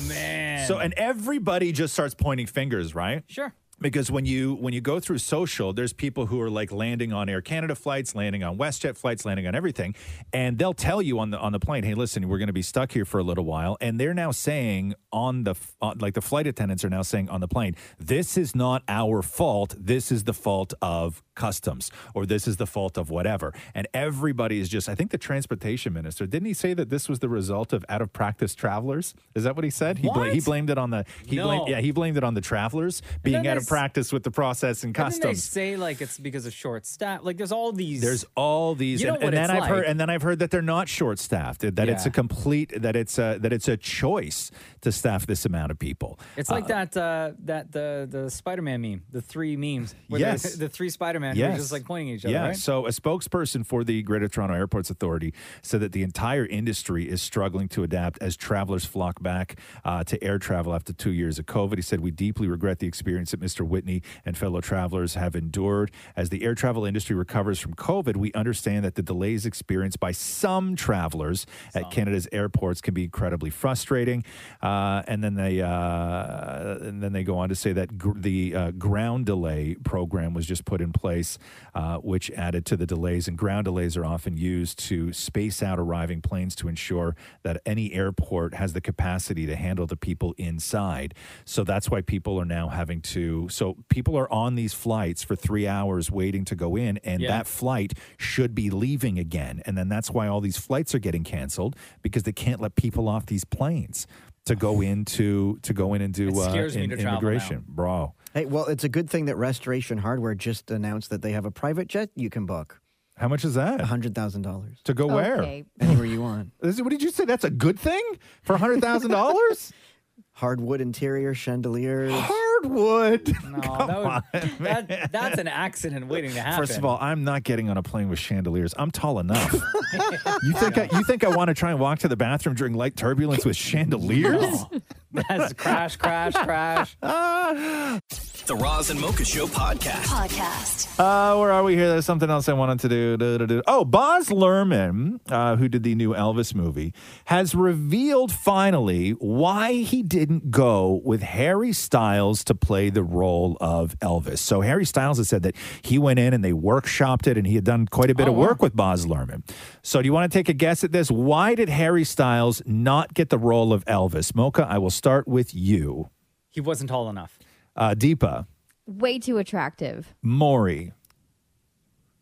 S7: So and everybody just starts pointing fingers, right?
S5: Sure.
S7: Because when you when you go through social, there's people who are like landing on Air Canada flights, landing on WestJet flights, landing on everything, and they'll tell you on the on the plane, "Hey, listen, we're going to be stuck here for a little while." And they're now saying on the f- on, like the flight attendants are now saying on the plane, "This is not our fault. This is the fault of customs or this is the fault of whatever." And everybody is just I think the transportation minister, didn't he say that this was the result of out of practice travelers? Is that what he said? He bla- he
S5: What?
S7: blamed it on the he
S5: No.
S7: blamed yeah, he blamed it on the travelers
S5: then
S7: being out
S5: they
S7: of
S5: s-
S7: practice with the process and
S5: And then they
S7: customs.
S5: say like it's because of short staff. Like there's all these.
S7: There's all these,
S5: You know
S7: and,
S5: what
S7: and then
S5: it's
S7: I've
S5: like.
S7: heard, and then I've heard that they're not short-staffed. That it's a
S5: Yeah.
S7: complete, that it's a that it's a choice to staff this amount of people.
S5: It's like that uh, that the the Spider Man meme, the three memes. where
S7: Yes.
S5: (laughs) the, the three Spider Man who are just like pointing at each other.
S7: Yeah.
S5: right?
S7: So a spokesperson for the Greater Toronto Airports Authority said that the entire industry is struggling to adapt as travelers flock back uh, to air travel after two years of COVID. He said, "We deeply regret the experience that Mr. Whitney and fellow travelers have endured. As the air travel industry recovers from COVID, we understand that the delays experienced by some travelers at Canada's airports can be incredibly frustrating." Uh, and then they uh, and then they go on to say that gr- the uh, ground delay program was just put in place, uh, which added to the delays. And ground delays are often used to space out arriving planes to ensure that any airport has the capacity to handle the people inside. So that's why people are now having to. So people are on these flights for three hours waiting to go in, and
S5: Yeah.
S7: that flight should be leaving again. And then that's why all these flights are getting canceled because they can't let people off these planes. To
S8: (sighs)
S7: go into to go in and do
S8: It
S7: uh,
S8: scares me
S7: in-
S8: to travel now.
S7: immigration, bro.
S8: Hey, well, it's a good thing that Restoration Hardware just announced that they have a private jet you can book.
S7: How much is that?
S8: hundred thousand dollars
S7: to go
S8: where? Anywhere you
S7: (laughs)
S8: want.
S7: This- what did you say? That's a good thing for hundred thousand dollars.
S8: (laughs) Hardwood interior chandeliers.
S7: Hardwood. (laughs)
S5: No, that would, that, that's an accident waiting to happen.
S7: First of all, I'm not getting on a plane with chandeliers. I'm tall
S5: (laughs)
S7: enough. you think I, you think I want to try and walk to the bathroom during light turbulence with chandeliers?
S5: (laughs) that's crash, crash, crash.
S1: (laughs) The Roz and Mocha Show podcast.
S35: Podcast.
S7: Uh, where are we here? There's something else I wanted to do. do, do, do. Oh, Boz Lerman, uh, who did the new Elvis movie, has revealed finally why he didn't go with Harry Styles to play the role of Elvis. So Harry Styles has said that he went in and they workshopped it, and he had done quite a bit of work with Boz Lerman. So do you want to take a guess at this? Why did Harry Styles not get the role of Elvis? Mocha, I will start with you.
S5: he wasn't tall enough.
S7: Uh, Deepa,
S6: (laughs) Way too attractive.
S7: Maury,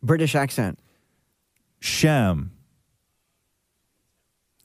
S8: British accent.
S7: Shem.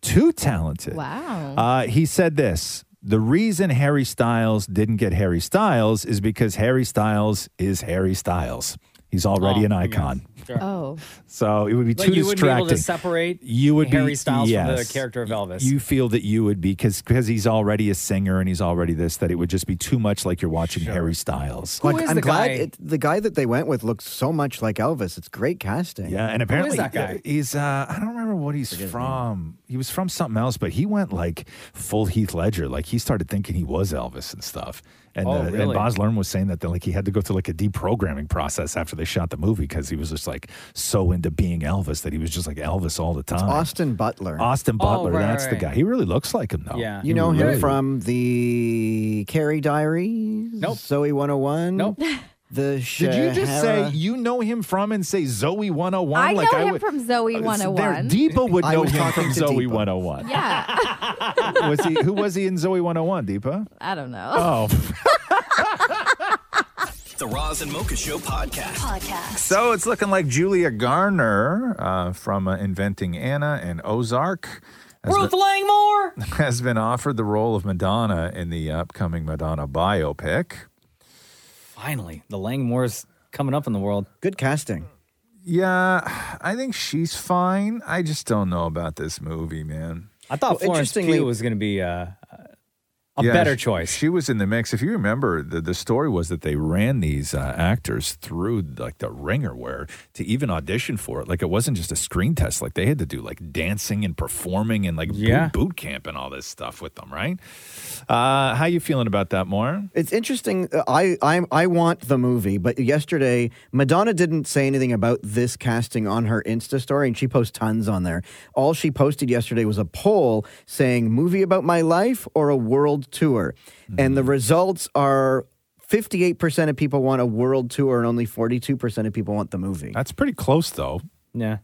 S7: Too talented.
S6: Wow.
S7: Uh, he said this The reason Harry Styles didn't get Harry Styles is because Harry Styles is Harry Styles. He's already an icon.
S6: Oh.
S7: So it would be
S5: Like,
S7: too
S5: you wouldn't be
S7: distracting.
S5: able to separate
S7: you would
S5: Harry
S7: be,
S5: Styles from the
S7: yes.
S5: character of Elvis.
S7: You feel that you would be because because he's already a singer and he's already this that it would just be too much like you're watching Harry Styles.
S8: Like, I'm glad It, the guy that they went with looked so much like Elvis. It's great casting.
S7: Yeah, Uh, and apparently he's uh I don't remember what he's from. He was from something else, but he went like full Heath Ledger. Like he started thinking he was Elvis and stuff. And
S5: Oh,
S7: uh, and
S5: really?
S7: Boz Lerman was saying that they, like he had to go through like a deprogramming process after they shot the movie because he was just like so into being Elvis that he was just like Elvis all the time.
S8: Austin Butler.
S7: Austin Butler,
S8: right,
S7: that's the
S8: right.
S7: guy. He really looks like him though.
S8: You
S7: He
S8: know him
S7: really-
S8: oh from the Carrie Diaries? Nope. Zoe 101? Nope. The
S7: Did you just say
S8: Shahara-
S7: you know him from and say Zoe 101?
S6: I
S7: like
S6: know
S7: I
S6: him
S7: would,
S6: from Zoe
S7: Uh, there-
S6: 101.
S7: Deepa would
S8: I
S7: know
S8: was
S7: him
S8: talking
S7: from
S8: to
S7: Zoe
S8: Deepa.
S7: 101.
S6: Yeah.
S7: (laughs) was he, who was he in Zoe 101, Deepa?
S6: I don't know.
S7: Oh.
S5: (laughs)
S1: The Roz and Mocha Show podcast. Podcast.
S7: So it's looking like Julia Garner uh, from uh, Inventing Anna and Ozark. has
S5: Ruth
S7: been-
S5: Langmore.
S7: (laughs) has been offered the role of Madonna in the upcoming Madonna biopic.
S5: Finally, the Langmores coming up in the world.
S8: Good casting.
S7: Yeah, I think she's fine. I just don't know about this movie, man.
S5: I thought Florence Pugh was going to be uh, a better choice.
S7: She was in the mix. If you remember, the, the story was that they ran these uh, actors through like the ringer where to even audition for it. Like it wasn't just a screen test. Like they had to do like dancing and performing and like
S3: Yeah.
S7: boot, boot camp and all this stuff with them, right? Uh, how you feeling about that, more?
S8: It's interesting. uh, I, I I want the movie, but yesterday Madonna didn't say anything about this casting on her Insta story, and she posts tons on there. All she posted yesterday was a poll saying "movie about my life" or a world tour, and
S7: Mm-hmm.
S8: the results are. 58% of people want a world tour and only 42% of people want the movie.
S7: That's pretty close though.
S5: Yeah.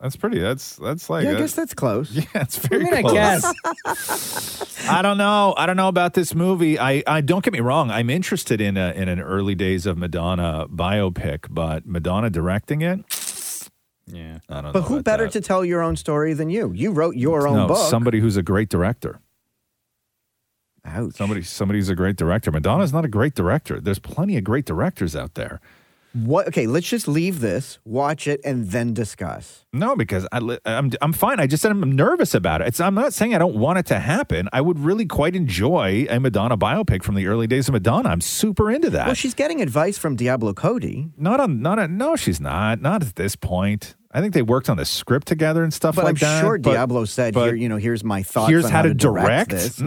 S7: That's pretty. That's that's like
S8: Yeah, I
S7: uh,
S8: guess that's close.
S7: (laughs) Yeah, it's
S5: I
S7: very
S5: mean, I
S7: close.
S5: guess. (laughs)
S7: I don't know. I don't know about this movie. I, I don't get me wrong. I'm interested in a, in an early days of Madonna biopic, but Madonna directing it. Yeah, I don't know.
S8: But who
S7: about
S8: better
S7: that.
S8: to tell your own story than you? You wrote your own
S7: no,
S8: book.
S7: somebody who's a great director.
S8: Ouch.
S7: Somebody somebody who's a great director. Madonna's not a great director. There's plenty of great directors out there.
S8: What? Okay, let's just leave this, watch it, and then discuss.
S7: No, because I, li- I'm I'm fine. I just said I'm nervous about it. It's, I'm not saying I don't want it to happen. I would really quite enjoy a Madonna biopic from the early days of Madonna. I'm super into that.
S8: Well, she's getting advice from Diablo Cody.
S7: Not on, not on, no, she's not. Not at this point. I think they worked on the script together and stuff
S8: But
S7: like
S8: I'm
S7: that.
S8: sure
S7: but-
S8: Diablo said,
S7: but
S8: "Here, you know, here's my thoughts.
S7: here's
S8: on
S7: how, to direct.
S8: this." (laughs)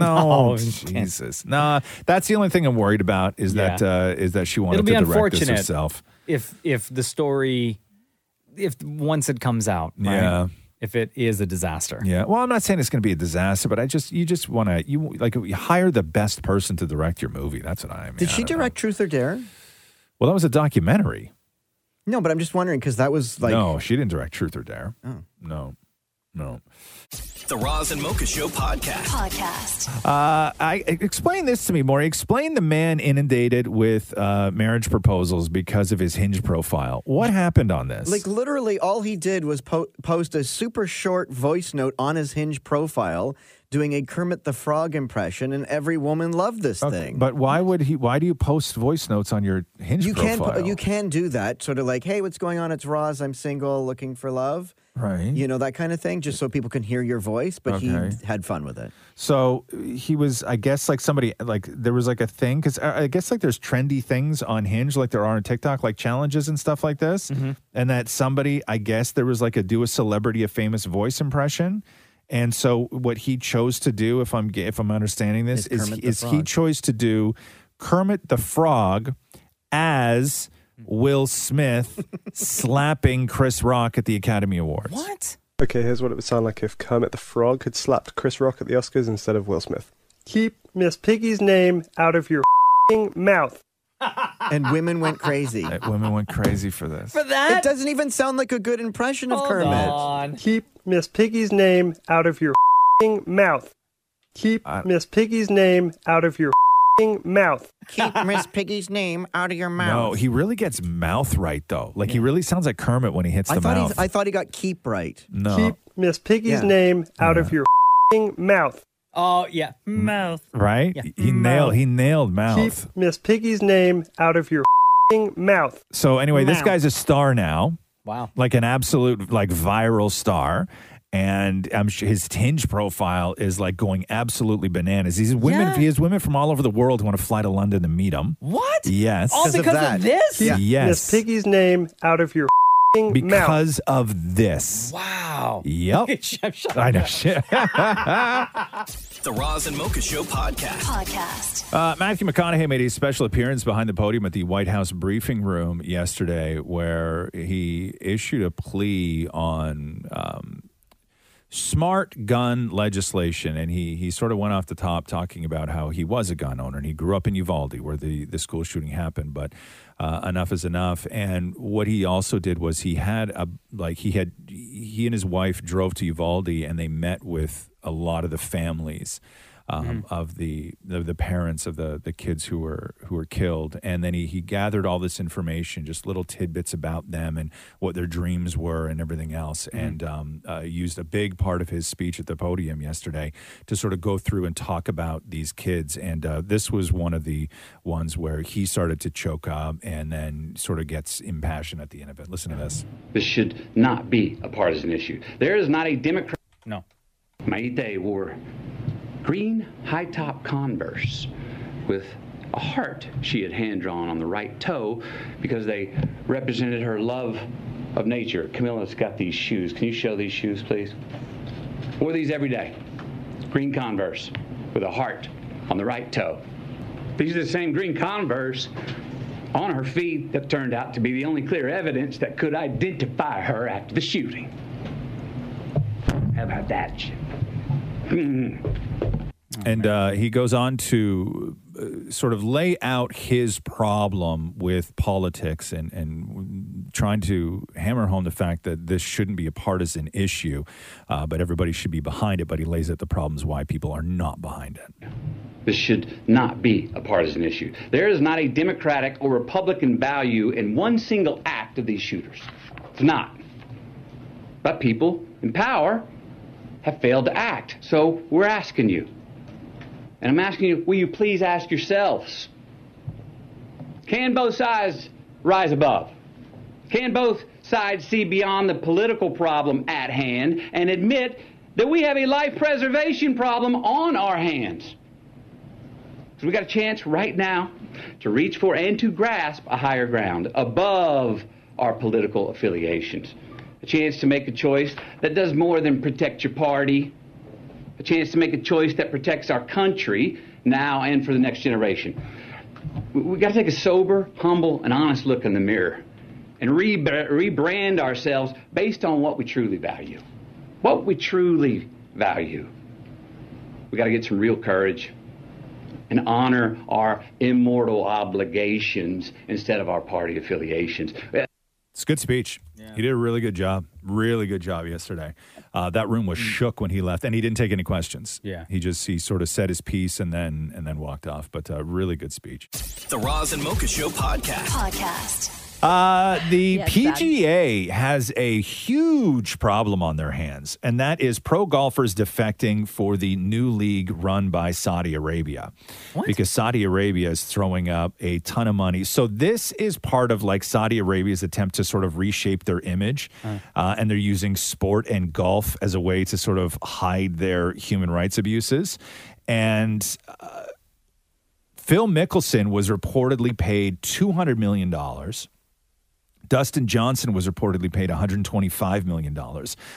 S7: (laughs)
S8: Oh,
S7: No, Jesus, nah. That's the only thing I'm worried about is that uh, is that she wanted
S5: It'll be
S7: to direct this
S5: unfortunate
S7: herself.
S5: if if the story if once it comes out, right?
S7: Yeah.
S5: If it is a disaster.
S7: Yeah. Well, I'm not saying it's going to be a disaster, but I just you just want to you like you hire the best person to direct your movie. That's what I mean.
S8: Did she direct Truth or Dare?
S7: Well, that was a documentary.
S8: No, but I'm just wondering because that was like
S7: no, she didn't direct Truth or Dare.
S8: Oh.
S7: No, no.
S1: The Roz and Mocha Show podcast. Podcast.
S7: Uh, I explain this to me more. Explain the man inundated with uh, marriage proposals because of his hinge profile. What happened on this?
S8: Like literally, all he did was po- post a super short voice note on his Hinge profile, doing a Kermit the Frog impression, and every woman loved this thing.
S7: but why would he? Why do you post voice notes on your hinge
S8: you can
S7: profile?
S8: po- you can do that, sort of like, hey, what's going on? It's Roz. I'm single, looking for love.
S7: Right.
S8: You know that kind of thing, just so people can hear your voice. But
S7: Hmm. Okay.
S8: he had fun with it.
S7: So he was, I guess, like somebody, like there was like a thing because I, I guess like there's trendy things on Hinge, like there are on TikTok, like challenges and stuff like this.
S8: Mm-hmm.
S7: And that somebody, I guess, there was like a do a celebrity a famous voice impression. And so what he chose to do, if I'm ge- if I'm understanding this,
S3: Is
S7: is
S3: Kermit the
S7: is he
S3: Frog.
S7: chose to do Kermit the Frog as
S8: Hmm.
S7: Will Smith slapping Chris Rock at the Academy Awards.
S5: What?
S25: Okay, here's what it would sound like if Kermit the Frog had slapped Chris Rock at the Oscars instead of Will Smith.
S19: Keep Miss Piggy's name out of your f***ing mouth.
S5: (laughs)
S8: And women went crazy.
S7: women went crazy for this.
S8: For that? It doesn't even sound like a good impression of Kermit.
S19: Keep Miss Piggy's name out of your f***ing mouth. Keep Miss Piggy's name out of your f***ing mouth. (laughs)
S8: Keep Miss Piggy's name out of your
S7: No, he really gets mouth right though. Like he really sounds like Kermit when he hits
S8: I
S7: the
S8: thought
S7: mouth.
S8: he, I thought he got keep right.
S7: no,
S19: Keep Miss Piggy's
S7: Yeah.
S19: name out of your f***ing mouth.
S5: Oh yeah. Mouth.
S7: right? He nailed. He nailed mouth.
S19: Keep Miss Piggy's name out of your f***ing mouth.
S7: So anyway, this
S19: Mouth.
S7: guy's a star now.
S5: Wow.
S7: Like an absolute like viral star. And I'm sure his tinge profile is like going absolutely bananas. These women,
S5: Yeah.
S7: he has women from all over the world who want to fly to London to meet him.
S5: What?
S7: Yes.
S5: All because of, this?
S19: Keep Miss
S7: Yes.
S19: Piggy's name out of your f***ing mouth.
S7: Because of this.
S5: Wow. (laughs)
S7: Yep. I know. Shit. (laughs)
S1: (laughs) The Roz and Mocha Show podcast. Podcast.
S7: Uh, Matthew McConaughey made a special appearance behind the podium at the White House briefing room yesterday, where he issued a plea on um, smart gun legislation. And he he sort of went off the top talking about how he was a gun owner and he grew up in Uvalde where the, the school shooting happened. But uh, enough is enough. And what he also did was he had a like he had he and his wife drove to Uvalde and they met with a lot of the families um, of the, the the parents of the the kids who were who were killed, and then he he gathered all this information, just little tidbits about them and what their dreams were and everything else, and um, uh, used a big part of his speech at the podium yesterday to sort of go through and talk about these kids, and uh, this was one of the ones where he started to choke up and then sort of gets impassioned at the end of it. Listen to this.
S28: This should not be a partisan issue. There is not a Democrat.
S5: No.
S28: Maite wore green high top Converse with a heart she had hand drawn on the right toe because they represented her love of nature. Camilla's got these shoes. Can you show these shoes, please? Wore these every day. Green Converse with a heart on the right toe. These are the same green Converse on her feet that turned out to be the only clear evidence that could identify her after the shooting. How about that? shit? Mhm.
S7: and uh, he goes on to uh, sort of lay out his problem with politics and, and trying to hammer home the fact that this shouldn't be a partisan issue, uh, but everybody should be behind it. But he lays out the problems why people are not behind it.
S28: This should not be a partisan issue. There is not a Democratic or Republican value in one single act of these shooters. It's not. But people in power have failed to act. So we're asking you. And I'm asking you, will you please ask yourselves? Can both sides rise above? Can both sides see beyond the political problem at hand and admit that we have a life preservation problem on our hands? So we got a chance right now to reach for and to grasp a higher ground above our political affiliations. A chance to make a choice that does more than protect your party, a chance to make a choice that protects our country now and for the next generation. We, we got to take a sober, humble, and honest look in the mirror and re- rebrand ourselves based on what we truly value. What we truly value. We got to get some real courage and honor our immortal obligations instead of our party affiliations.
S7: It's a good speech. He did a really good job. Really good job yesterday. Uh, that room was shook when he left, and he didn't take any questions.
S5: Yeah.
S7: he just he sort of said his piece and then and then walked off. But uh, really good speech.
S1: The Roz and Mocha Show podcast. Podcast.
S7: Uh, the
S1: Yeah, it's bad.
S7: PGA has a huge problem on their hands, and that is pro golfers defecting for the new league run by Saudi Arabia. Because Saudi Arabia is throwing up a ton of money. So, this is part of like Saudi Arabia's attempt to sort of reshape their image, uh, and they're using sport and golf as a way to sort of hide their human rights abuses. And uh, Phil Mickelson was reportedly paid $200 million. Dustin Johnson was reportedly paid $125 million.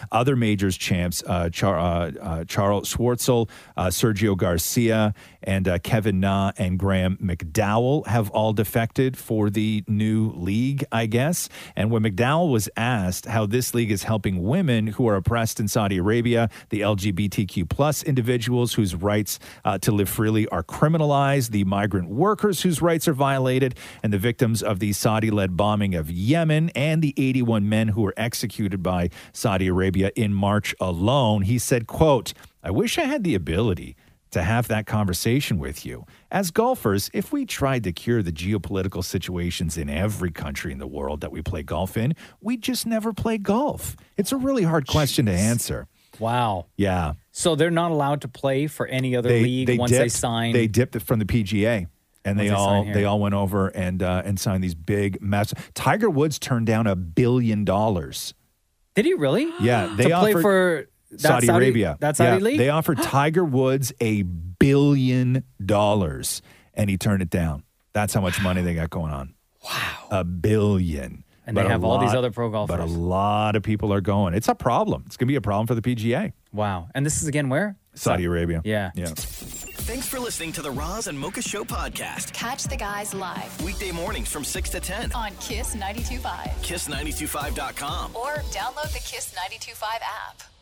S7: Other majors champs, uh, Char- uh, uh, Charles Schwartzel, uh, Sergio Garcia, and uh, Kevin Na and Graham McDowell have all defected for the new league, I guess. And when McDowell was asked how this league is helping women who are oppressed in Saudi Arabia, the LGBTQ plus individuals whose rights uh, to live freely are criminalized, the migrant workers whose rights are violated, and the victims of the Saudi led bombing of Yemen and the 81 men who were executed by Saudi Arabia in March alone. He said, quote, I wish I had the ability to have that conversation with you. As golfers, if we tried to cure the geopolitical situations in every country in the world that we play golf in, we just never play golf. It's a really hard question to answer.
S5: Wow.
S7: Yeah.
S5: So they're not allowed to play for any other league once they
S7: dipped-
S5: sign.
S7: They dipped it from the PGA, and
S5: Once
S7: they
S5: they sign
S7: all
S5: here.
S7: they all went over and uh, and signed these big mass. Tiger Woods turned down a billion dollars.
S5: Did he really?
S7: Yeah, they
S5: to play
S7: offered
S5: for that
S7: Saudi,
S5: Saudi-
S7: Arabia.
S5: that Saudi
S7: Yeah,
S5: league?
S7: They
S5: (gasps)
S7: offered Tiger Woods a billion dollars, and he turned it down. That's how much money they got going on. Wow, a billion.
S5: And they
S7: But a
S5: have all these
S7: lot-
S5: other pro
S7: But a
S5: golfers.
S7: lot of people are going. It's a problem. It's going to be a problem for the PGA.
S5: Wow. And this is again where?
S7: Saudi Arabia.
S5: Yeah.
S7: Yeah.
S1: Thanks for listening to the Roz and Mocha Show podcast.
S15: Catch the guys live
S1: Weekday mornings from 6 to 10.
S15: on Kiss 92.5
S1: Kiss925.com.
S15: or download the Kiss 92.5 app.